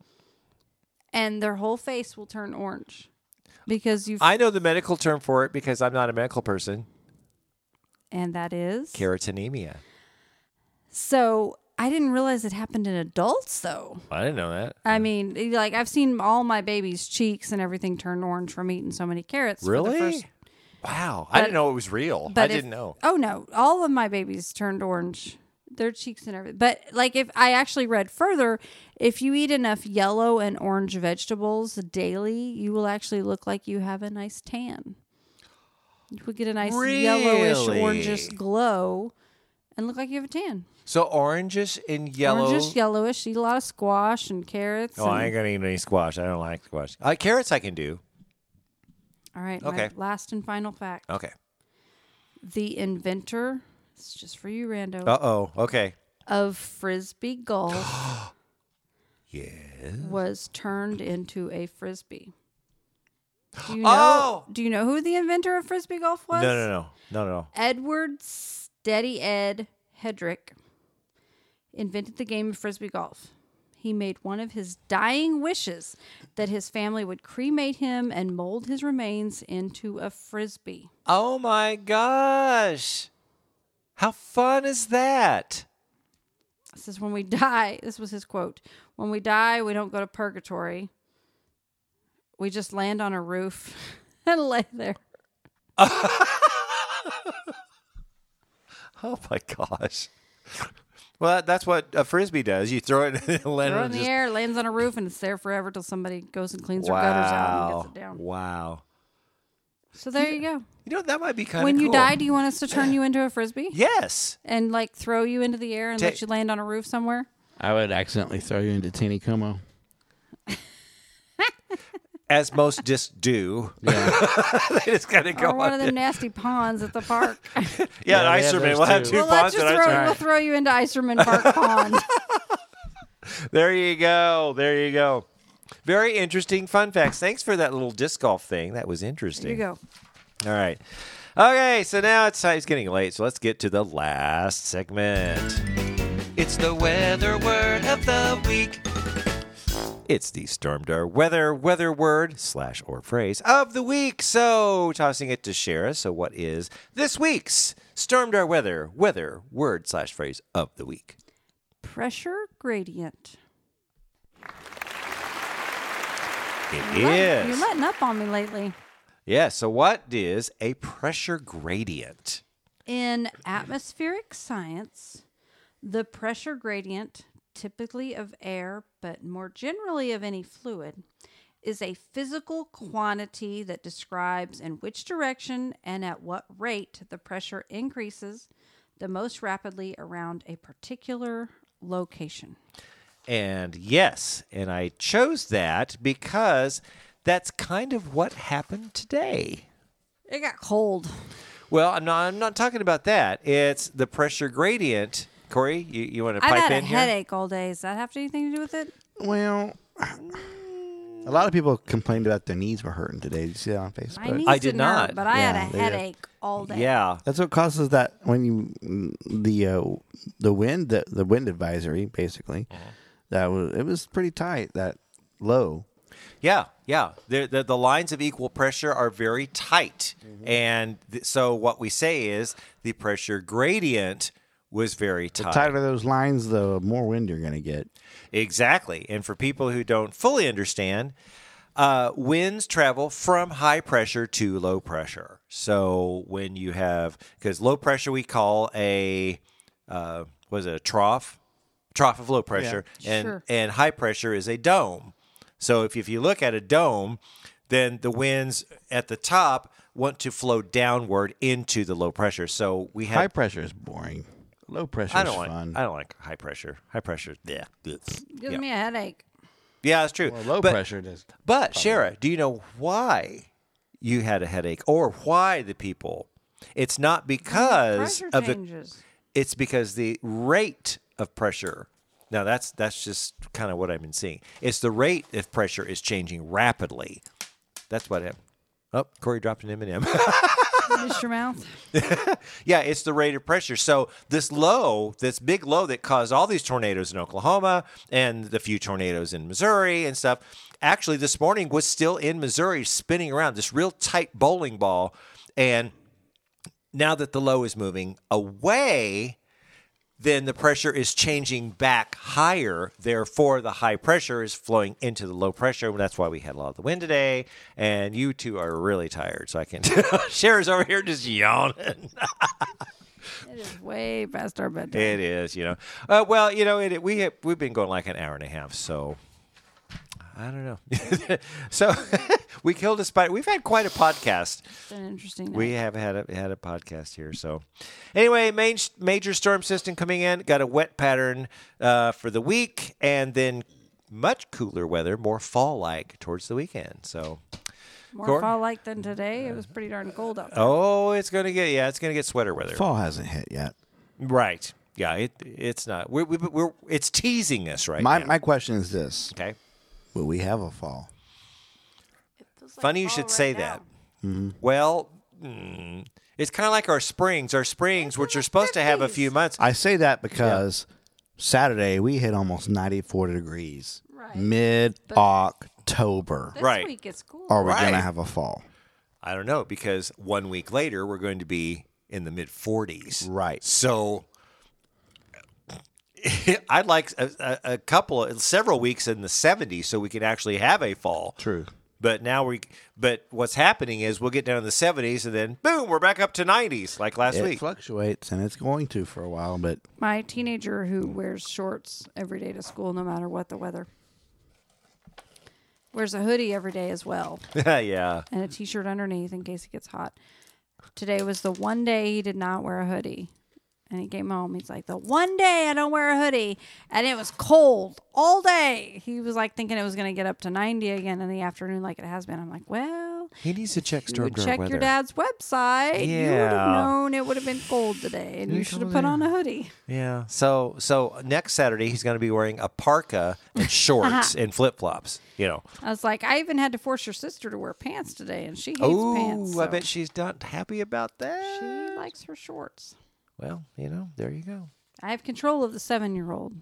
Speaker 3: and their whole face will turn orange because you've
Speaker 1: I know the medical term for it because I'm not a medical person.
Speaker 3: and that is
Speaker 1: Keratonemia.
Speaker 3: so I didn't realize it happened in adults though.
Speaker 1: I didn't know that.
Speaker 3: I mean, like I've seen all my babies' cheeks and everything turn orange from eating so many carrots. for the
Speaker 1: Really?
Speaker 3: first-
Speaker 1: wow. I didn't know it was real. I
Speaker 3: if-
Speaker 1: didn't know.
Speaker 3: Oh no, all of my babies turned orange, their cheeks and everything. But like, if I actually read further, if you eat enough yellow and orange vegetables daily, you will actually look like you have a nice tan. You would get a nice yellowish,
Speaker 1: Really?
Speaker 3: orangish glow, and look like you have a tan.
Speaker 1: So oranges and yellow.
Speaker 3: Orangish, yellowish. Eat a lot of squash and carrots.
Speaker 1: Oh, I
Speaker 3: and-
Speaker 1: ain't gonna eat any squash. I don't like squash. Uh, carrots I can do.
Speaker 3: all right.
Speaker 1: Okay. Oh.
Speaker 3: My last and final fact:
Speaker 1: Okay.
Speaker 3: the inventor. It's just for you, Rando.
Speaker 1: Uh oh. Okay.
Speaker 3: Of frisbee golf.
Speaker 1: (gasps) Yeah.
Speaker 3: was turned into a frisbee. Do you know?
Speaker 1: Oh!
Speaker 3: Do you know who the inventor of frisbee golf
Speaker 1: No,
Speaker 3: was?
Speaker 1: no, no, no, no.
Speaker 3: Edward Steady Ed Hedrick invented the game of frisbee golf. He made one of his dying wishes that his family would cremate him and mold his remains into a frisbee.
Speaker 1: Oh my gosh! How fun is that?
Speaker 3: This is when we die. This was his quote. When we die, we don't go to purgatory. We just land on a roof (laughs) and lay there.
Speaker 1: Oh my gosh! Well, that's what a frisbee does. You throw it (laughs) and let
Speaker 3: Throw it
Speaker 1: it
Speaker 3: in the
Speaker 1: just-
Speaker 3: air, lands on a roof, and it's there forever till somebody goes and cleans their gutters out and
Speaker 1: Wow!
Speaker 3: gets it down.
Speaker 1: Wow!
Speaker 3: So there you go.
Speaker 1: You know that might be kind of
Speaker 3: When you die, do you want us to turn you into a frisbee
Speaker 1: Yes.
Speaker 3: and like throw you into the air and
Speaker 1: Ta-
Speaker 3: let you land on a roof
Speaker 1: (laughs)
Speaker 3: somewhere?
Speaker 2: I would accidentally throw you into Tiny Como.
Speaker 1: As most discs do. (laughs) they just kind of go
Speaker 3: Or one of
Speaker 1: on.
Speaker 3: them nasty ponds at the park.
Speaker 1: Yeah, an
Speaker 2: Yeah, they have
Speaker 1: Iserman.
Speaker 2: those
Speaker 1: We'll have (laughs)
Speaker 2: too.
Speaker 1: two
Speaker 3: we'll, let
Speaker 1: pots
Speaker 3: you
Speaker 1: and
Speaker 3: throw,
Speaker 1: Iserman.
Speaker 3: we'll throw you into
Speaker 1: (laughs)
Speaker 3: Iserman Park Pond.
Speaker 1: There you go. There you go. Very interesting fun facts. Thanks for that little disc golf thing. That was interesting.
Speaker 3: There you go.
Speaker 1: All right. Okay, so now it's time. It's getting late, so let's get to the last segment. It's the weather word of the week. It's the Stormdar weather weather word slash or phrase of the week. So tossing it to Shara. So what is this week's Stormdar weather weather word slash phrase of the week?
Speaker 3: Pressure gradient.
Speaker 1: It
Speaker 3: You're letting-
Speaker 1: is.
Speaker 3: You're letting up on me lately.
Speaker 1: Yeah. So what is a pressure gradient?
Speaker 3: In atmospheric science, the pressure gradient, typically of air, but more generally of any fluid, is a physical quantity that describes in which direction and at what rate the pressure increases the most rapidly around a particular location.
Speaker 1: And yes, and I chose that because that's kind of what happened today.
Speaker 3: It got cold.
Speaker 1: Well, I'm not. I'm not talking about that. It's the pressure gradient. Corey, you, you want to
Speaker 3: I've
Speaker 1: pipe
Speaker 3: had a
Speaker 1: in here?
Speaker 3: headache all day. Does that have anything to do with it?
Speaker 6: Well, a lot of people complained about their knees were hurting today. Did you see that on
Speaker 3: My
Speaker 6: Facebook?
Speaker 3: knees
Speaker 1: Uh, I did
Speaker 3: didn't hurt,
Speaker 1: not.
Speaker 3: but I
Speaker 6: Yeah,
Speaker 3: had
Speaker 6: they
Speaker 3: a
Speaker 6: did.
Speaker 3: headache all day.
Speaker 1: Yeah.
Speaker 6: That's what causes that when you the uh, the wind the, the wind advisory basically
Speaker 1: Uh-huh.
Speaker 6: that was it was pretty tight that low.
Speaker 1: Yeah, yeah. The, the, the lines of equal pressure are very tight. And th- so what we say is the pressure gradient was very tight.
Speaker 6: Tighter those lines, the more wind you're gonna get.
Speaker 1: Exactly. And for people who don't fully understand, uh, winds travel from high pressure to low pressure. So when you have, because low pressure we call a, uh, was it a trough? Trough of low pressure. and,
Speaker 3: Sure.
Speaker 1: and high pressure is a dome. So if, if you look at a dome, then the winds at the top want to flow downward into the low pressure. So we have
Speaker 6: High pressure is boring. Low pressure
Speaker 1: I don't
Speaker 6: is
Speaker 1: like
Speaker 6: fun.
Speaker 1: I don't like high pressure. High pressure. Yeah.
Speaker 3: Gives
Speaker 1: Yeah.
Speaker 3: me a headache.
Speaker 1: Yeah, that's true.
Speaker 6: Well, low
Speaker 1: but,
Speaker 6: pressure does.
Speaker 1: But Shara, do you know why you had a headache or why the people? It's not because
Speaker 3: Pressure
Speaker 1: of the
Speaker 3: changes.
Speaker 1: it's because the rate of pressure. Now that's that's just kind of what I've been seeing. It's the rate of pressure is changing rapidly. That's what happened. Oh, Corey dropped an M (laughs) and M.
Speaker 3: Miss your mouth.
Speaker 1: Yeah, it's the rate of pressure. So this low, this big low that caused all these tornadoes in Oklahoma and the few tornadoes in Missouri and stuff, actually this morning was still in Missouri spinning around this real tight bowling ball. And now that the low is moving away, then the pressure is changing back higher. Therefore, the high pressure is flowing into the low pressure. That's why we had a lot of the wind today. And you two are really tired, so I can. (laughs) Cher's over here just yawning.
Speaker 3: It is way past our bedtime.
Speaker 1: It is, you know. Uh, well, you know, it, it- we have, we've been going like an hour and a half, so I don't know. (laughs) so we killed a spider. We've had quite a podcast.
Speaker 3: It's been interesting.
Speaker 1: We
Speaker 3: night.
Speaker 1: have had a had a podcast here. So anyway, main, major storm system coming in. Got a wet pattern uh, for the week, and then much cooler weather, more fall like towards the weekend. So
Speaker 3: More
Speaker 1: Cor-
Speaker 3: fall like than today. It was pretty darn cold out there.
Speaker 1: oh, it's gonna get yeah, it's gonna get sweater weather.
Speaker 2: Fall hasn't hit yet.
Speaker 1: Right. Yeah, it it's not. We're, we're, we're it's teasing us right
Speaker 2: My
Speaker 1: now.
Speaker 2: my question is this:
Speaker 1: okay.
Speaker 2: Will we have a fall?
Speaker 1: Funny you should say that. Well, mm, it's kind of like our springs. Our springs, which are supposed to have a few months.
Speaker 2: I say that because Saturday we hit almost ninety four degrees,
Speaker 3: Right.
Speaker 2: mid October.
Speaker 3: This
Speaker 1: Right.
Speaker 3: week it's cool.
Speaker 2: Are we
Speaker 1: Right.
Speaker 2: gonna have a fall?
Speaker 1: I don't know because one week later we're going to be in the mid 40s.
Speaker 2: Right.
Speaker 1: So (laughs) I'd like a, a, a couple of several weeks in the 70s so we can actually have a fall.
Speaker 2: True.
Speaker 1: But now we but what's happening is we'll get down in the 70s and then boom, we're back up to 90s like last
Speaker 2: It
Speaker 1: week.
Speaker 2: fluctuates and it's going to for a while, but
Speaker 3: My teenager who wears shorts every day to school, no matter what the weather, wears a hoodie every day as well,
Speaker 1: (laughs) yeah.
Speaker 3: and a t-shirt underneath in case it gets hot. Today was the one day he did not wear a hoodie. And he came home. He's like, the one day I don't wear a hoodie. And it was cold all day. He was like thinking it was going to get up to 90 again in the afternoon, like it has been. I'm like, well,
Speaker 1: He needs to check
Speaker 3: you
Speaker 1: storm
Speaker 3: would check your dad's website. You would
Speaker 1: Yeah.
Speaker 3: have known it would have been cold today, and you, should have put on a hoodie.
Speaker 1: Yeah. So so next Saturday he's going to be wearing a parka
Speaker 3: (laughs)
Speaker 1: and shorts and flip flops. You know.
Speaker 3: I was like, I even had to force your sister to wear pants today, and she hates pants.
Speaker 1: Oh, I
Speaker 3: so
Speaker 1: bet she's not happy about
Speaker 3: she
Speaker 1: that.
Speaker 3: likes her shorts.
Speaker 1: Well, you know, there you go.
Speaker 3: I have control of the seven-year-old.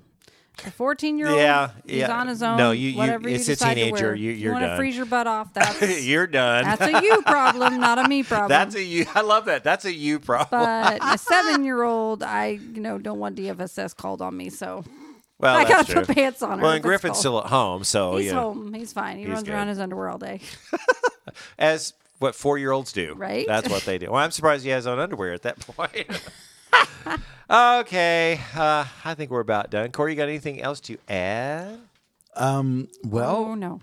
Speaker 3: The fourteen-year-old,
Speaker 1: Yeah,
Speaker 3: he's
Speaker 1: yeah.
Speaker 3: on his own.
Speaker 1: No, you- you-
Speaker 3: whatever
Speaker 1: it's a
Speaker 3: you decide
Speaker 1: teenager.
Speaker 3: To wear.
Speaker 1: You-
Speaker 3: If
Speaker 1: you're
Speaker 3: want
Speaker 1: done.
Speaker 3: to freeze your
Speaker 1: (laughs)
Speaker 3: butt off?
Speaker 1: (laughs)
Speaker 3: That's
Speaker 1: You're done.
Speaker 3: that's a you problem, not a me
Speaker 1: (laughs)
Speaker 3: problem.
Speaker 1: That's a you. I love that. That's a you problem.
Speaker 3: but a seven-year-old, I you know don't want DFSS called on me, so
Speaker 1: (laughs) well,
Speaker 3: I
Speaker 1: that's
Speaker 3: gotta put
Speaker 1: true.
Speaker 3: pants on her.
Speaker 1: Well,
Speaker 3: if
Speaker 1: and
Speaker 3: it's
Speaker 1: Griffin's
Speaker 3: cold.
Speaker 1: still at home, so
Speaker 3: He's
Speaker 1: you know,
Speaker 3: home. He's fine. He
Speaker 1: Oh, He's
Speaker 3: runs around
Speaker 1: good.
Speaker 3: his underwear
Speaker 1: (laughs)
Speaker 3: all day.
Speaker 1: as what four year olds do.
Speaker 3: Right?
Speaker 1: That's what they do. Well, I'm surprised he has on underwear at that (laughs) point.
Speaker 3: (laughs)
Speaker 1: okay, uh, I think we're about done. Corey, you got anything else to add?
Speaker 2: um, well,
Speaker 3: Oh no.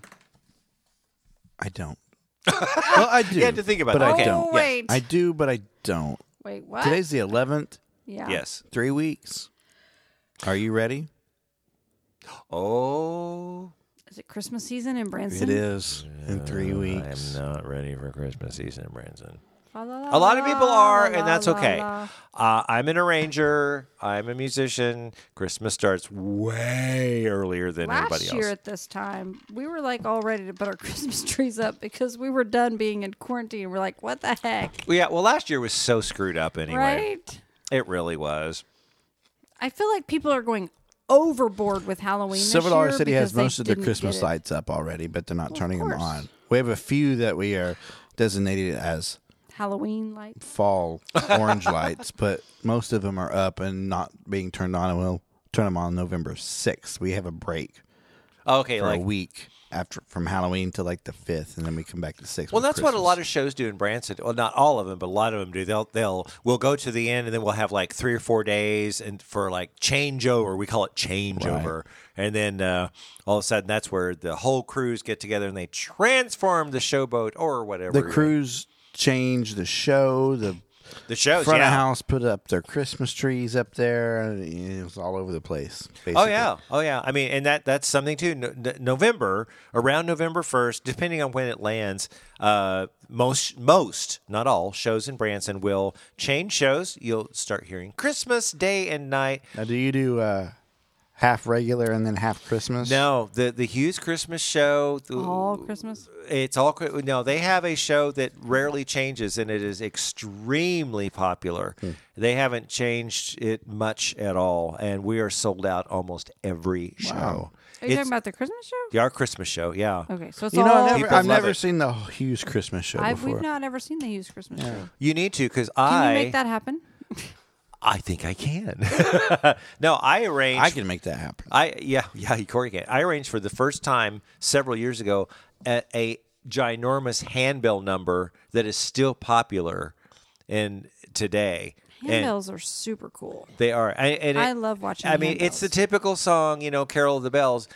Speaker 1: (laughs)
Speaker 2: I don't. well, I do.
Speaker 1: You had to think about
Speaker 2: but
Speaker 1: that.
Speaker 2: I
Speaker 1: Okay.
Speaker 2: don't.
Speaker 3: Oh
Speaker 1: Yes.
Speaker 3: wait.
Speaker 2: I do, but I don't.
Speaker 3: Wait, what?
Speaker 2: Today's the eleventh.
Speaker 3: yeah.
Speaker 1: Yes.
Speaker 2: Three weeks. Are you ready?
Speaker 1: Oh,
Speaker 3: Is it Christmas season in Branson?
Speaker 2: It is in three
Speaker 1: I am
Speaker 2: weeks.
Speaker 1: Uh, not ready for Christmas season, Branson.
Speaker 3: La, la, la,
Speaker 1: A lot of
Speaker 3: la,
Speaker 1: people are,
Speaker 3: la,
Speaker 1: and that's
Speaker 3: la,
Speaker 1: okay.
Speaker 3: la.
Speaker 1: Uh, I'm an arranger. I'm a musician. Christmas starts way earlier than
Speaker 3: Last
Speaker 1: anybody
Speaker 3: year
Speaker 1: else.
Speaker 3: at this time, we were like all ready to put our (laughs) Christmas trees up because we were done being in quarantine. We're like, what the heck,
Speaker 1: Well, yeah, well, last year was so screwed up anyway.
Speaker 3: right?
Speaker 1: It really was.
Speaker 3: I feel like people are going overboard with Halloween. this
Speaker 2: Silver Dollar
Speaker 3: year
Speaker 2: City has
Speaker 3: because they
Speaker 2: most of their
Speaker 3: didn't
Speaker 2: Christmas
Speaker 3: get it.
Speaker 2: lights up already, but they're not
Speaker 3: of
Speaker 2: turning them
Speaker 3: course.
Speaker 2: on. We have a few that we are designated as
Speaker 3: Halloween lights.
Speaker 1: (laughs)
Speaker 2: fall orange lights, but most of them are up and not being turned on. And we'll turn them on November sixth. We have a break
Speaker 1: Okay,
Speaker 2: for
Speaker 1: like
Speaker 2: a week after from Halloween to like the fifth, and then we come back to sixth.
Speaker 1: Well, that's what a lot of shows do in Branson. Well, not all of them, but a lot of them do. They'll they'll we'll go to the end, and then we'll have like three or four days and for like changeover. We call it changeover, and then uh, all of a sudden that's where the whole crews get together and they transform the showboat or whatever
Speaker 2: the crews change the show. The
Speaker 1: the shows.
Speaker 2: front
Speaker 1: yeah.
Speaker 2: of house put up their Christmas trees up there. and It was all over the place. Basically.
Speaker 1: Oh yeah, oh yeah. I mean, and that that's something too. No, no- November around November first, depending on when it lands, uh, most most not all shows in Branson will change shows. You'll start hearing Christmas Day and Night.
Speaker 2: Now, do you do uh,
Speaker 6: half regular and then half Christmas.
Speaker 1: No, the the Hughes Christmas show. The,
Speaker 3: all Christmas.
Speaker 1: It's all cri- no. They have a show that rarely changes, and it is extremely popular. They haven't changed it much at all, and we are sold out almost every show.
Speaker 3: Are you
Speaker 1: It's-
Speaker 3: talking about the Christmas show?
Speaker 1: Yeah, our Christmas show, yeah.
Speaker 3: Okay, so it's
Speaker 6: you know,
Speaker 3: all.
Speaker 6: I've never,
Speaker 1: People
Speaker 6: I've
Speaker 1: love
Speaker 6: never
Speaker 1: it.
Speaker 6: seen the Hughes Christmas show
Speaker 3: I've,
Speaker 6: before.
Speaker 3: we've not ever seen the Hughes Christmas show.
Speaker 1: You need to because
Speaker 3: Can
Speaker 1: I
Speaker 3: you make that happen?
Speaker 1: I think I can. (laughs) no, I arranged.
Speaker 6: I can make that happen.
Speaker 1: I yeah yeah Corey can. I arranged for the first time several years ago a, a ginormous handbell number that is still popular in today. And
Speaker 3: Handbells are super cool.
Speaker 1: they are. I, and
Speaker 3: I love watching
Speaker 1: I mean, it's the
Speaker 3: handbells.
Speaker 1: typical song, you know, "Carol of the Bells,"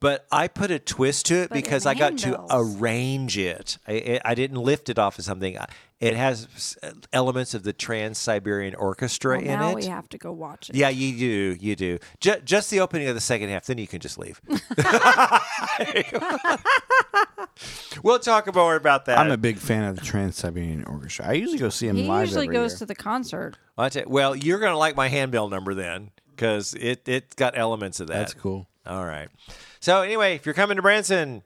Speaker 1: but I put a twist to it
Speaker 3: But in
Speaker 1: because I got to
Speaker 3: handbells.
Speaker 1: arrange it. I, I- I didn't lift it off of something. I- It has s- uh, elements of the Trans Siberian Orchestra
Speaker 3: Well,
Speaker 1: in
Speaker 3: now
Speaker 1: it.
Speaker 3: we have to go watch it.
Speaker 1: Yeah, you do. You do. Ju- just the opening of the second half, then you can just
Speaker 3: (laughs)
Speaker 1: leave. (laughs) we'll talk more about that.
Speaker 6: I'm a big fan of the Trans Siberian Orchestra. I usually go see him
Speaker 3: He
Speaker 6: live.
Speaker 3: usually
Speaker 6: every
Speaker 3: goes
Speaker 6: year.
Speaker 3: to the concert.
Speaker 1: I'll tell you- well, you're going to like my handbell number then because it, it got elements of that.
Speaker 6: That's cool.
Speaker 1: All right. So, anyway, if you're coming to Branson,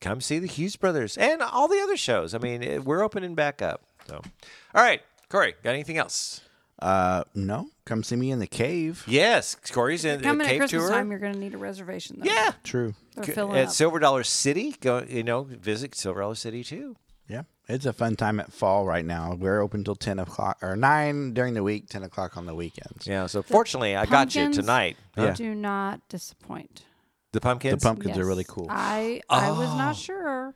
Speaker 1: come see the Hughes Brothers and all the other shows. I mean, it, we're opening back up. So, all right. Corey, got anything else?
Speaker 6: Uh, no, come see me in the cave.
Speaker 1: Yes, Corey's in the
Speaker 3: Coming at
Speaker 1: cave
Speaker 3: Christmas
Speaker 1: tour.
Speaker 3: time, you're going to need a reservation. Though.
Speaker 1: yeah,
Speaker 6: True.
Speaker 3: they're filling
Speaker 1: at
Speaker 3: up.
Speaker 1: Silver Dollar City. Go, you know, visit Silver Dollar City too.
Speaker 6: Yeah, it's a fun time at fall right now. We're open till ten o'clock or nine during the week, ten o'clock on the weekends.
Speaker 1: Yeah. So fortunately, I got you
Speaker 3: Pumpkins
Speaker 1: tonight. Huh?
Speaker 3: Do not disappoint.
Speaker 6: The
Speaker 1: The pumpkins.
Speaker 6: pumpkins are
Speaker 3: Yes.
Speaker 6: really cool.
Speaker 3: I I was not
Speaker 1: Oh.
Speaker 3: sure,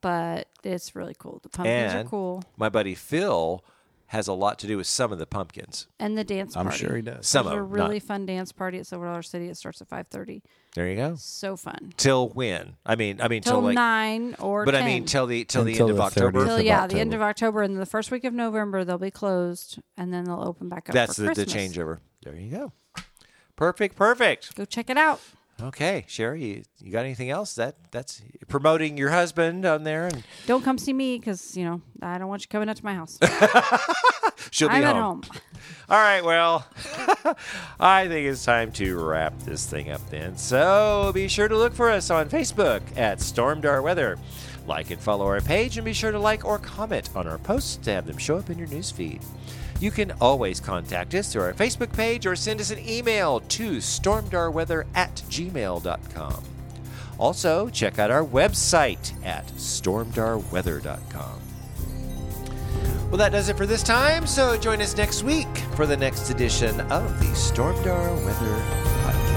Speaker 3: but it's really cool. The pumpkins
Speaker 1: And-
Speaker 3: are cool,
Speaker 1: My buddy Phil has a lot to do with some of the pumpkins.
Speaker 3: and the dance
Speaker 6: I'm
Speaker 3: party.
Speaker 6: sure he does.
Speaker 1: Some
Speaker 3: There's
Speaker 1: of
Speaker 3: a
Speaker 1: them.
Speaker 3: really
Speaker 1: not.
Speaker 3: fun dance party at Silver Dollar City. It starts at five thirty.
Speaker 1: There you go.
Speaker 3: So fun
Speaker 1: Till when? I mean, I mean till,
Speaker 3: till
Speaker 1: like.
Speaker 3: nine or
Speaker 1: But
Speaker 3: 10.
Speaker 1: I mean till the till the
Speaker 6: Until
Speaker 1: end of
Speaker 6: the
Speaker 1: October.
Speaker 6: 30th.
Speaker 3: Till,
Speaker 6: of
Speaker 3: yeah the end of October and the first week of November they'll be closed and then they'll open back up.
Speaker 1: That's
Speaker 3: for
Speaker 1: the, the
Speaker 3: Christmas.
Speaker 1: changeover. There you go. Perfect. Perfect.
Speaker 3: Go check it out.
Speaker 1: Okay, Sherry, you, you got anything else? That that's promoting your husband on there, and
Speaker 3: Don't come see me because you know I don't want you coming up to my
Speaker 1: (laughs)
Speaker 3: house.
Speaker 1: she'll be
Speaker 3: I'm at home.
Speaker 1: All right, well, (laughs) I think it's time to wrap this thing up then. So be sure to look for us on Facebook at Stormdar Weather. Like and follow our page, and be sure to like or comment on our posts to have them show up in your newsfeed. You can always contact us through our Facebook page or send us an email to stormdarweather at gmail.com. Also, check out our website at stormdarweather.com. Well, that does it for this time. So join us next week for the next edition of the Stormdar Weather Podcast.